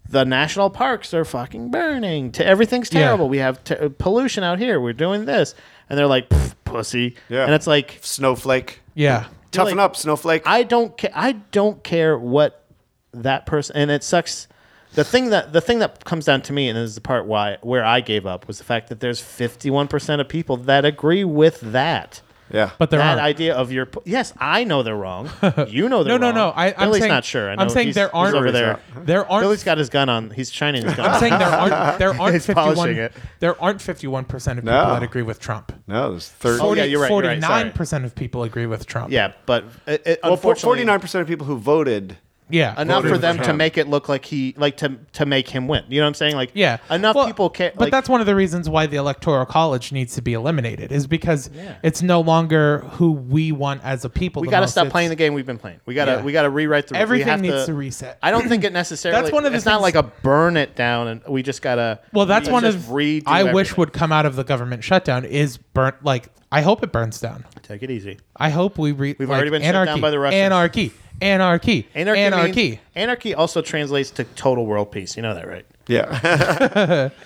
the national parks are fucking burning to everything's Yeah. terrible we have te- pollution out here we're doing this and they're like "Pff, pussy Yeah. and it's like Snowflake. yeah Toughen like- up, snowflake. I don't care. I don't care what that person. And it sucks. The thing that the thing that comes down to me, and this is the part why where I gave up was the fact that there's 51 percent of people that agree with that. yeah. but there that aren't. idea of your yes, I know (laughs) they're wrong. You know they're no, wrong. no, I- I'm Billy's saying- not sure. I I'm know saying he's- there he's aren't- over (laughs) there. there aren't Billy's got his gun on. He's shining his gun. I'm on. saying there aren't there aren't He's fifty polishing one it. there aren't fifty one percent of people No. that agree with Trump. no, there's 30. Oh, yeah, you're right, you're Forty right, sorry. nine percent of people agree with Trump. (laughs) yeah, but it, it, well, unfortunately, 49% of people who voted. yeah. enough Voted for for them to Trump. make it look like he like to to make him win. You know what I'm saying? Like Yeah, enough Well, people care. But like- that's one of the reasons why the electoral college needs to be eliminated is because it's no longer who we want as a people. we got to stop playing the game we've been playing. We got to Yeah. we got to rewrite the we Everything have needs to reset. I don't think it necessarily. That's one of the It's not things- like a burn it down, and we just gotta. Well, that's we one just of redo I wish everything. would come out of the government shutdown is burnt. Like I hope it burns down. take it easy. I hope we re- we've already been shut down anarchy, by the Russians. Anarchy, anarchy, anarchy, Anarchy. means- anarchy. anarchy also translates to total world peace. You know that, right? (laughs) Yeah.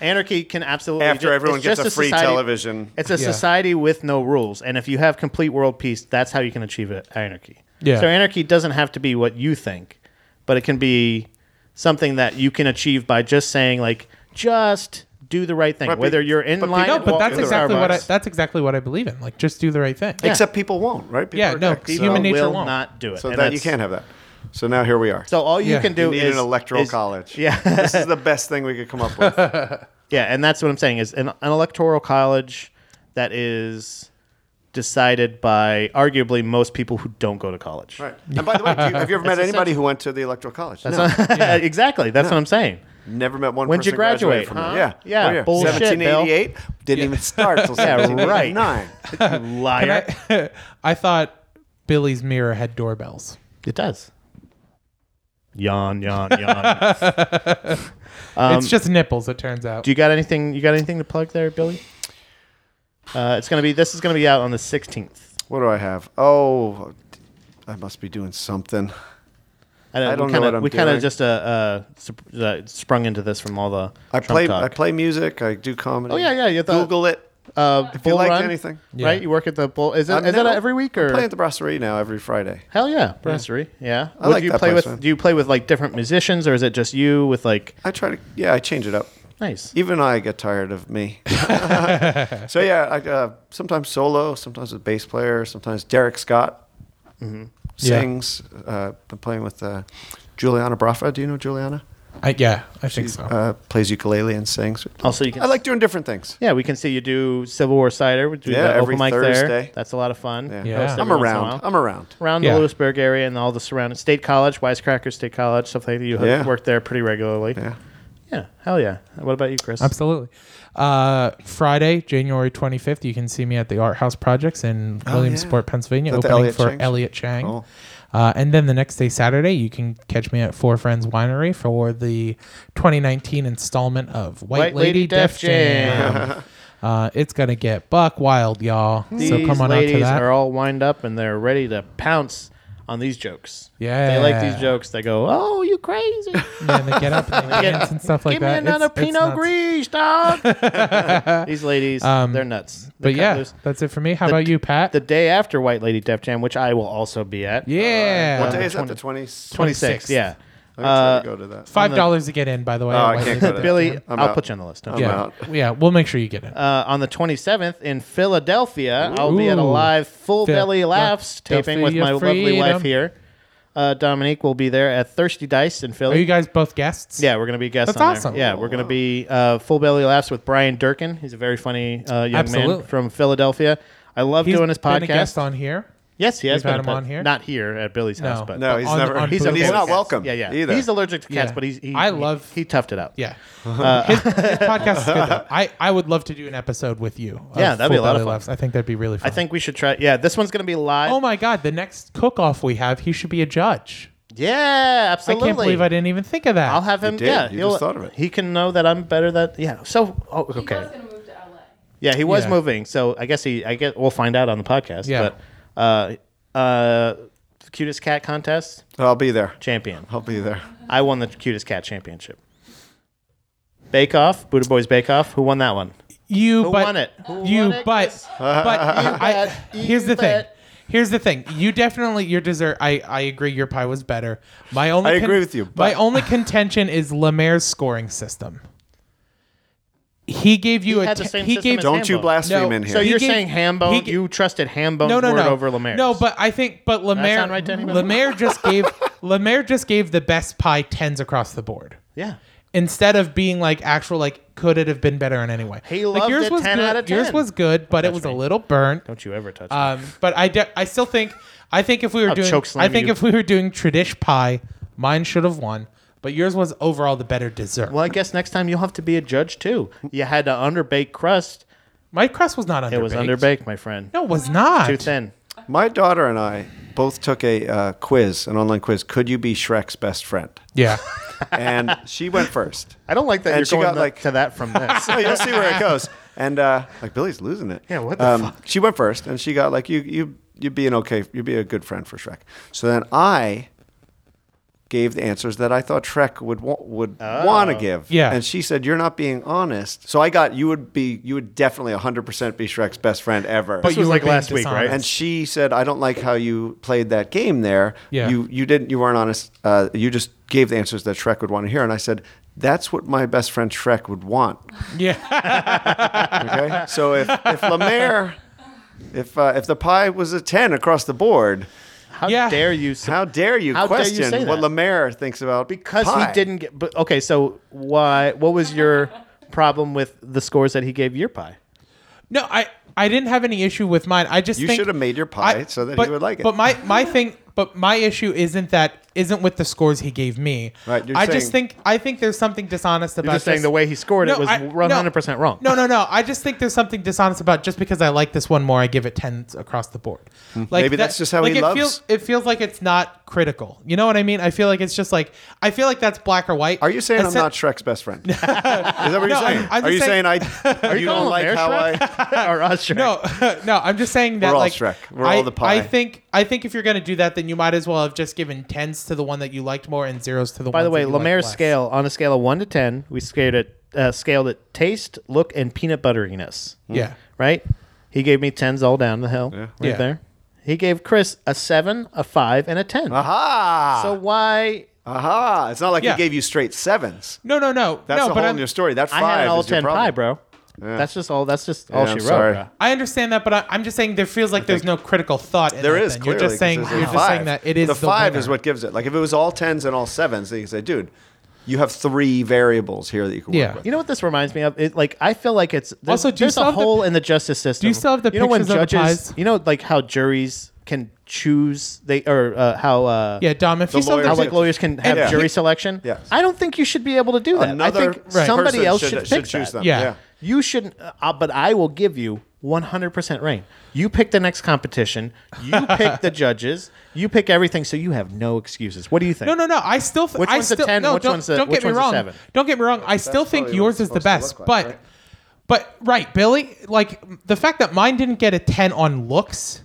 Anarchy can absolutely After ju- everyone it's gets just a free society- television. It's a Yeah. society with no rules, and if you have complete world peace, that's how you can achieve it. Anarchy. Yeah. So anarchy doesn't have to be what you think, but it can be something that you can achieve by just saying like, just do the right thing, But be- whether you're in but be- line. No, at but Wal- that's at exactly what I, Starbucks. that's exactly what I believe in. Like, just do the right thing. Except people won't, right? People Yeah, are no, dicks, human so, People nature will won't. not do it. so and that you that's- can't have that. So now here we are. So all you Yeah. can do we need is an electoral is- (laughs) college. Yeah. this is the best thing we could come up (laughs) with. Yeah, and that's what I'm saying is an, an electoral college that is decided by arguably most people who don't go to college. Right. And by the way, do you, have (laughs) you ever met anybody who went to the electoral college? No. exactly. That's what I'm (laughs) saying. Never met one. When'd person you graduate, graduated from huh? there. Yeah. Yeah, bullshit, Bill. 1788 didn't even start until (laughs) Yeah, right. 1789. You And (laughs) liar. I, (laughs) I thought Billy's mirror had doorbells. It does. Yawn, yawn, yawn. Um, it's just nipples, it turns out. do you got anything? You got anything to plug there, Billy? Uh, it's gonna be. This is gonna be out on the 16th. What do I have? Oh, I must be doing something. I don't we know kinda, what I'm We kind doing. of just uh, uh, sup- uh, sprung into this from all the. I Trump play. talk. I play music. I do comedy. Oh, yeah, yeah, you thought- Google it. uh, you Bull liked Run, anything. Yeah. right? You work at the bull. Is it, I'm is that now- every week I'm or playing at the brasserie now every Friday? hell yeah brasserie? Yeah. I What like do you that play place, with? man. Do you play with like different musicians or is it just you with like I try to. Yeah, I change it up. nice? Even I get tired of me. (laughs) so yeah, I, uh, sometimes solo, sometimes with bass player, sometimes Derek Scott Mm-hmm. Yeah. sings. Uh, been playing with uh, Juliana Brafa. Do you know Juliana? I, yeah, I think so. Uh, plays ukulele and sings. Also, you can. I like doing different things. Yeah, we can see you do Civil War cider. We do Yeah, the every open mic there. Thursday. That's a lot of fun. Yeah. Host every once I'm in a around. while. I'm around. around Yeah. the Lewisburg area and all the surrounding State College, Wisecracker State College, stuff like that. You have Yeah. worked there pretty regularly. Yeah. Yeah, hell yeah. What about you, Chris? Absolutely. Uh, Friday, January 25th, you can see me at the Art House Projects in Oh, Williamsport, Pennsylvania, Is that the opening Elliot for Chang's? Elliot Chang. Oh. Uh, and then the next day, Saturday, you can catch me at Four Friends Winery for the 2019 installment of White, White Lady, Def, Jam. Jam. (laughs) uh, it's going to get buck wild, y'all. These so come on out ladies to that. are all wind up and they're ready to pounce on these jokes. Yeah. They like these jokes. They go, "Oh, you crazy! (laughs) Yeah, and they get up (laughs) and they dance and stuff like Give me that. another It's- it's Pinot nuts. Um, Gris, (laughs) dog." These ladies, they're nuts. But They cut yeah, loose. that's it for me. How about you, Pat? the day after White Lady Def Jam, which I will also be at. yeah. Uh, What day is that? The 20. 26th. Yeah. Uh, I'm trying to go to that. Five dollars to get in, by the way. Oh, I White can't Lady. go to (laughs) that. Billy, I'm I'll out. put you on the list. Don't I'm worry. yeah, out. yeah, we'll make sure you get in. Uh, on the 27th in Philadelphia, I'll be at a Ooh. live Full Phil- Belly Laughs Del- taping with my Delphia lovely wife Freedom. here. Uh, Dominique will be there at Thirsty Dice in Philly. Are you guys both guests? Yeah, we're gonna be guests. That's on there. awesome. Yeah, we're gonna be uh, full belly laughs with Brian Durkin. He's a very funny uh, young Absolutely. man from Philadelphia. I love He's doing his been a podcast. guest on here. yes, he has We've had been him but on here. Not here at Billy's No. house, but No, he's On- never. on he's, Blue and he's Box. not welcome. Yeah, yeah. Either. He's allergic to cats, Yeah. but he's. He, I he- love- He, toughed it out. (laughs) Yeah, Uh, his, his podcast is good. Though. I I would love to do an episode with you. of Yeah, that'd be a Full lot of Belly fun. Laughs. I think that'd be really fun. I think we should try. Yeah, this one's gonna be live. Oh my God, the next cook off we have, he should be a judge. yeah, absolutely. I can't believe I didn't even think of that. I'll have him. did. Yeah, You he'll- just thought of it. He can know that I'm better. That yeah. So oh, He okay. was going to move to LA. Yeah, he was Yeah. moving. So I guess he. I guess we'll find out on the podcast. Yeah. But uh, uh, cutest cat contest I'll be there. champion. I'll be there. I won the cutest cat championship. Bake Off, Buddha Boys Bake Off. Who won that one? you Who but won it? Who you won it, but (laughs) Chris? but I, bet, you here's the thing. bet. Here's the thing. You definitely your dessert. I I agree. Your pie was better. My only I agree with you, My but- only contention is Lemaire's scoring system. He gave you He a had the te- same he system gave as Don't you Hambone. blaspheme No. in here. So He you're gave- saying he Hambone? ga- you trusted Hambone's no no word no over Lemaire's? No, but I think but Lemaire sound right to anybody? Lemaire just (laughs) gave Lemaire just gave the best pie tens across the board. yeah. instead of being like actual like could it have been better in any way He like loved it was 10 good out of yours 10. was good but it was a little burnt Don't you ever touch me. um but i de- i still think i think if we were I'll doing choke slam i think you. if we were doing tradish pie mine should have won but yours was overall the better dessert Well, I guess next time you'll have to be a judge too. You had to underbake crust. my crust was not underbaked It was underbaked, my friend. no it was not Too thin. My daughter and I both took a uh, quiz, an online quiz. Could you be Shrek's best friend? (laughs) yeah And she went first. I don't like that And you're she going got, that- like- to that from (laughs) this. So you'll see where it goes. And uh, like Billy's losing it. Um, Yeah, what the fuck? She went first, and she got like you you you'd be an okay you'd be a good friend for Shrek. So then I gave the answers that I thought Trek would wa- would Oh. want to give. Yeah. and she said you're not being honest. So I got you would be you would definitely 100 percent be Shrek's best friend ever. But This was you were like being last week, right? dishonest. (laughs) and she said, "I don't like how you played that game there. Yeah. You you didn't you weren't honest. Uh, you just gave the answers that Shrek would want to hear." And I said, "That's what my best friend Shrek would want." yeah. Okay. so if if Lemaire, if uh, if the pie was a ten across the board, How Yeah. dare you? Su- how dare you How dare you question say what that? Lemaire thinks about because pie? he didn't get. But okay, so why? What was your problem with the scores that he gave your pie? (laughs) No, I I didn't have any issue with mine. I just You think- should have made your pie I- so that but, he would like it. But (laughs) my my thing, but my issue isn't that isn't with the scores he gave me. Right, you're I saying- just think I think there's something dishonest about You're just saying the way he scored it was I- 100% wrong. No, no, no. I just think there's something dishonest about just because I like this one more, I give it tens across the board. Like Hmm. Maybe that's just how like he it loves- Feels, it feels like it's not critical. You know what I mean? I feel like it's just like I feel like that's black or white. Are you saying I'm Essen- not Shrek's best friend? Is that what No, you're saying? I'm- I'm Are just you saying, saying- I? Are you, don't like (laughs) how I? or us Shrek? No, (laughs) no, (laughs) I'm just saying that We're all like Shrek. We're I, all the pie. I think I think if you're gonna do that, then you might as well have just given tens to the one that you liked more and zeros to the. By the way, Lemaire's Lemaire's scale on a scale of one to ten, we scaled it, uh, scaled it taste, look, and peanut butteriness. Hmm. Yeah. Right. He gave me tens all down the hill. Right Yeah. there. He gave Chris a seven, a five, and a ten. Ah. Aha! So why? Aha! It's not like Yeah. he gave you straight sevens. No, no, no. That's no, a but whole I'm- new story. That I five had an all is your ten problem. pie, bro. That's just all. That's just all Yeah, she I'm wrote. sorry. bro. I understand that, but I, I'm just saying there feels like there's no critical thought. In There that is then. clearly. You're just saying 'cause you're there's a just five. saying that it is the, the, five is winner. what gives it. Like if it was all tens and all sevens, they could say, "Dude, you have three variables here that you can Yeah. work with." You know what this reminds me of? It like I feel like it's there's, Also, do you there's still a have the- hole in the justice system. you still have the you know when pictures of the judges? pies? You know like how juries can choose they or uh, how uh, Yeah, Dom. If you still lawyer how have the like lawyers can have Yeah. jury selection. Yes. I don't think you should be able to do that. I Another think person somebody else should, should, should, pick choose that. them. Yeah. You shouldn't. Uh, but I will give you 100% reign. You pick the next competition. You pick the judges. You pick everything. So you have no excuses. What do you think? No, no, no. I still. Th- Which I one's a still, 10, No, which don't, one's a- don't which get me one's a wrong. seven? Don't get me wrong. I still think probably yours what is it's the supposed best, to look like, but, right? but right, Billy. Like the fact that mine didn't get a ten on looks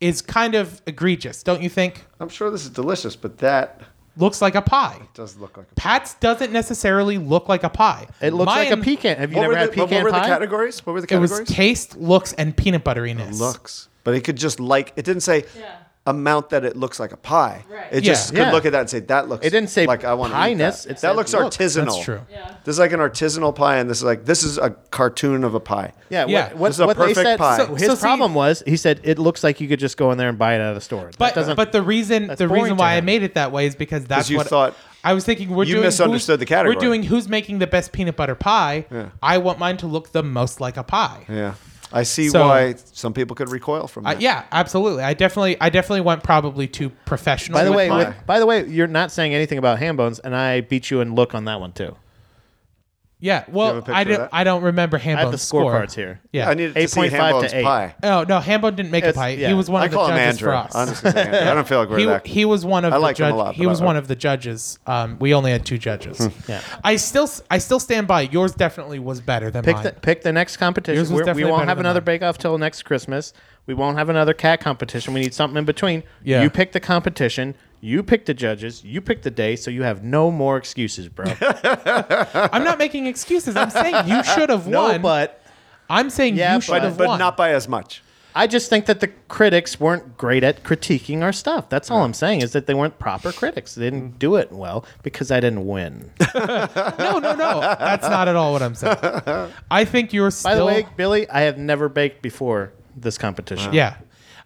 is kind of egregious, don't you think? I'm sure this is delicious, but that Looks like a pie. does look like. a Pat's doesn't necessarily look like a pie. It looks like a Mine- pecan. Have you What never were had the, but pecan what were the pie? categories? What were the It was categories? taste, looks, and peanut butteriness. looks, but it could just like it didn't say Yeah. amount that it looks like a pie. Right. It just Yeah. could look at that and say that looks. It didn't say like I want to pie-ness, That, it that said looks look. artisanal. That's true. Yeah. This is like an artisanal pie, and this is like this is a cartoon of a pie. Yeah, Yeah. What, what, This is a what they perfect said, pie. So So- his so see- problem was he said it looks like you could just go in there and buy it out of the store. That But doesn't. but the reason the boring reason to why I him. made it that way is because that's you what thought- I was thinking. We're You doing who's- misunderstood the category. We're doing who's making the best peanut butter pie. I want mine to look the most like a pie. Yeah. Yeah, I see So- why some people could recoil from Uh, that. yeah, absolutely. I definitely I definitely went probably too professional. by the with way, mine. with, by the way, you're not saying anything about ham bones, and I beat you in look on that one too. yeah. have a Well, picture I of don't that? I don't remember I have the Hambone's score. scorecards here. Yeah. I needed to see 8.5 to Hambone's eight. pie. Oh no, Hambone didn't make a It's- pie. yeah. He was one I of the call him judges Andrew. for us. I'm just gonna say Andrew. I don't feel like we're (laughs) he, that. he was one of I the like him a judge, lot, he but was I- one of the judges. Um, we only had two judges. Hmm. Yeah. I still I still stand by yours. Definitely was better than Pick mine. the, pick the next competition. Yours was We're- We definitely won't better have than another mine. bake off till next Christmas. We won't have another cat competition. We need something in between. Yeah. You pick the competition. You pick the judges. You pick the day. So you have no more (laughs) excuses, bro. I'm not making excuses. I'm saying you should have no, won. but I'm saying Yeah, you should but- have but won. not by as much. I just think that the critics weren't great at critiquing our stuff. That's all I'm saying is that they weren't proper critics. They didn't do it well because I didn't win. no, no, no. That's not at all what I'm saying. I think you were still. By the way, Billy, I have never baked before this competition. yeah,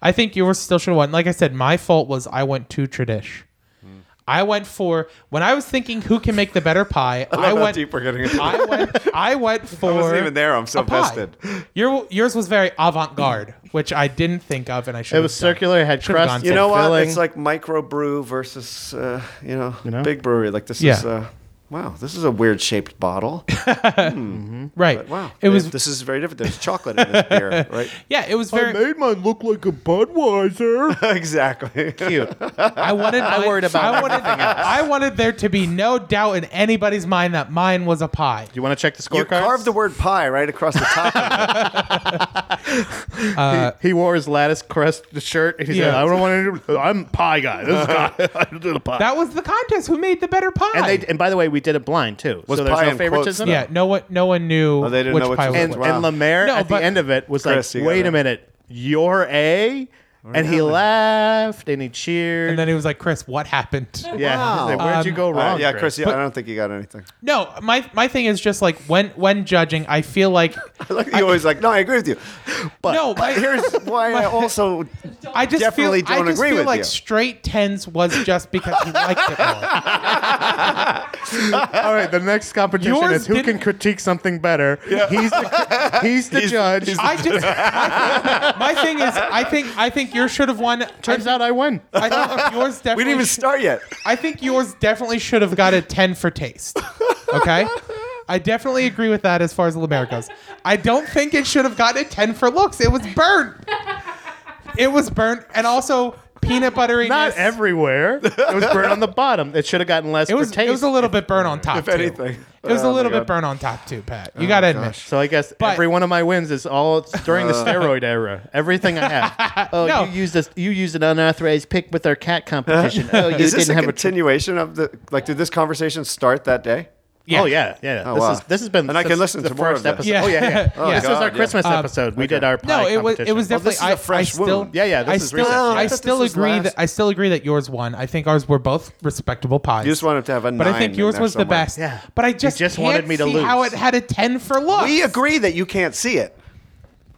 I think you were still should have won. Like I said, my fault was I went too tradish. I went for when I was thinking who can make the better pie. I, how went deep we're (laughs) getting into I went. I went for. wasn't even there. I'm so a pie. vested. Your yours was very avant-garde, which I didn't think of, and I should. It was circular, it had Should've crust. gone it You for had know what? filling. It's like microbrew versus uh, you, know, know? big brewery. Like this Yeah. is uh, wow. This is a weird shaped bottle. right. Wow. It was. This is very different. There's chocolate in this beer, right? yeah, it Oh, was very. made mine look like a (laughs) Budweiser. (laughs) (laughs) exactly. Cute. I wanted. I worried about I wanted. I wanted there to be no doubt in anybody's mind that mine was a pie. You want to check the You scorecards? carved the word pie right across the top. of he, he wore his lattice crest shirt. And he said, Yeah. "I don't want to. I'm pie guy. This is guy. (laughs) I do the pie." That was the contest. Who made the better pie? and they and by the way, we did it blind too. Was so there's pie no in quotes, favoritism. though? yeah, no one, no one knew Oh, they didn't which know which pie was was and which. which. Wow. and Lemaire No, at but- the end of it was Chris, you like, got "Wait it. a minute, you're a," and he laughed and he cheered. And then it was like, Chris, what happened? yeah, Wow. he's like, where'd you Um, go All right, wrong? yeah, Chris, yeah, I don't think you got anything. (laughs) No, my my thing is just like when when judging, I feel like I like that you always like, no, I agree with you. But (laughs) No, my- here's why I also (laughs) I just Definitely feel I don't just agree feel with like you. straight tens was just because he liked it more. All right, the next competition Yours is who didn't- can critique something better. He's (laughs) the, he's the judge. I just I, my thing is I think I think yours should have won. Turns out I win. (laughs) I think yours definitely. (laughs) we didn't even sh- start yet. I think yours definitely should have got a ten for taste. Okay. I definitely agree with that as far as Lemaire goes. I don't think it should have gotten a 10 for looks. It was burnt. It was burnt. And also, peanut butteriness. Not everywhere. It was burnt on the bottom. It should have gotten less It was for taste. it was a little bit burn on top. If too. anything. it was a Oh my little God. Oh, bit burn on top too, Pat. You gotta admit. so I guess But- every one of my wins is all during Uh. the steroid era. Everything (laughs) I have. Oh, No. you used a, you used an unauthorized pick with our cat competition. (laughs) Oh, you Is this didn't a have a. T- continuation of the like? Did this conversation start that day? Oh yeah, yeah. Oh, this wow. is this has been And I can since listen the to first more of this. episode. Yeah. Oh yeah, yeah. (laughs) Oh, this God, was our yeah. Christmas Um, episode. We did our pie No, it was it was competition. definitely this is a I- I fresh still, wound. Yeah, yeah, this I is still recent. Yeah, I I thought still this was agree last. that I still agree that yours won. I think ours were both respectable pies. You just wanted to have a but I nine think in yours there was the somewhere. best. Yeah. But I just, just can't wanted me to see how lose. it had a ten for looks. We agree that you can't see it.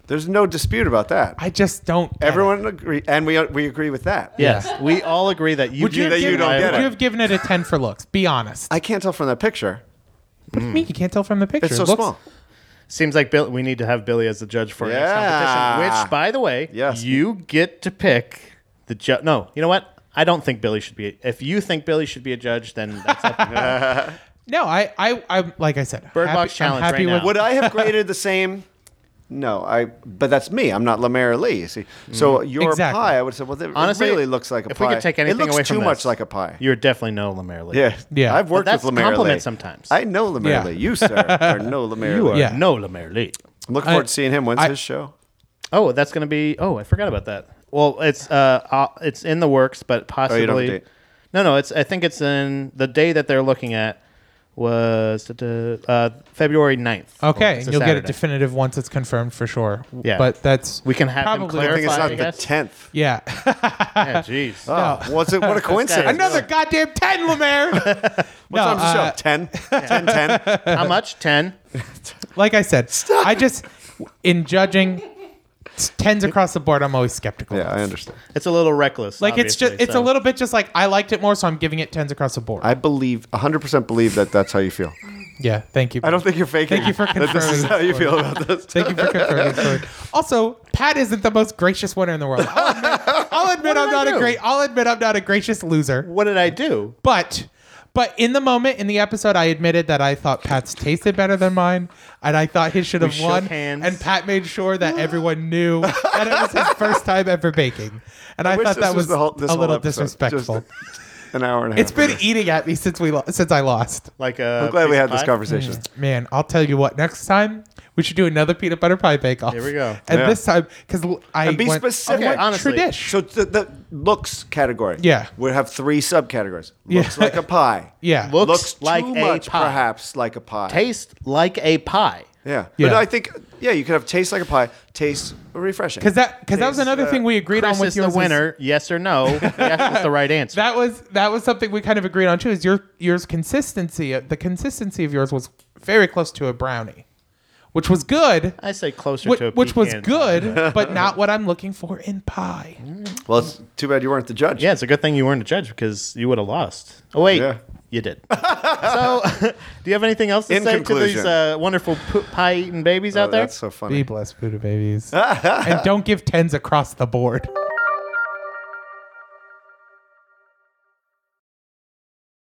There's no dispute about that. I just don't. get it. Everyone agree, and we we agree with that. Yes, we all agree that you Would you, did have that you given- don't my get would it. you have given it a ten for looks? Be honest. I can't tell from that picture. what do you mean you can't tell from the picture? Mm. It's so It looks- small. Seems like Bill, we need to have Billy as the judge for our next Yeah. competition. Which, by the way, Yes. you get to pick the judge. No, you know what? I don't think Billy should be. If you think Billy should be a judge, then (laughs) that's up to you. No, I I I'm like I said. Bird happy, Box I'm challenge happy right with now. Would I have graded the same? No, I. But that's me. I'm not Lamar Lee. See, so your Exactly. pie, I would say, well, it Mm. Honestly, really looks like a if pie. we could take anything it looks away too from much this, like a pie. you're definitely no Lemare Lee. yeah, Yeah. I've worked But that's with Lamar compliment Lee. sometimes. I know Lamar Yeah. Lee. You sir (laughs) are no Lamar you Lee. are Yeah. no Lemare Lee. I'm looking I- forward to seeing him. When's I- his show? Oh, that's going to be. Oh, I forgot about that. Well, it's uh, uh it's in the works, but Oh, you possibly. don't have a date. No, no. It's. I think it's in the day that they're looking at was uh, February 9th. Okay, It's and a you'll get it Saturday. definitive once it's confirmed for sure. Yeah. but that's We can have him Probably. I Good clarify. think it's I not the guess. tenth. (laughs) yeah. (laughs) Yeah, jeez. Oh, what's (laughs) it, what a coincidence! Another goddamn ten, Lemaire. (laughs) uh, What time's the show? (laughs) 10? 10, 10? How much? Ten. Like I said, I just in judging s- tens across the board, I'm always skeptical. Yeah, I understand. It's a little reckless. Like it's just obviously, it's so- a little bit just like I liked it more, so I'm giving it tens across the board. I believe, 100% believe that that's how you feel. yeah, thank you. I don't think you're faking Thank you for that this is confirming how you this feel about this. Thank you for (laughs) confirming. Sorry. Also, Pat isn't the most gracious winner in the world. I'll admit, (laughs) I'll admit I'm did I not a do? great. I'll admit I'm not a gracious loser. What did I do? But but in the moment in the episode, I admitted that I thought Pat's tasted better than mine, and I thought his should have shook won. hands. And Pat made sure that everyone knew that it was (laughs) his first time ever baking, and I, wish thought this that was was, the whole- this a whole little episode. Just- disrespectful. An hour and a half. (laughs) it's been eating at me since we lo- since I lost. Like a. I'm glad we had this covered. conversation. Man, I'll tell you what. Next time we should do another peanut butter pie bake off. Here we go. And Yeah. this time, because I And be went, specific. I went Okay, honestly. tradish. So the, the looks category. Yeah. We have three subcategories. Looks like a pie. (laughs) yeah. Look- Looks, Looks too like a much, pie. perhaps, like a pie. Taste like a pie. Yeah. But Yeah. I think, yeah, you could have taste like a pie, taste refreshing. Because that because that was Is, another uh, thing we agreed on Chris with is the yours is- winner. yes (laughs) or no? yes is the right answer. that was that was something we kind of agreed on too. Is your yours consistency? uh, The consistency of yours was very close to a brownie, which was good. I say closer Which, to a which was pecan. good, but not what I'm looking for in pie. well, it's too bad you weren't the judge. Yeah, it's a good thing you weren't a judge because you would have lost. Oh wait, Yeah. you (laughs) did. so, (laughs) do you have anything else to In say to these conclusion. uh, wonderful po- pie eating babies Oh, out there? That's so funny. Be blessed, Buddha babies, and don't give tens across the board.